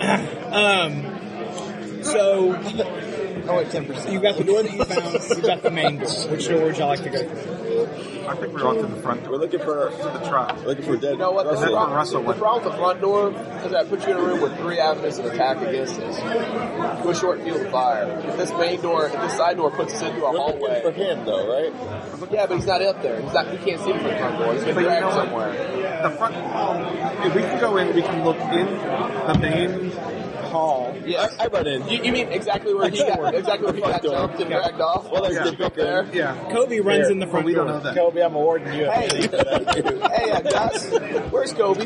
Speaker 3: awesome.
Speaker 5: Um, so [laughs]
Speaker 7: Oh, at 10%.
Speaker 5: you got the door that you found. You got the main door. Which door would y'all like to go through?
Speaker 25: I think we're on to the front door.
Speaker 3: We're looking for
Speaker 25: To the truck.
Speaker 3: looking for dead.
Speaker 4: You know what? The
Speaker 25: That's
Speaker 3: Russell.
Speaker 25: where
Speaker 4: problem,
Speaker 25: Russell
Speaker 4: the
Speaker 25: went.
Speaker 4: problem with the front door is I put you in a room with three avenues of attack against us. We're short field of fire. If this main door, if this side door puts us into a
Speaker 3: We're looking for
Speaker 4: hallway.
Speaker 3: him though, right?
Speaker 4: Yeah, but he's not up there. He's not. He can't see from the front door. He's been
Speaker 25: But you
Speaker 4: dragged
Speaker 25: know what?
Speaker 4: somewhere.
Speaker 25: The front If we can go in, we can look in the main hall.
Speaker 4: Yeah, I, I run in. You, you mean exactly where [laughs] he got? Exactly where he got jumped and dragged off?
Speaker 3: Well, there's
Speaker 25: Yeah.
Speaker 3: the
Speaker 4: up there.
Speaker 3: picker.
Speaker 25: Yeah.
Speaker 5: Kobe runs
Speaker 7: Here.
Speaker 5: in the
Speaker 25: But
Speaker 5: front
Speaker 25: we
Speaker 5: door.
Speaker 25: don't know that.
Speaker 7: Kobe, I'm awarding you.
Speaker 4: Hey, hey, uh, guys, where's Kobe?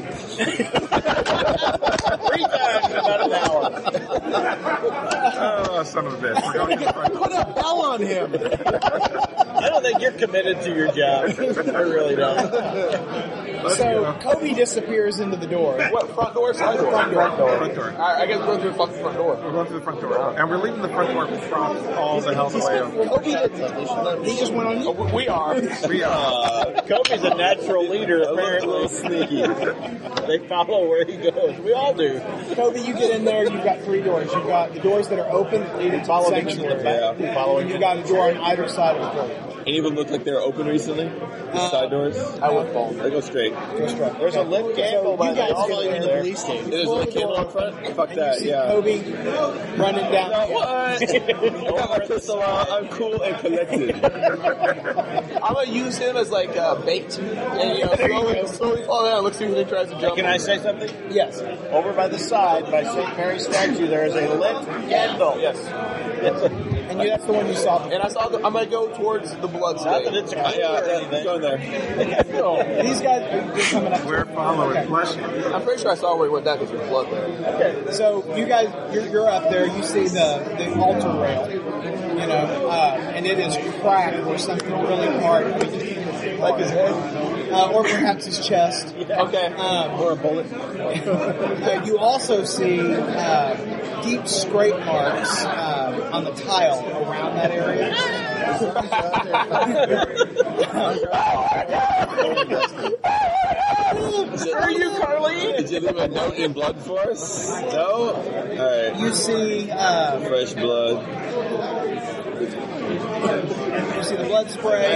Speaker 7: Three times in about an hour.
Speaker 25: Oh, son of a bitch. We're going to the front door.
Speaker 7: Put a bell on him. I don't think you're committed to your job. I really don't.
Speaker 5: So Kobe disappears into the door.
Speaker 4: What front door? or Side door.
Speaker 25: Front door. Front door.
Speaker 4: All right, I guess we're through fucking front door.
Speaker 25: We're going through the front door. And we're leaving the front door from all the hell's away. over.
Speaker 4: Kobe did. He just went on. Oh, we are.
Speaker 25: We uh, are.
Speaker 7: Uh, Kobe's a natural leader,
Speaker 3: I look a
Speaker 7: apparently.
Speaker 3: little sneaky.
Speaker 7: They follow where he goes. We all do.
Speaker 5: [laughs] Kobe, you get in there. You've got three doors. You've got the doors that are open that lead into the
Speaker 7: Follow him to the
Speaker 5: sanctuary.
Speaker 7: back.
Speaker 3: Yeah.
Speaker 7: Following
Speaker 5: And you've got a door on either side of the door.
Speaker 3: Any of them look like they're open recently?
Speaker 7: Uh,
Speaker 3: The side doors?
Speaker 4: I would fall.
Speaker 3: They go straight.
Speaker 7: There's a lift gamble by
Speaker 5: you
Speaker 7: the
Speaker 5: guys
Speaker 7: all
Speaker 5: get
Speaker 7: the way
Speaker 5: in
Speaker 7: to the
Speaker 5: there.
Speaker 7: police station.
Speaker 3: There's like candle on front? Fuck
Speaker 5: And
Speaker 3: that,
Speaker 5: you see
Speaker 3: yeah.
Speaker 5: Kobe running
Speaker 4: [laughs]
Speaker 5: down.
Speaker 3: I got my pistol out. I'm cool and collected.
Speaker 4: I'm gonna use him as like uh, bait, and you know, slowly, slowly fall down. Let's see who tries to jump.
Speaker 7: Can I say something?
Speaker 5: Yes.
Speaker 7: Over by the side, by St. Mary's statue, there is a lit candle. Yes. It's a,
Speaker 5: And you, that's the one you saw.
Speaker 4: And I saw. The, I'm gonna go towards the blood
Speaker 7: not that
Speaker 4: stain.
Speaker 7: it's a
Speaker 3: I,
Speaker 7: clue or
Speaker 3: uh, yeah,
Speaker 7: anything.
Speaker 3: go in there.
Speaker 5: These guys are just coming up.
Speaker 25: We're following. Bless you.
Speaker 4: I'm pretty sure I saw where he went down because there's blood there.
Speaker 5: Okay, so you guys, you're, you're up there. You see the, the altar rail, you know, uh, and it is cracked or something really hard, like his head, uh, or perhaps his chest.
Speaker 4: Okay.
Speaker 5: Um,
Speaker 7: Or a bullet.
Speaker 5: [laughs] uh, you also see uh, deep scrape marks uh, on the tile around that area. [laughs]
Speaker 3: Are you Carly? Did you leave a note in blood for us? No? Alright.
Speaker 5: You see, uh,
Speaker 3: Fresh blood.
Speaker 5: you see the blood spray.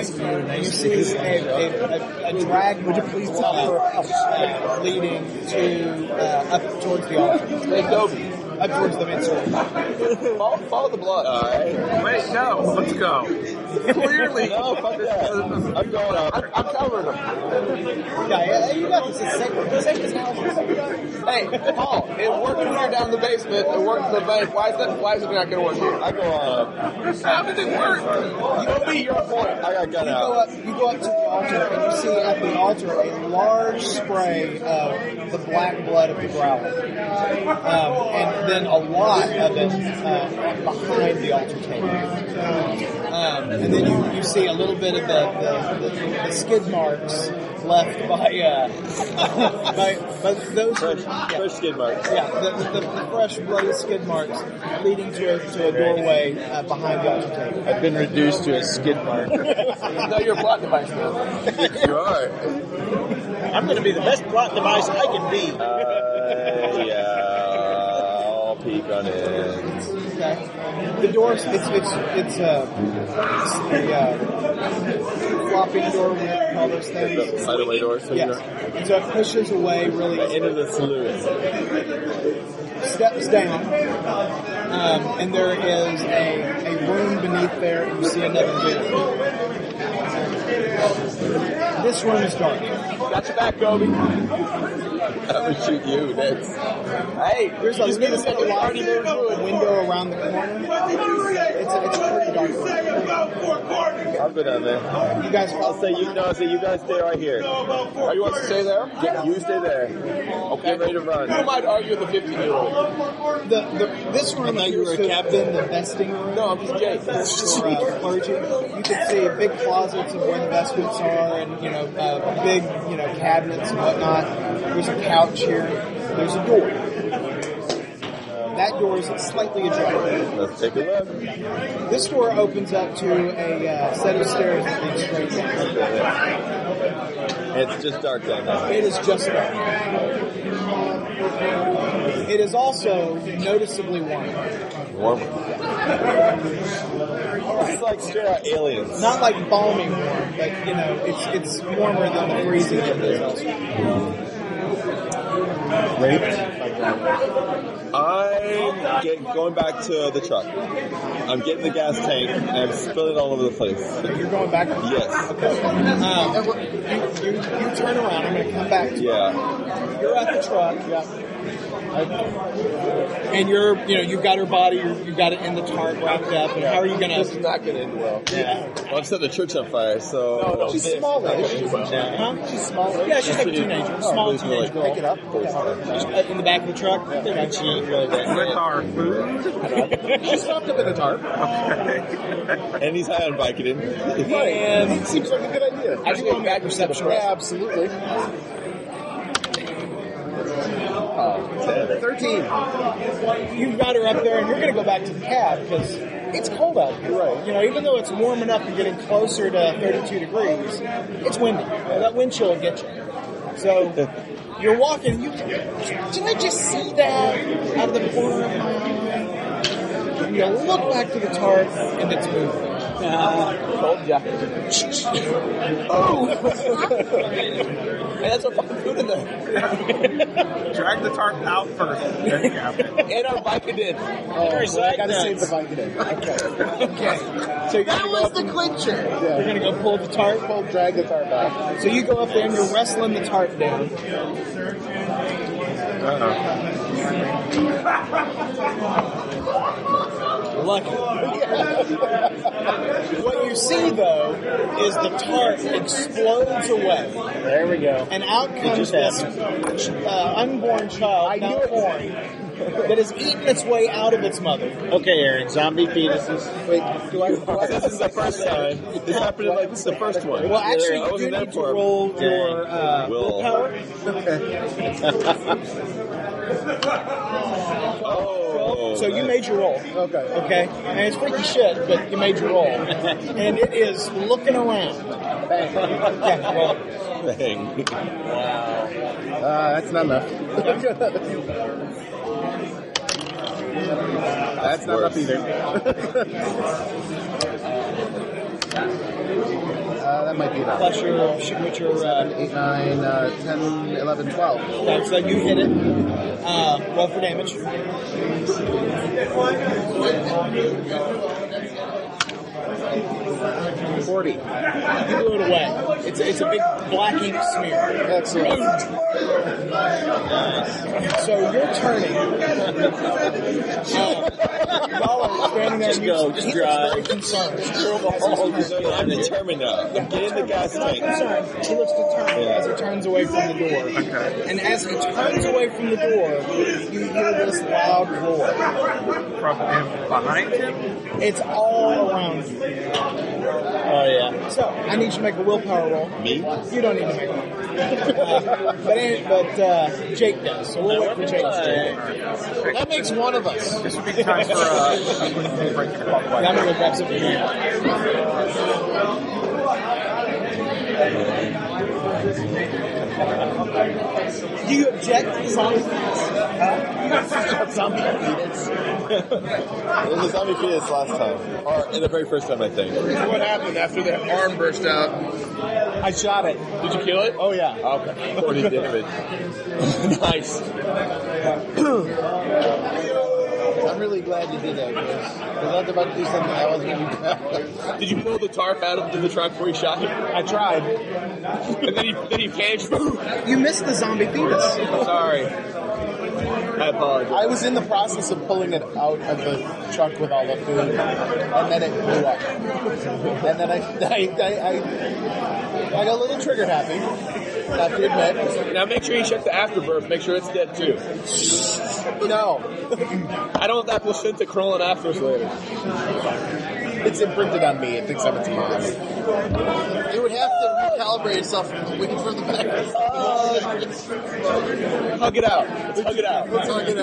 Speaker 5: You see a, a, a, a drag. Would you please tell uh, leading to uh, up towards the altar.
Speaker 4: Hey, Kobe,
Speaker 5: up towards the main sword.
Speaker 4: follow, follow the blood.
Speaker 3: Alright.
Speaker 25: Wait, no. Let's go.
Speaker 4: Clearly,
Speaker 3: No, fuck that. I'm going out.
Speaker 4: I'm, I'm covering him.
Speaker 5: Yeah, yeah, you got this. It's sacred. It's sacred houses.
Speaker 4: Hey, Paul, it worked in here down in the basement. It worked in the bank. Why is that? Why is it not gonna work here?
Speaker 3: I go out.
Speaker 4: How did it work? You owe me your point.
Speaker 3: I got gun
Speaker 5: You go
Speaker 3: out.
Speaker 5: up. You go up to the altar, and you see at the altar a large spray of the black blood of the growler. Um, and and then a lot of it uh, behind the altar table. Um, and then you, you see a little bit of the, the, the, the skid marks left [laughs] by uh, by, by those
Speaker 3: fresh, fresh skid marks.
Speaker 5: Yeah, the, the, the fresh bloody skid marks leading to a, to a doorway uh, behind the altar table.
Speaker 7: I've been reduced to a skid mark.
Speaker 4: no, you're a plot device now.
Speaker 3: you are.
Speaker 7: I'm going to be the best plot device I can be.
Speaker 3: Uh, yeah, I'll peek on it.
Speaker 5: Okay. The doors, it's, it's, it's, uh, it's the, uh, flopping door, whatever you call those
Speaker 3: The
Speaker 5: things.
Speaker 3: hideaway door. So
Speaker 5: Yes. And so it pushes away really
Speaker 3: Into the saloon.
Speaker 5: steps down, um, and there is a, a room beneath there, and you see another door. This room is dark.
Speaker 4: Got your back, Gobi.
Speaker 3: I would shoot you next.
Speaker 4: Hey,
Speaker 5: There's a, there's a large window around the corner. It's, it's pretty dark.
Speaker 3: I'll go down there.
Speaker 5: You guys
Speaker 3: I'll say you. No, I'll say you guys stay right here. Oh,
Speaker 4: Are you want to stay there?
Speaker 3: Get, you stay there.
Speaker 4: Okay.
Speaker 3: Get ready to run.
Speaker 4: Who might argue the 50 year old?
Speaker 5: The, the, this room
Speaker 7: thought you were a
Speaker 5: appears to have been the vesting room.
Speaker 4: No, I'm just Jake.
Speaker 5: for uh, clergy. You can see big closets of where the vestments are, and you know, uh, big you know cabinets and whatnot. There's a couch here. There's a door. That door is slightly ajar.
Speaker 3: Let's take a look.
Speaker 5: This door opens up to a uh, set of stairs that leads straight down.
Speaker 3: It's just dark down there.
Speaker 5: It is just dark. It is also noticeably warm.
Speaker 3: Warm. It's like straight out aliens.
Speaker 5: Not like balmy warm, but you know, it's it's warmer than the freezing that is elsewhere.
Speaker 3: I'm get, going back to the truck. I'm getting the gas tank and I'm spilling all over the place.
Speaker 5: You're going back.
Speaker 3: Yes.
Speaker 5: Um, and we're- you, you, you turn around. I'm going to come back to you.
Speaker 3: Yeah.
Speaker 5: You're at the truck. And you're, you know, you've got her body. You're, you've got it in the tarp wrapped up. And how are you going
Speaker 4: This is
Speaker 5: to?
Speaker 4: not going to end well.
Speaker 5: Yeah.
Speaker 3: Well, I've set the church on fire, so.
Speaker 4: no,
Speaker 5: She's
Speaker 4: this-
Speaker 5: smaller.
Speaker 3: Yeah.
Speaker 5: Huh? She's smaller. Yeah, she's like a teenager. Small
Speaker 3: Please, really,
Speaker 5: teenage girl.
Speaker 3: pick it up.
Speaker 5: Uh, In the back of the truck. Yeah. She ain't really
Speaker 25: With
Speaker 5: that.
Speaker 25: our food?
Speaker 5: She's swapped up in the tarp.
Speaker 3: And he's high on Vicodin.
Speaker 4: And
Speaker 5: It seems like a good idea.
Speaker 4: I just want to make perception.
Speaker 5: absolutely. 13. You've Uh, got her up there, and you're going to go back to the cab because it's cold out here. Right. You know, even though it's warm enough and getting closer to 32 degrees, it's windy. That wind chill will get you. [laughs] So you're walking. You, did I just see that out of the corner of my eye? And You look back to the tarp, and it's moving. Uh,
Speaker 4: Told ya. oh! and that's our fucking food in there.
Speaker 25: Drag the tarp out first. There you go.
Speaker 4: And our
Speaker 5: Oh,
Speaker 4: Vicodin.
Speaker 7: Well, I gotta save the
Speaker 5: So you're gonna go up and- You're gonna go pull the tarp, pull, drag the tarp out. So you go up there and you're wrestling the tarp down.
Speaker 25: Uh-oh.
Speaker 5: Lucky. [laughs] what you see though is the tarp explodes away,
Speaker 7: There we go.
Speaker 5: and out comes
Speaker 7: just
Speaker 5: this uh, unborn child, I now born, that has eaten its way out of its mother.
Speaker 7: Okay, Aaron. Zombie fetuses.
Speaker 5: Wait, do I?
Speaker 3: [laughs] This is the first
Speaker 5: [laughs]
Speaker 3: time. This happened in like this is the first one.
Speaker 5: Well, actually,
Speaker 3: I
Speaker 5: you do
Speaker 3: wasn't there
Speaker 5: need to
Speaker 3: for it.
Speaker 5: roll your uh,
Speaker 3: Will.
Speaker 5: willpower.
Speaker 3: Oh,
Speaker 5: So you made your roll. Okay. Okay. And it's freaky shit, but you made your roll. and it is looking around. Yeah, well,
Speaker 3: that thing.
Speaker 33: Uh, that's not enough.
Speaker 3: That's
Speaker 33: not enough
Speaker 3: worse.
Speaker 33: either. Uh, that might be enough.
Speaker 5: plus your, sh- with your, uh,
Speaker 33: 8, 9, uh, 10, 11, 12.
Speaker 5: that's so you hit it. Uh, roll for damage. Forty. You blew it away. It's a, it's a big black ink smear.
Speaker 33: Excellent.
Speaker 5: So you're turning. Uh, Y'all are standing
Speaker 3: just go, just drive.
Speaker 4: Oh,
Speaker 3: I'm determined now.
Speaker 5: Yeah.
Speaker 3: Get in the gas
Speaker 5: He's not
Speaker 3: tank.
Speaker 5: concerned. He looks determined
Speaker 3: Yeah.
Speaker 5: as it turns away from the door.
Speaker 25: Okay.
Speaker 5: And as it turns away from the door, you hear this loud roar.
Speaker 25: From him behind him?
Speaker 5: It's all around you. Oh,
Speaker 3: yeah.
Speaker 5: So, I need you to make a willpower roll.
Speaker 3: Me?
Speaker 5: You don't need to make one. [laughs] Uh, but any- but uh, Jake does, so we'll wait for Jake to do it. That makes one of us.
Speaker 25: This would be time for uh, a quick little break for Pop
Speaker 5: I'm going to go grab something to eat. Do you object, zombie? Huh? [laughs] zombie penis.
Speaker 3: It was a zombie fetus last time, or in the very first time I think.
Speaker 4: What happened after that arm burst out?
Speaker 5: I shot it.
Speaker 4: Did you kill it?
Speaker 5: Oh yeah.
Speaker 3: Okay, forty damage. nice.
Speaker 6: I'm really glad you did that, because I was about to do something I wasn't even proud
Speaker 4: Did you blow the tarp out of the truck before he shot you? I
Speaker 5: tried.
Speaker 4: And then he then he panicked.
Speaker 5: You missed the zombie penis.
Speaker 4: Sorry. I apologize.
Speaker 6: I was in the process of pulling it out of the truck with all the food, and then it blew up. And then I, [laughs] I, I, I, I got a little trigger happy. Have to admit.
Speaker 4: Now make sure you check the afterbirth. Make sure it's dead too.
Speaker 6: No.
Speaker 4: I don't want that placenta crawling after us later.
Speaker 6: It's imprinted on me. It thinks I'm its mom. You would have to recalibrate yourself from waiting for the back.
Speaker 4: Hug it out. Let's hug it out.
Speaker 6: Let's hug it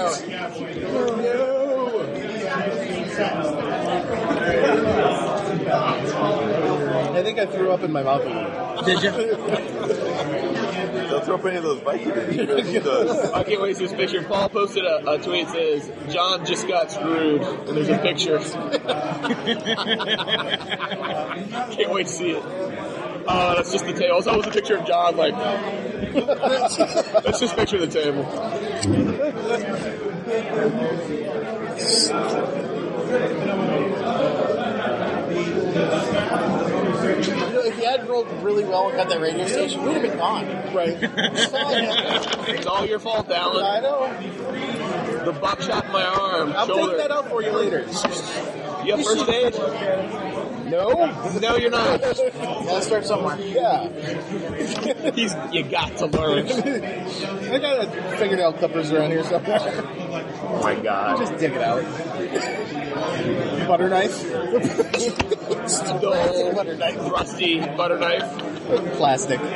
Speaker 6: out. [laughs] I think I threw up in my mouth.
Speaker 5: Did you?
Speaker 3: Don't throw up any of those Vikings.
Speaker 4: I can't wait to see this picture. Paul posted a, a tweet that says, John just got screwed, and there's a picture. [laughs] can't wait to see it. Oh, that's just the table. It's always a picture of John, like, [laughs] that's just a picture of the table.
Speaker 6: You know, if he had rolled really well and got that radio station, we would have been gone. Right.
Speaker 4: It's all your fault, Alan.
Speaker 6: I know.
Speaker 4: The buckshot in my arm,
Speaker 6: I'll
Speaker 4: shoulder.
Speaker 6: take that out for you later.
Speaker 4: You have first aid?
Speaker 6: No?
Speaker 4: No,
Speaker 6: [laughs]
Speaker 4: you're not.
Speaker 6: Gotta start somewhere. Yeah.
Speaker 4: He's, you got to
Speaker 6: [laughs]
Speaker 4: learn.
Speaker 6: I got a fingernail clippers around here somewhere.
Speaker 4: Oh my god.
Speaker 6: Just dig it out. Butter knife?
Speaker 4: No. Butter knife. Rusty butter knife.
Speaker 6: Plastic. You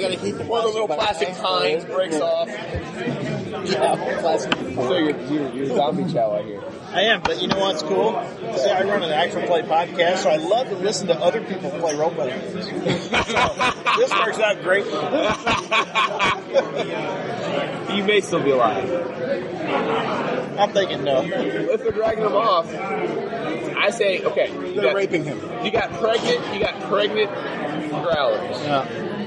Speaker 6: gotta keep the
Speaker 4: One of the little plastic tines breaks off.
Speaker 6: Yeah, plastic.
Speaker 4: So you're, you're, you're a zombie chow out here.
Speaker 7: I am, but you know what's cool? See, I run an action play podcast, so I love to listen to other people play role playing games. [laughs] So, this works out great.
Speaker 4: You may still be alive.
Speaker 7: I'm thinking no.
Speaker 4: If they're dragging him off, I say, okay. You
Speaker 6: They're
Speaker 4: got,
Speaker 6: raping him.
Speaker 4: You got pregnant, you got pregnant growlers.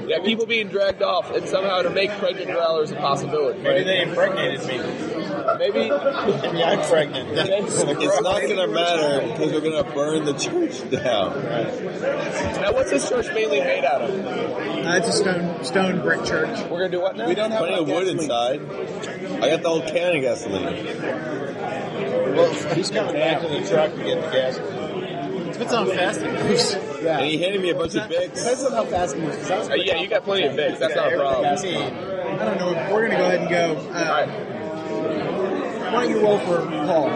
Speaker 4: You got people being dragged off, and somehow to make pregnant growlers a possibility.
Speaker 7: Maybe they impregnated me.
Speaker 4: Maybe
Speaker 7: Maybe I'm pregnant.
Speaker 3: It's not gonna matter because we're gonna burn the church down.
Speaker 4: Now, what's this church mainly made out of?
Speaker 5: Uh, it's a stone stone brick church.
Speaker 4: We're gonna do what now?
Speaker 6: We don't have
Speaker 3: Plenty of wood inside. I got the whole can of gasoline.
Speaker 7: Well, he's coming back to the truck to get the gas.
Speaker 6: It's on
Speaker 4: [laughs]
Speaker 6: fast and loose.
Speaker 3: And
Speaker 6: Yeah.
Speaker 3: he handed me a bunch of Vicks.
Speaker 6: Depends on how fast it moves. 'cause I was
Speaker 4: Uh, yeah, you got plenty of Vicks. That's not a problem.
Speaker 5: I don't know. We're gonna go ahead and go. Uh,
Speaker 4: All right.
Speaker 5: Why don't you roll for Paul?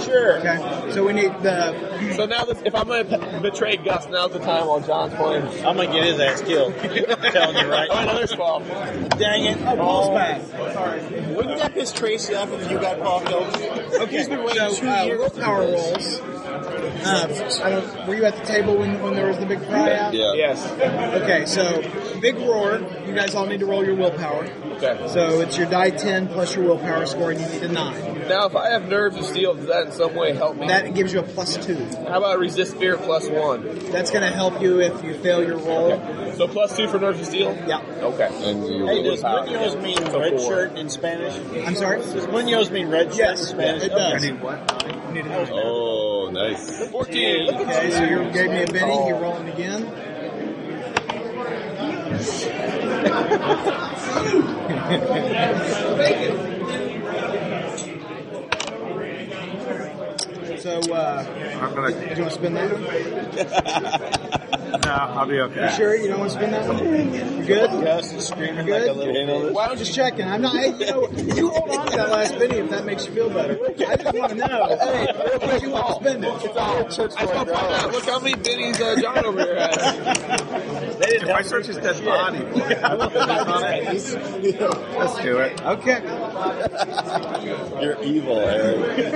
Speaker 7: Sure.
Speaker 5: Okay. So we need the.
Speaker 4: So now, this, if I'm gonna betray Gus, now's the time while John's playing.
Speaker 7: I'm gonna get his
Speaker 4: [laughs]
Speaker 7: ass killed. I'm telling you right.
Speaker 4: Oh, I know there's Paul.
Speaker 7: Dang it.
Speaker 5: Oh, Paul's back. Sorry.
Speaker 7: Wouldn't that piss Tracy off if you got Paul killed?
Speaker 5: Okay.
Speaker 7: He's been waiting
Speaker 5: so
Speaker 7: two
Speaker 5: uh,
Speaker 7: years.
Speaker 5: willpower rolls. Uh, I don't. Were you at the table when, when there was the big cry out?
Speaker 3: Yeah.
Speaker 4: Yes.
Speaker 5: Okay. So big roar. You guys all need to roll your willpower.
Speaker 4: Okay.
Speaker 5: So it's your die ten plus your willpower score, and you need a nine.
Speaker 4: Now, if I have nerves of steel, does that in some way help me?
Speaker 5: That gives you a plus two.
Speaker 4: How about resist fear plus one?
Speaker 5: That's gonna help you if you fail your roll.
Speaker 4: So plus two for nerves of steel.
Speaker 5: Yeah.
Speaker 4: Okay.
Speaker 3: And you
Speaker 7: Hey, does
Speaker 4: Willpower.
Speaker 7: Munoz mean
Speaker 4: So
Speaker 7: red
Speaker 4: four.
Speaker 7: shirt in Spanish?
Speaker 5: I'm sorry.
Speaker 7: Does Munoz mean red shirt in
Speaker 5: Yes,
Speaker 7: Spanish?
Speaker 5: it
Speaker 7: Okay.
Speaker 5: does.
Speaker 3: Oh, nice.
Speaker 4: Fourteen.
Speaker 5: Okay, so you gave me a Benny. You're rolling again. uh,
Speaker 25: I'm gonna.
Speaker 5: do you want to spin that one?
Speaker 25: No, I'll be okay.
Speaker 5: You sure you don't want to spin that one? You good?
Speaker 7: Yes, it's screaming like a little.
Speaker 5: Well, I'm just checking. I'm not. Hey, you know, you hold on to that last penny if that makes you feel better. I just want to know. Hey, what you want to spend it? It's all church
Speaker 4: I just want to find out. Look how many pennies uh, John over here has.
Speaker 25: They didn't if I search his dead body, let's do it.
Speaker 5: Okay.
Speaker 3: You're evil, Eric.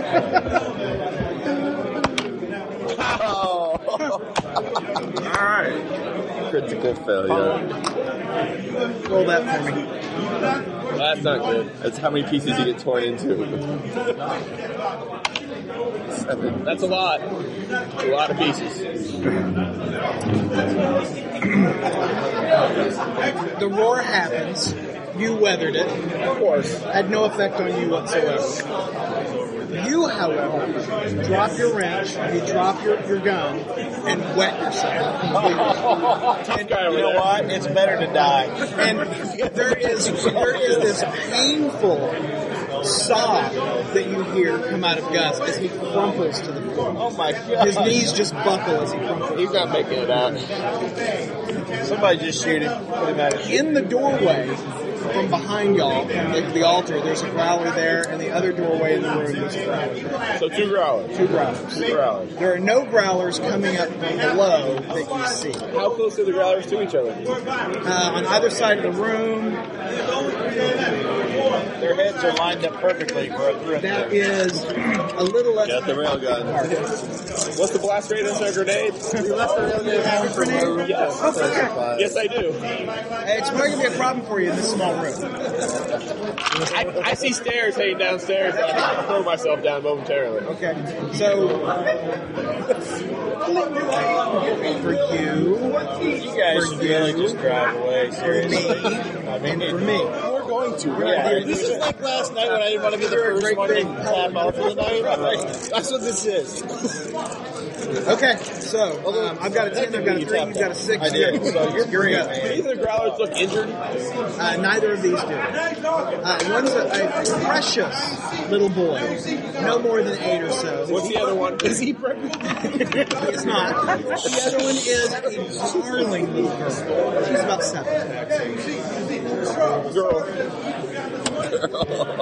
Speaker 25: All right.
Speaker 3: Critical failure.
Speaker 5: Roll that for me.
Speaker 3: That's not good. That's how many pieces you get torn into. Seven.
Speaker 4: That's a lot. A lot of pieces.
Speaker 5: The roar happens. You weathered it. Of course. Had no effect on you whatsoever. You, however, drop your wrench, you drop your, your gun, and wet yourself.
Speaker 7: [laughs] and you know what? It's better to die.
Speaker 5: And there is there is this painful sob that you hear come out of Gus as he crumples to the floor.
Speaker 7: Oh my god.
Speaker 5: His knees just buckle as he crumples.
Speaker 4: He's not making it out.
Speaker 7: Somebody just shoot him. Put him out of
Speaker 5: In the doorway from behind y'all, from the, the altar, there's a growler there, and the other doorway in the room is a growler. there.
Speaker 3: So two growlers.
Speaker 5: Two growlers.
Speaker 3: Two growlers.
Speaker 5: There are no growlers coming up from below that you see.
Speaker 4: How close are the growlers to each other?
Speaker 5: Uh, on either side of the room,
Speaker 7: Their heads are lined up perfectly for a thrift.
Speaker 5: that is a little less.
Speaker 3: Get the railgun.
Speaker 4: What's the blast radius on a grenade?
Speaker 5: You left the railgun out for
Speaker 7: Oh,
Speaker 5: now? Oh,
Speaker 4: Yes.
Speaker 5: Okay.
Speaker 4: Yes, I do.
Speaker 5: Hey, It's not going to be a problem for you in this small room.
Speaker 4: I, I see stairs hanging downstairs. I throw myself down momentarily.
Speaker 5: Okay, so for you,
Speaker 7: You guys
Speaker 5: For
Speaker 7: really
Speaker 5: you.
Speaker 7: just drive away, seriously. I mean,
Speaker 5: and for me,
Speaker 7: we're going to.
Speaker 5: Yeah.
Speaker 7: Yeah. This is like last night when I didn't want to be the first one to tap out for the night. That's what this is.
Speaker 5: okay. So um, I've got a ten, I've got a three, you've got a six.
Speaker 7: I did, so [laughs] you're
Speaker 5: You're
Speaker 7: free,
Speaker 5: up.
Speaker 7: man.
Speaker 4: Either the growlers look injured.
Speaker 5: Uh, neither of these do. Uh, one's a, a precious little boy, no more than eight or so.
Speaker 4: What's the other one? Is he pregnant?
Speaker 5: It's not. The other one is a darling little girl. She's about seven.
Speaker 4: Girl.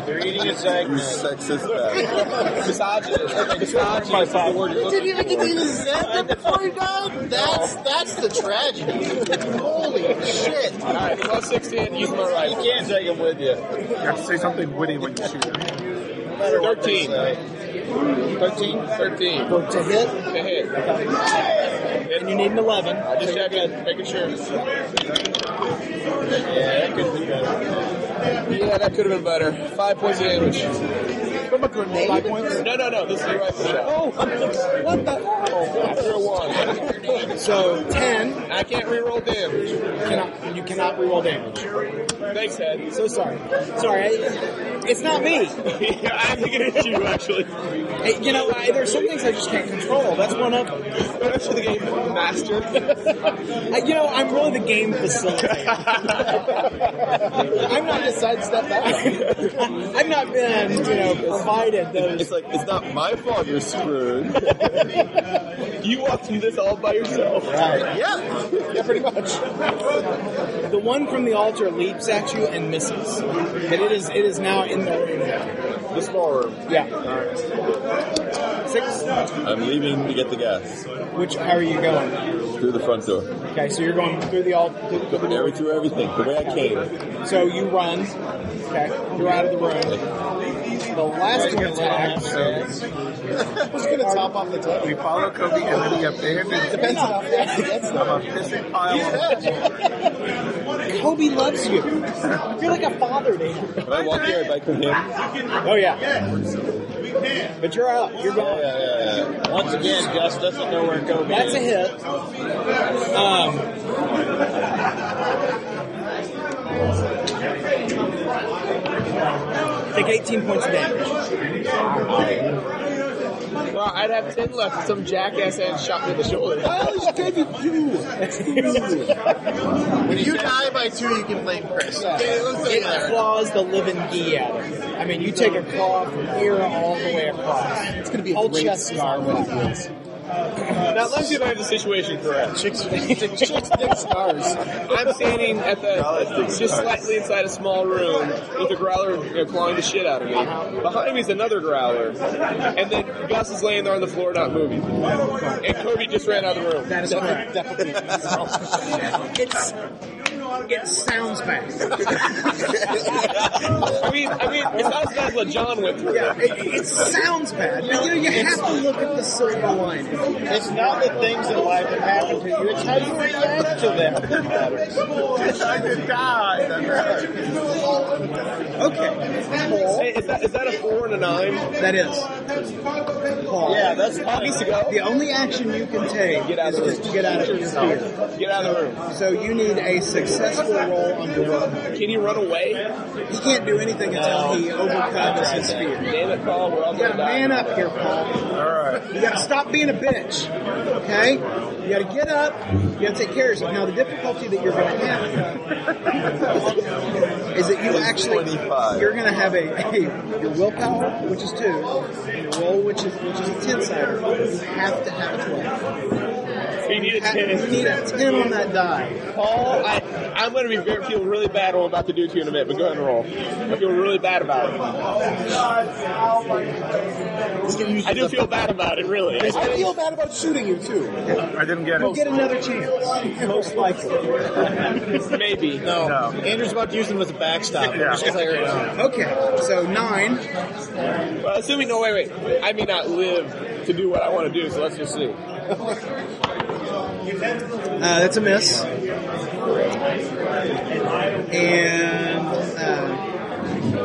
Speaker 7: They're eating a segment. [laughs]
Speaker 3: Sexist bastard.
Speaker 4: Misogynist. Misogynist is the word you're
Speaker 6: Didn't even
Speaker 4: looking
Speaker 6: get to eat his head before he died. That's that's the tragedy. Holy shit!
Speaker 4: for. Alright, plus 16, use my
Speaker 7: You
Speaker 4: rifle.
Speaker 7: can't take them with you.
Speaker 25: You have to say something witty when you shoot him.
Speaker 7: No matter what
Speaker 4: 13.
Speaker 7: they say.
Speaker 4: 13? 13.
Speaker 6: But to hit,
Speaker 4: To hit.
Speaker 5: And you need an eleven.
Speaker 4: I just checking, making sure.
Speaker 7: Yeah, that could be better.
Speaker 4: Yeah, that could have been better. Five points of damage.
Speaker 6: from a grenade.
Speaker 4: Five points? No, no, no. This is the rifle shot.
Speaker 6: Oh, what the?
Speaker 4: After a one.
Speaker 5: So ten.
Speaker 4: I can't reroll damage.
Speaker 5: Cannot, you cannot reroll damage.
Speaker 4: Thanks, Ed.
Speaker 5: So sorry. Sorry. I, it's
Speaker 4: [laughs]
Speaker 5: not me.
Speaker 4: yeah, I think it is you, actually.
Speaker 5: Hey, you know, I, there's some things I just can't control. That's one of them.
Speaker 4: That's the game master.
Speaker 5: I, you know, I'm really the game
Speaker 4: [laughs]
Speaker 5: facilitator. I'm not just sidestep that. [laughs] I'm not been, you know, provided
Speaker 3: It's
Speaker 5: those.
Speaker 3: like, it's not my fault you're screwed. [laughs]
Speaker 4: you walked through this all by yourself.
Speaker 7: Yeah, yeah, [laughs] pretty much.
Speaker 5: The one from the altar leaps at you and misses, and it is it is now in the room.
Speaker 4: The small room.
Speaker 5: Yeah, six.
Speaker 3: I'm leaving to get the gas.
Speaker 5: Which how are you going?
Speaker 3: Through the front door.
Speaker 5: Okay, so you're going through the altar.
Speaker 3: Go every through everything. The way I came.
Speaker 5: So you run. Okay, you're out of the room. The last one attacks. [laughs]
Speaker 6: I was gonna top off the top.
Speaker 25: We follow Kobe and we abandon
Speaker 6: Depends on how fast it gets,
Speaker 25: him.
Speaker 6: though.
Speaker 25: I'm a pissing pile.
Speaker 5: [laughs] Kobe loves you. You're like a father to him.
Speaker 3: If I walk here, I bike with him. Yeah,
Speaker 5: Oh yeah. But you're out. You're
Speaker 3: yeah,
Speaker 5: going.
Speaker 3: yeah. yeah.
Speaker 7: Once again, Gus doesn't know where Kobe
Speaker 5: That's a
Speaker 7: is.
Speaker 5: hit. Um, take 18 points of damage.
Speaker 3: Well, I'd have ten left if some jackass had shot me in the shoulder.
Speaker 39: I always gave you two.
Speaker 7: When you die by two, you can blame Chris.
Speaker 5: It claws the living gee out of you. I mean, you take a claw from here all the way across. It's going to be a whole chest scar when it heals.
Speaker 3: Now let's see if I have the situation correct. Chicks, [laughs] chicks dick stars. I'm standing at the just slightly inside a small room with a growler you know, clawing the shit out of me. Behind me is another growler, and then Gus is laying there on the floor not moving. And Kobe just ran out of the room.
Speaker 5: That is correct. it's it sounds bad.
Speaker 3: I mean, I mean, it's not as bad as what John went through.
Speaker 5: [laughs] Yeah, it, it sounds bad. But, you know, you have to look at the silver lining.
Speaker 7: It's not the things in life that happen to you; it's how you react to them that matters.
Speaker 25: I could die. That matters.
Speaker 3: Okay. Hey, is, that, is that a four and a nine?
Speaker 5: That is.
Speaker 3: Paul. Yeah, that's obvious to go.
Speaker 5: The only action you can take
Speaker 3: get out
Speaker 5: is
Speaker 3: of the
Speaker 5: just
Speaker 3: room.
Speaker 5: to get out of your fear.
Speaker 3: Get out of the room.
Speaker 5: So you need a successful roll on the roll.
Speaker 3: Can he run away?
Speaker 5: He can't do anything until he overcomes his fear.
Speaker 3: Damn it, Paul. We're all
Speaker 5: You gotta
Speaker 3: gonna die.
Speaker 5: man up here, Paul.
Speaker 25: All right.
Speaker 5: You gotta stop being a bitch. Okay? You gotta get up. You gotta take care of yourself. Now, the difficulty that you're gonna have is that you actually, you're gonna have a, your willpower, which is two, and your roll, which is, which is a ten sider. You have to have a 12.
Speaker 3: We need a
Speaker 5: Ha-
Speaker 3: ten.
Speaker 5: You need a 10 on that die.
Speaker 3: Paul, I, I'm going to be very, feel really bad what I'm about to do to you in a minute, but go ahead and roll. I feel really bad about it. I do feel bad about it, really. I,
Speaker 39: I feel bad about shooting you too.
Speaker 25: I didn't get
Speaker 5: You'll
Speaker 25: it.
Speaker 5: get another chance. Most likely.
Speaker 3: maybe.
Speaker 7: No.
Speaker 25: No.
Speaker 7: Andrew's about to use him as a backstop.
Speaker 25: Yeah.
Speaker 7: Just clear it out.
Speaker 5: Okay, so nine. uh,
Speaker 3: Well, assuming, no, wait, wait. I may not live to do what I want to do, so let's just see.
Speaker 5: Uh, that's a miss. And uh,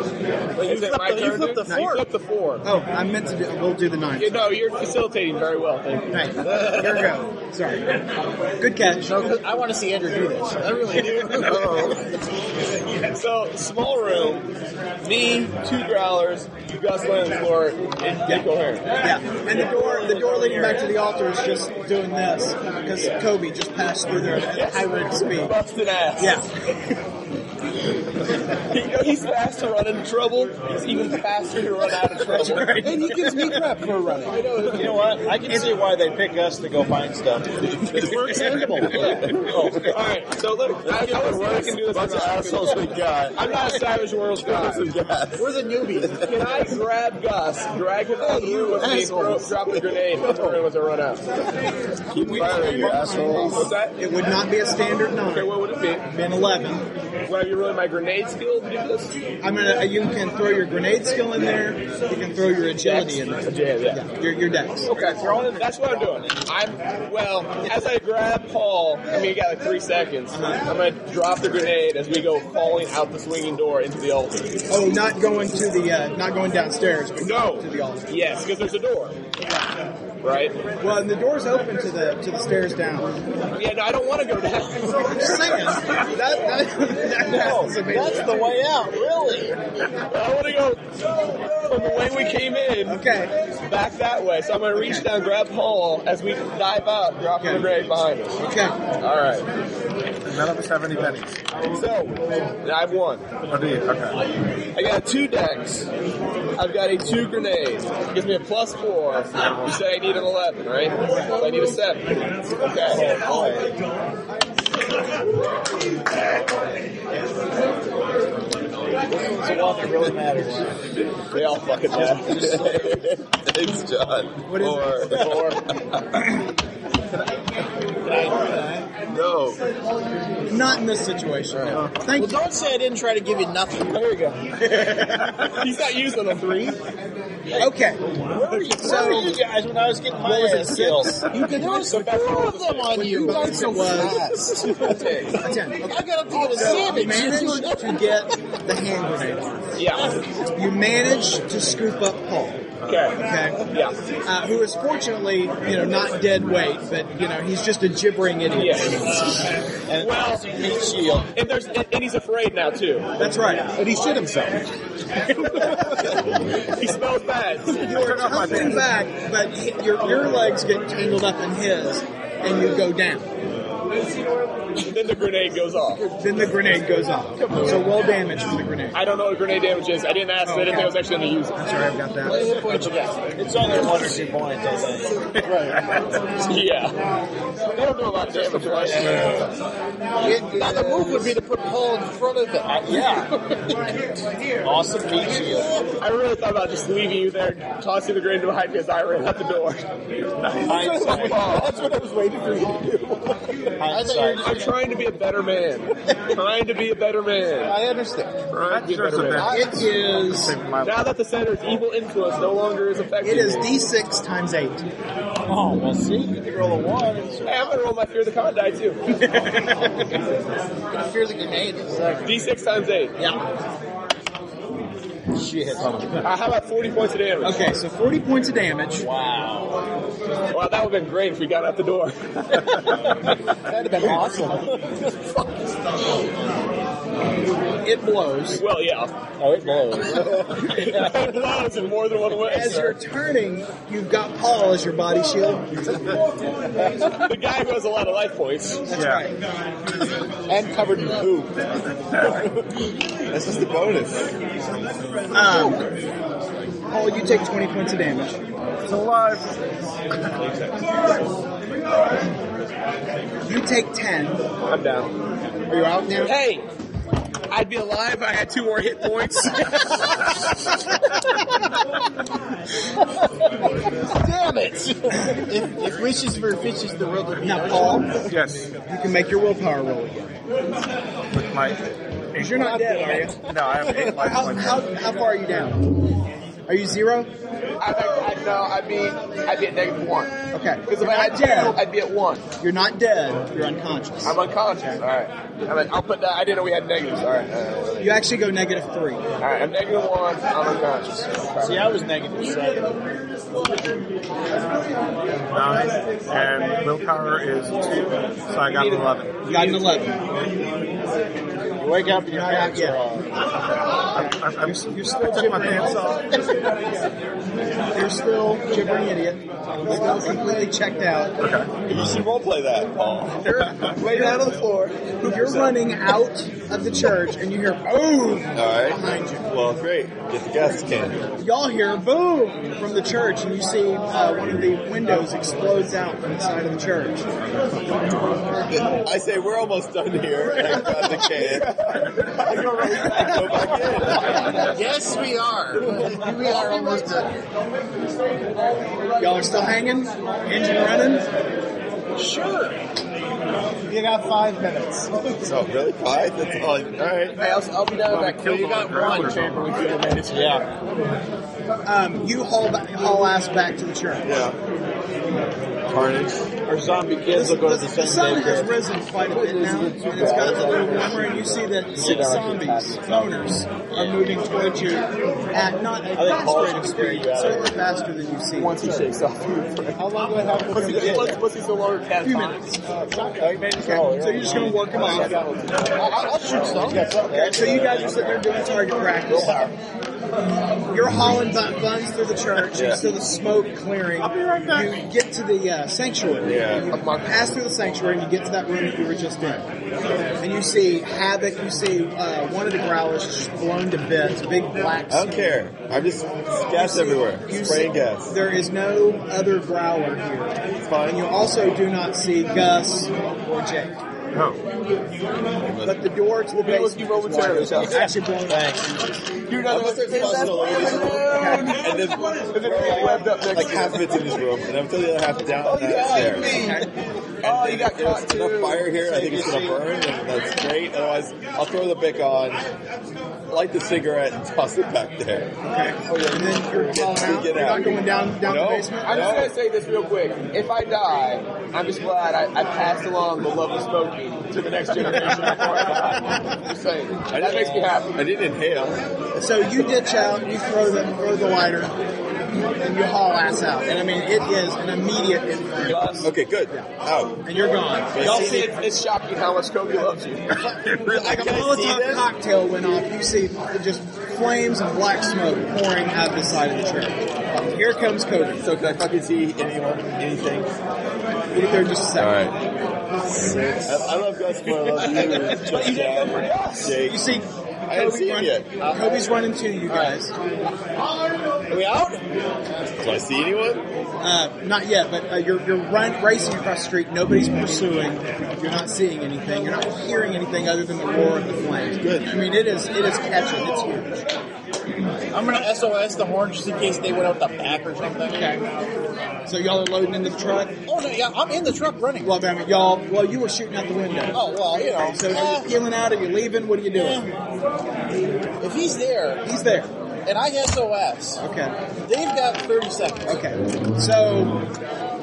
Speaker 3: Is it my turn?
Speaker 7: flipped the
Speaker 3: No, you
Speaker 7: four.
Speaker 3: flipped the four.
Speaker 5: oh, I meant to do. We'll do the nine.
Speaker 3: You know, you're facilitating very well, thank you.
Speaker 5: Right. Here we go. Sorry. Good catch.
Speaker 7: I want to see Andrew do this. I really
Speaker 4: [laughs]
Speaker 7: do.
Speaker 3: So, small room, me, two growlers, Gus laying on the floor, and Nico Heron.
Speaker 5: Yeah. And the door, the door leading back to the altar is just doing this because Kobe just passed through there at high rate of speed.
Speaker 3: Busting ass.
Speaker 5: Yeah.
Speaker 3: You know, he's fast to run into trouble. He's even faster to run out of trouble.
Speaker 39: And he gives me crap for running.
Speaker 7: You know what? I can see why they pick us to go
Speaker 3: [laughs]
Speaker 7: find stuff. Because we're expendable.
Speaker 3: All right, so look, I, I was I can do this.
Speaker 4: Bunch of assholes we got.
Speaker 3: I'm not a Savage Worlds guy.
Speaker 4: We're the newbies.
Speaker 3: Can I grab Gus, drag him out of the room with me, throw, drop a grenade, and throw him as I run out?
Speaker 4: Keep firing, you assholes.
Speaker 3: What's that?
Speaker 5: It would not be a standard
Speaker 3: Okay,
Speaker 5: nine.
Speaker 3: what would it be?
Speaker 5: Been eleven.
Speaker 3: Would I be rolling my grenade skill to do this?
Speaker 5: I'm gonna. You can throw your grenade skill in there. You can throw your agility in there.
Speaker 3: Yeah, yeah.
Speaker 5: Yeah. Your your dex.
Speaker 3: Okay, that's what I'm doing. I'm well as I grab Paul. I mean, you got like three seconds. I'm gonna drop the grenade as we go falling out the swinging door into the altar.
Speaker 5: Oh, not going to the uh, not going downstairs, but
Speaker 3: No.
Speaker 5: to the altar.
Speaker 3: Yes, because there's a door. Right?
Speaker 5: Well, and the door's open to the to the stairs down.
Speaker 3: Yeah, no, I don't want to go down.
Speaker 5: Just saying. That that, that [laughs] is amazing.
Speaker 7: [laughs] That's the way out, really.
Speaker 3: I want to go from the way we came in
Speaker 5: Okay.
Speaker 3: back that way. So I'm gonna reach down, grab Paul as we dive out, drop the
Speaker 5: Okay.
Speaker 3: grenade behind us.
Speaker 5: Okay.
Speaker 3: All right.
Speaker 25: None of us have any pennies.
Speaker 3: So I've won.
Speaker 25: Oh, do you? Okay.
Speaker 3: I got two decks. I've got a two grenade. Gives me a plus four. You said I need an eleven, right? So I need a seven. Okay.
Speaker 7: It really matters.
Speaker 3: They all fucking matter. [laughs]
Speaker 4: Thanks, John.
Speaker 5: What is
Speaker 4: Or- No.
Speaker 5: Not in this situation. no.
Speaker 7: Well,
Speaker 5: Thank you.
Speaker 7: don't say I didn't try to give you nothing.
Speaker 3: There we go. He's not using a three.
Speaker 5: Okay.
Speaker 7: Where were you,
Speaker 5: So-
Speaker 7: where were you guys when I was getting my uh,
Speaker 5: was it,
Speaker 7: ass killed? You could there was four of them on you. You guys
Speaker 5: It was ten.
Speaker 7: I got up to get a sandwich.
Speaker 5: managed to get the hand grenade.
Speaker 4: Yeah.
Speaker 5: You manage to scoop up Paul.
Speaker 4: Okay.
Speaker 5: Okay.
Speaker 4: Yeah.
Speaker 5: Uh, who is fortunately, you know, not dead weight, but you know, he's just a gibbering idiot.
Speaker 4: And well, shield. And there's and, and he's afraid now too.
Speaker 5: That's right.
Speaker 4: And he shit himself. he smells bad.
Speaker 5: You're coming back, but he- your your legs get tangled up in his, and you go down.
Speaker 4: then the grenade goes off.
Speaker 5: Then the grenade goes off. So roll damage from the grenade.
Speaker 4: I don't know what grenade damage is. I didn't ask. I didn't think I was actually going to use it.
Speaker 5: Sorry, I've got that.
Speaker 4: [laughs]
Speaker 7: It's only one or two points, I think.
Speaker 4: Yeah. They don't do a lot of damage, right?
Speaker 6: Now the move would be to put Paul in front of them.
Speaker 4: Yeah. awesome meat shield. I really thought about just leaving you there, tossing the grenade behind me as I ran out the door.
Speaker 40: That's what I was waiting for you to do.
Speaker 4: I'm, I'm trying to be a better man. trying to be a better man.
Speaker 6: I understand.
Speaker 4: Trying to be a
Speaker 6: That's
Speaker 4: better man.
Speaker 5: It is
Speaker 4: Now that the center's evil influence no longer is affecting
Speaker 5: it is
Speaker 4: me.
Speaker 5: d6 times eight.
Speaker 4: Oh, well, see, you roll a one. Hey, I'm gonna roll my fear the con die too.
Speaker 6: Here's a grenade.
Speaker 4: D6 times eight.
Speaker 5: Yeah.
Speaker 4: Shit. I have Uh, about 40 points of damage.
Speaker 5: Okay, so 40 points of damage.
Speaker 4: Wow. Wow, that would have been great if we got out the door.
Speaker 6: That'd have been awesome.
Speaker 5: It blows.
Speaker 4: Well, yeah.
Speaker 7: Oh, it blows.
Speaker 4: [laughs] it blows in more than one way.
Speaker 5: As you're turning, you've got Paul as your body shield.
Speaker 4: the guy who has a lot of life points.
Speaker 5: That's right.
Speaker 6: and covered in poo.
Speaker 3: That's just the bonus.
Speaker 5: Um, Paul, you take 20 points of damage. It's
Speaker 25: uh,
Speaker 5: alive. You take 10.
Speaker 4: I'm down.
Speaker 5: Are you out now?
Speaker 4: [laughs] Hey! I'd be alive if I had two more hit
Speaker 7: [laughs]
Speaker 4: points.
Speaker 6: Damn it! if, if wishes for fishes, the world would be
Speaker 5: Now, Paul,
Speaker 25: Yes,
Speaker 5: you can make your willpower roll
Speaker 7: [laughs]
Speaker 5: again.
Speaker 25: with my.
Speaker 5: Because you're not dead, are you?
Speaker 25: No, I have eight life
Speaker 5: How,
Speaker 25: points.
Speaker 5: how, how far are you down? Are you zero?
Speaker 4: I, I, I, no, I'd be, I'd be at negative one.
Speaker 5: Okay.
Speaker 4: Because if
Speaker 5: You're
Speaker 4: I
Speaker 5: not
Speaker 4: had two,
Speaker 5: dead.
Speaker 4: I'd be at one.
Speaker 5: You're not dead. You're unconscious.
Speaker 4: I'm unconscious. All right. I mean, I'll put that. I didn't know we had negatives. All right. All right.
Speaker 5: You actually go negative three.
Speaker 4: All right. I'm negative one. I'm unconscious.
Speaker 7: See, I was negative seven.
Speaker 25: Nine, and willpower is two, so I got eleven.
Speaker 5: You got an 11.
Speaker 7: You wake up and your
Speaker 5: Not out
Speaker 7: pants are
Speaker 5: yet.
Speaker 7: off.
Speaker 25: I'm, I'm, I'm,
Speaker 5: You're still
Speaker 25: I took my
Speaker 5: gibbering.
Speaker 25: pants off.
Speaker 5: [laughs] You're still gibbering idiot. You're still completely checked out.
Speaker 3: You should roleplay that, Paul.
Speaker 5: You're way down on the floor. You're running out of the church and you hear boom.
Speaker 3: All right. Well, great. Get the gas [laughs] can.
Speaker 5: Y'all hear boom from the church and you see uh, one of the windows explodes out from the side of the church.
Speaker 3: I say we're almost done here. And I got the can. I go back in.
Speaker 6: Yes, we are. we are almost done.
Speaker 5: Y'all are still hanging? Engine running?
Speaker 6: You got five minutes.
Speaker 3: So really, five? That's all. I- All right.
Speaker 4: Hey, I'll, I'll be down back.
Speaker 25: killed
Speaker 4: You got
Speaker 25: all the
Speaker 4: one
Speaker 25: ground
Speaker 4: chamber with two minutes.
Speaker 7: Yeah.
Speaker 5: Um, you haul, ba- haul ass back to the church.
Speaker 3: Yeah. Carnage.
Speaker 7: Our zombie kids will go to the
Speaker 5: The sun
Speaker 7: same
Speaker 5: has
Speaker 7: day.
Speaker 5: risen quite a bit now, and it's got the little glimmer, and you see that six zombies, loners, are moving towards you at not a fast rate of speed, but certainly faster than you've seen.
Speaker 4: Once he shakes off.
Speaker 6: How long do I have before
Speaker 4: Pussy,
Speaker 6: we get?
Speaker 4: pussy, pussy's no longer cat.
Speaker 5: Few minutes.
Speaker 7: Oh,
Speaker 5: So you're just gonna work them off.
Speaker 6: I'll shoot some.
Speaker 5: Okay, so you guys are sitting there doing target practice. You're hauling bu- buns through the church,
Speaker 3: Yeah.
Speaker 5: you see the smoke clearing. You get to the uh, sanctuary.
Speaker 3: Yeah.
Speaker 5: You pass through the sanctuary and you get to that room that you were just in. And you see havoc. You see uh, one of the growlers just blown to bits. Big black.
Speaker 3: I don't care. I'm just it's gas everywhere.
Speaker 5: You
Speaker 3: Spraying
Speaker 5: see-
Speaker 3: gas.
Speaker 5: There is no other growler here.
Speaker 3: It's
Speaker 5: And you
Speaker 3: fine.
Speaker 5: also do not see Gus or Jake.
Speaker 25: No.
Speaker 5: But the door to the
Speaker 4: with you
Speaker 5: basement is wide
Speaker 4: momentarily,
Speaker 5: open. It's actually blown up.
Speaker 4: You're not
Speaker 3: Unless there's hostile and then
Speaker 4: webbed up next Oh,
Speaker 3: like half of it's in this room, and I'm telling the other half down that stairs. Oh, you got caught too. enough fire here. I think it's gonna burn, and that's great. Otherwise, I'll throw the bic on, light the cigarette, and toss it back there. Okay. Oh yeah, and then you're
Speaker 5: out.
Speaker 3: Get
Speaker 5: You're
Speaker 3: out.
Speaker 5: not going down- down the
Speaker 3: no,
Speaker 5: basement?
Speaker 4: I'm just
Speaker 3: no.
Speaker 4: gonna say this real quick. If I die, I'm just glad I, I passed along the love of smoking to the next generation. just saying. That makes me happy.
Speaker 3: I didn't inhale.
Speaker 5: So you ditch out, you throw the throw the lighter, and you haul ass out. And I mean, it is an immediate inferno.
Speaker 3: Okay, good. Out.
Speaker 5: And you're gone.
Speaker 4: Y'all see, it's, it's shocking how much Kobe loves you.
Speaker 5: Like a Molotov cocktail went off. You see just flames and black smoke pouring out of the side of the church. Here comes Kobe.
Speaker 3: So can I fucking see anyone, anything?
Speaker 5: Be there just a second.
Speaker 3: I, I love Gus more. I love you. but you didn't go pretty Jake.
Speaker 5: You see,
Speaker 3: I haven't seen it yet.
Speaker 5: Kobe's running to you guys.
Speaker 3: Are we out? Do I see anyone?
Speaker 5: Uh, not yet, but uh, you're, you're run, racing across the street. Nobody's pursuing. You're not seeing anything. You're not hearing anything other than the roar of the flames. Good. I mean, it is it is catching. It's huge.
Speaker 6: I'm gonna SOS the horn just in case they went out the back or something.
Speaker 5: So y'all are loading into the truck.
Speaker 6: Oh no, yeah, I'm in the truck running.
Speaker 5: Well, I mean, y'all. Well, you were shooting out the window.
Speaker 6: Oh well, you know. Eh,
Speaker 5: Okay, so are you peeling out? Are you leaving? What are you doing?
Speaker 6: If he's there,
Speaker 5: he's there.
Speaker 6: And I SOS.
Speaker 5: Okay.
Speaker 6: They've got 30 seconds.
Speaker 5: Okay. So.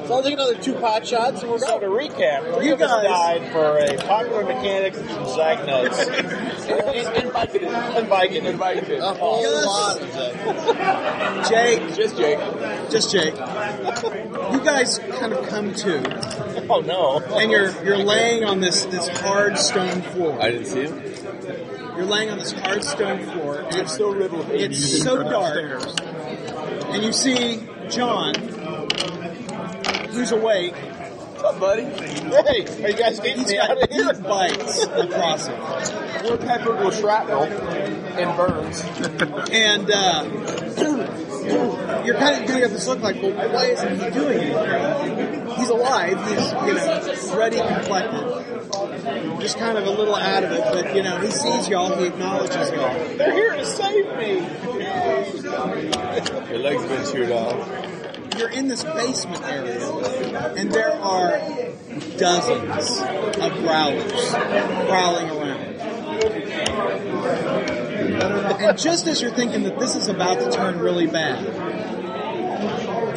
Speaker 6: So I'll take another two pot shots and we're
Speaker 7: So
Speaker 6: out.
Speaker 7: to recap, three
Speaker 6: You
Speaker 7: of us
Speaker 6: guys-
Speaker 7: died for a popular mechanics and some Zag nuts.
Speaker 4: and biking, and
Speaker 7: biking,
Speaker 4: and biking.
Speaker 7: A whole lot of Zag.
Speaker 5: Jake.
Speaker 4: Just Jake.
Speaker 5: Just Jake. You guys kind of come to.
Speaker 7: Oh no.
Speaker 5: And you're you're laying on this this hard stone floor.
Speaker 3: I didn't see him.
Speaker 5: You're laying on this hard stone floor, and it's so riddled. It's so dark, and you see John, who's awake. What's
Speaker 4: up, buddy?
Speaker 5: Hey, are you guys getting me out of here? bites across him.
Speaker 4: We're peppered with shrapnel and burns.
Speaker 5: and uh, [clears throat] you're kind of giving up this look like, well, why isn't he doing it? He's alive. He's you know ready, complected, just kind of a little out of it. But you know, he sees y'all. He acknowledges y'all.
Speaker 7: They're here to save me.
Speaker 3: Your legs been chewed off.
Speaker 5: You're in this basement area, and there are dozens of growlers prowling around. And just as you're thinking that this is about to turn really bad,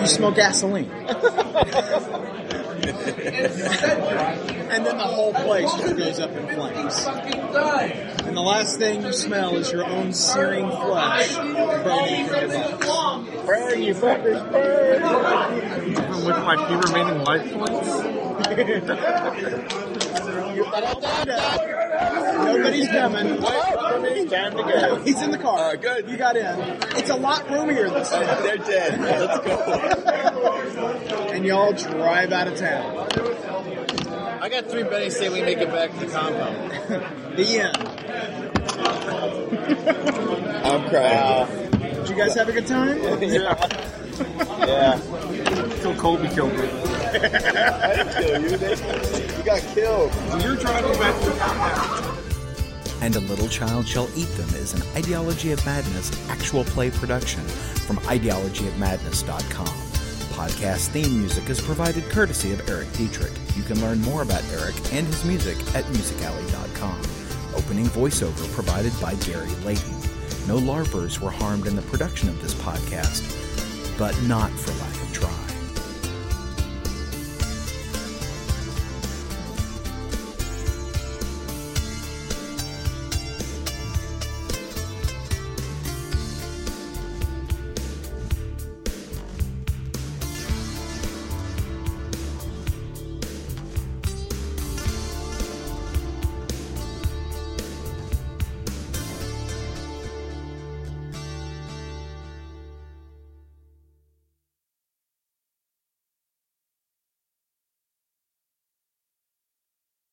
Speaker 5: you smell gasoline. [laughs] and then the whole place just goes up in flames. And the last thing you smell is your own searing flesh burning from your body.
Speaker 7: Burn, you fuckers, burn.
Speaker 25: Even with my few remaining life points.
Speaker 5: Nobody's coming.
Speaker 7: Time to
Speaker 5: go. He's in the car. good. You got in. It's a lot roomier this time.
Speaker 3: They're dead. Let's
Speaker 5: go. and y'all drive out of town.
Speaker 6: I got three betties say we make it back to the compound.
Speaker 5: The end.
Speaker 3: I'm crying.
Speaker 5: Did you guys have a good time?
Speaker 7: Yeah.
Speaker 3: yeah.
Speaker 25: Until Colby killed me.
Speaker 3: I didn't kill you. They, you got killed.
Speaker 25: You're driving back to the
Speaker 2: and a little child shall eat them is an Ideology of Madness actual play production from ideologyofmadness.com. Podcast theme music is provided courtesy of Eric Dietrich. You can learn more about Eric and his music at musicalley.com. Opening voiceover provided by Gary Layton. No LARPers were harmed in the production of this podcast, but not for lack of try.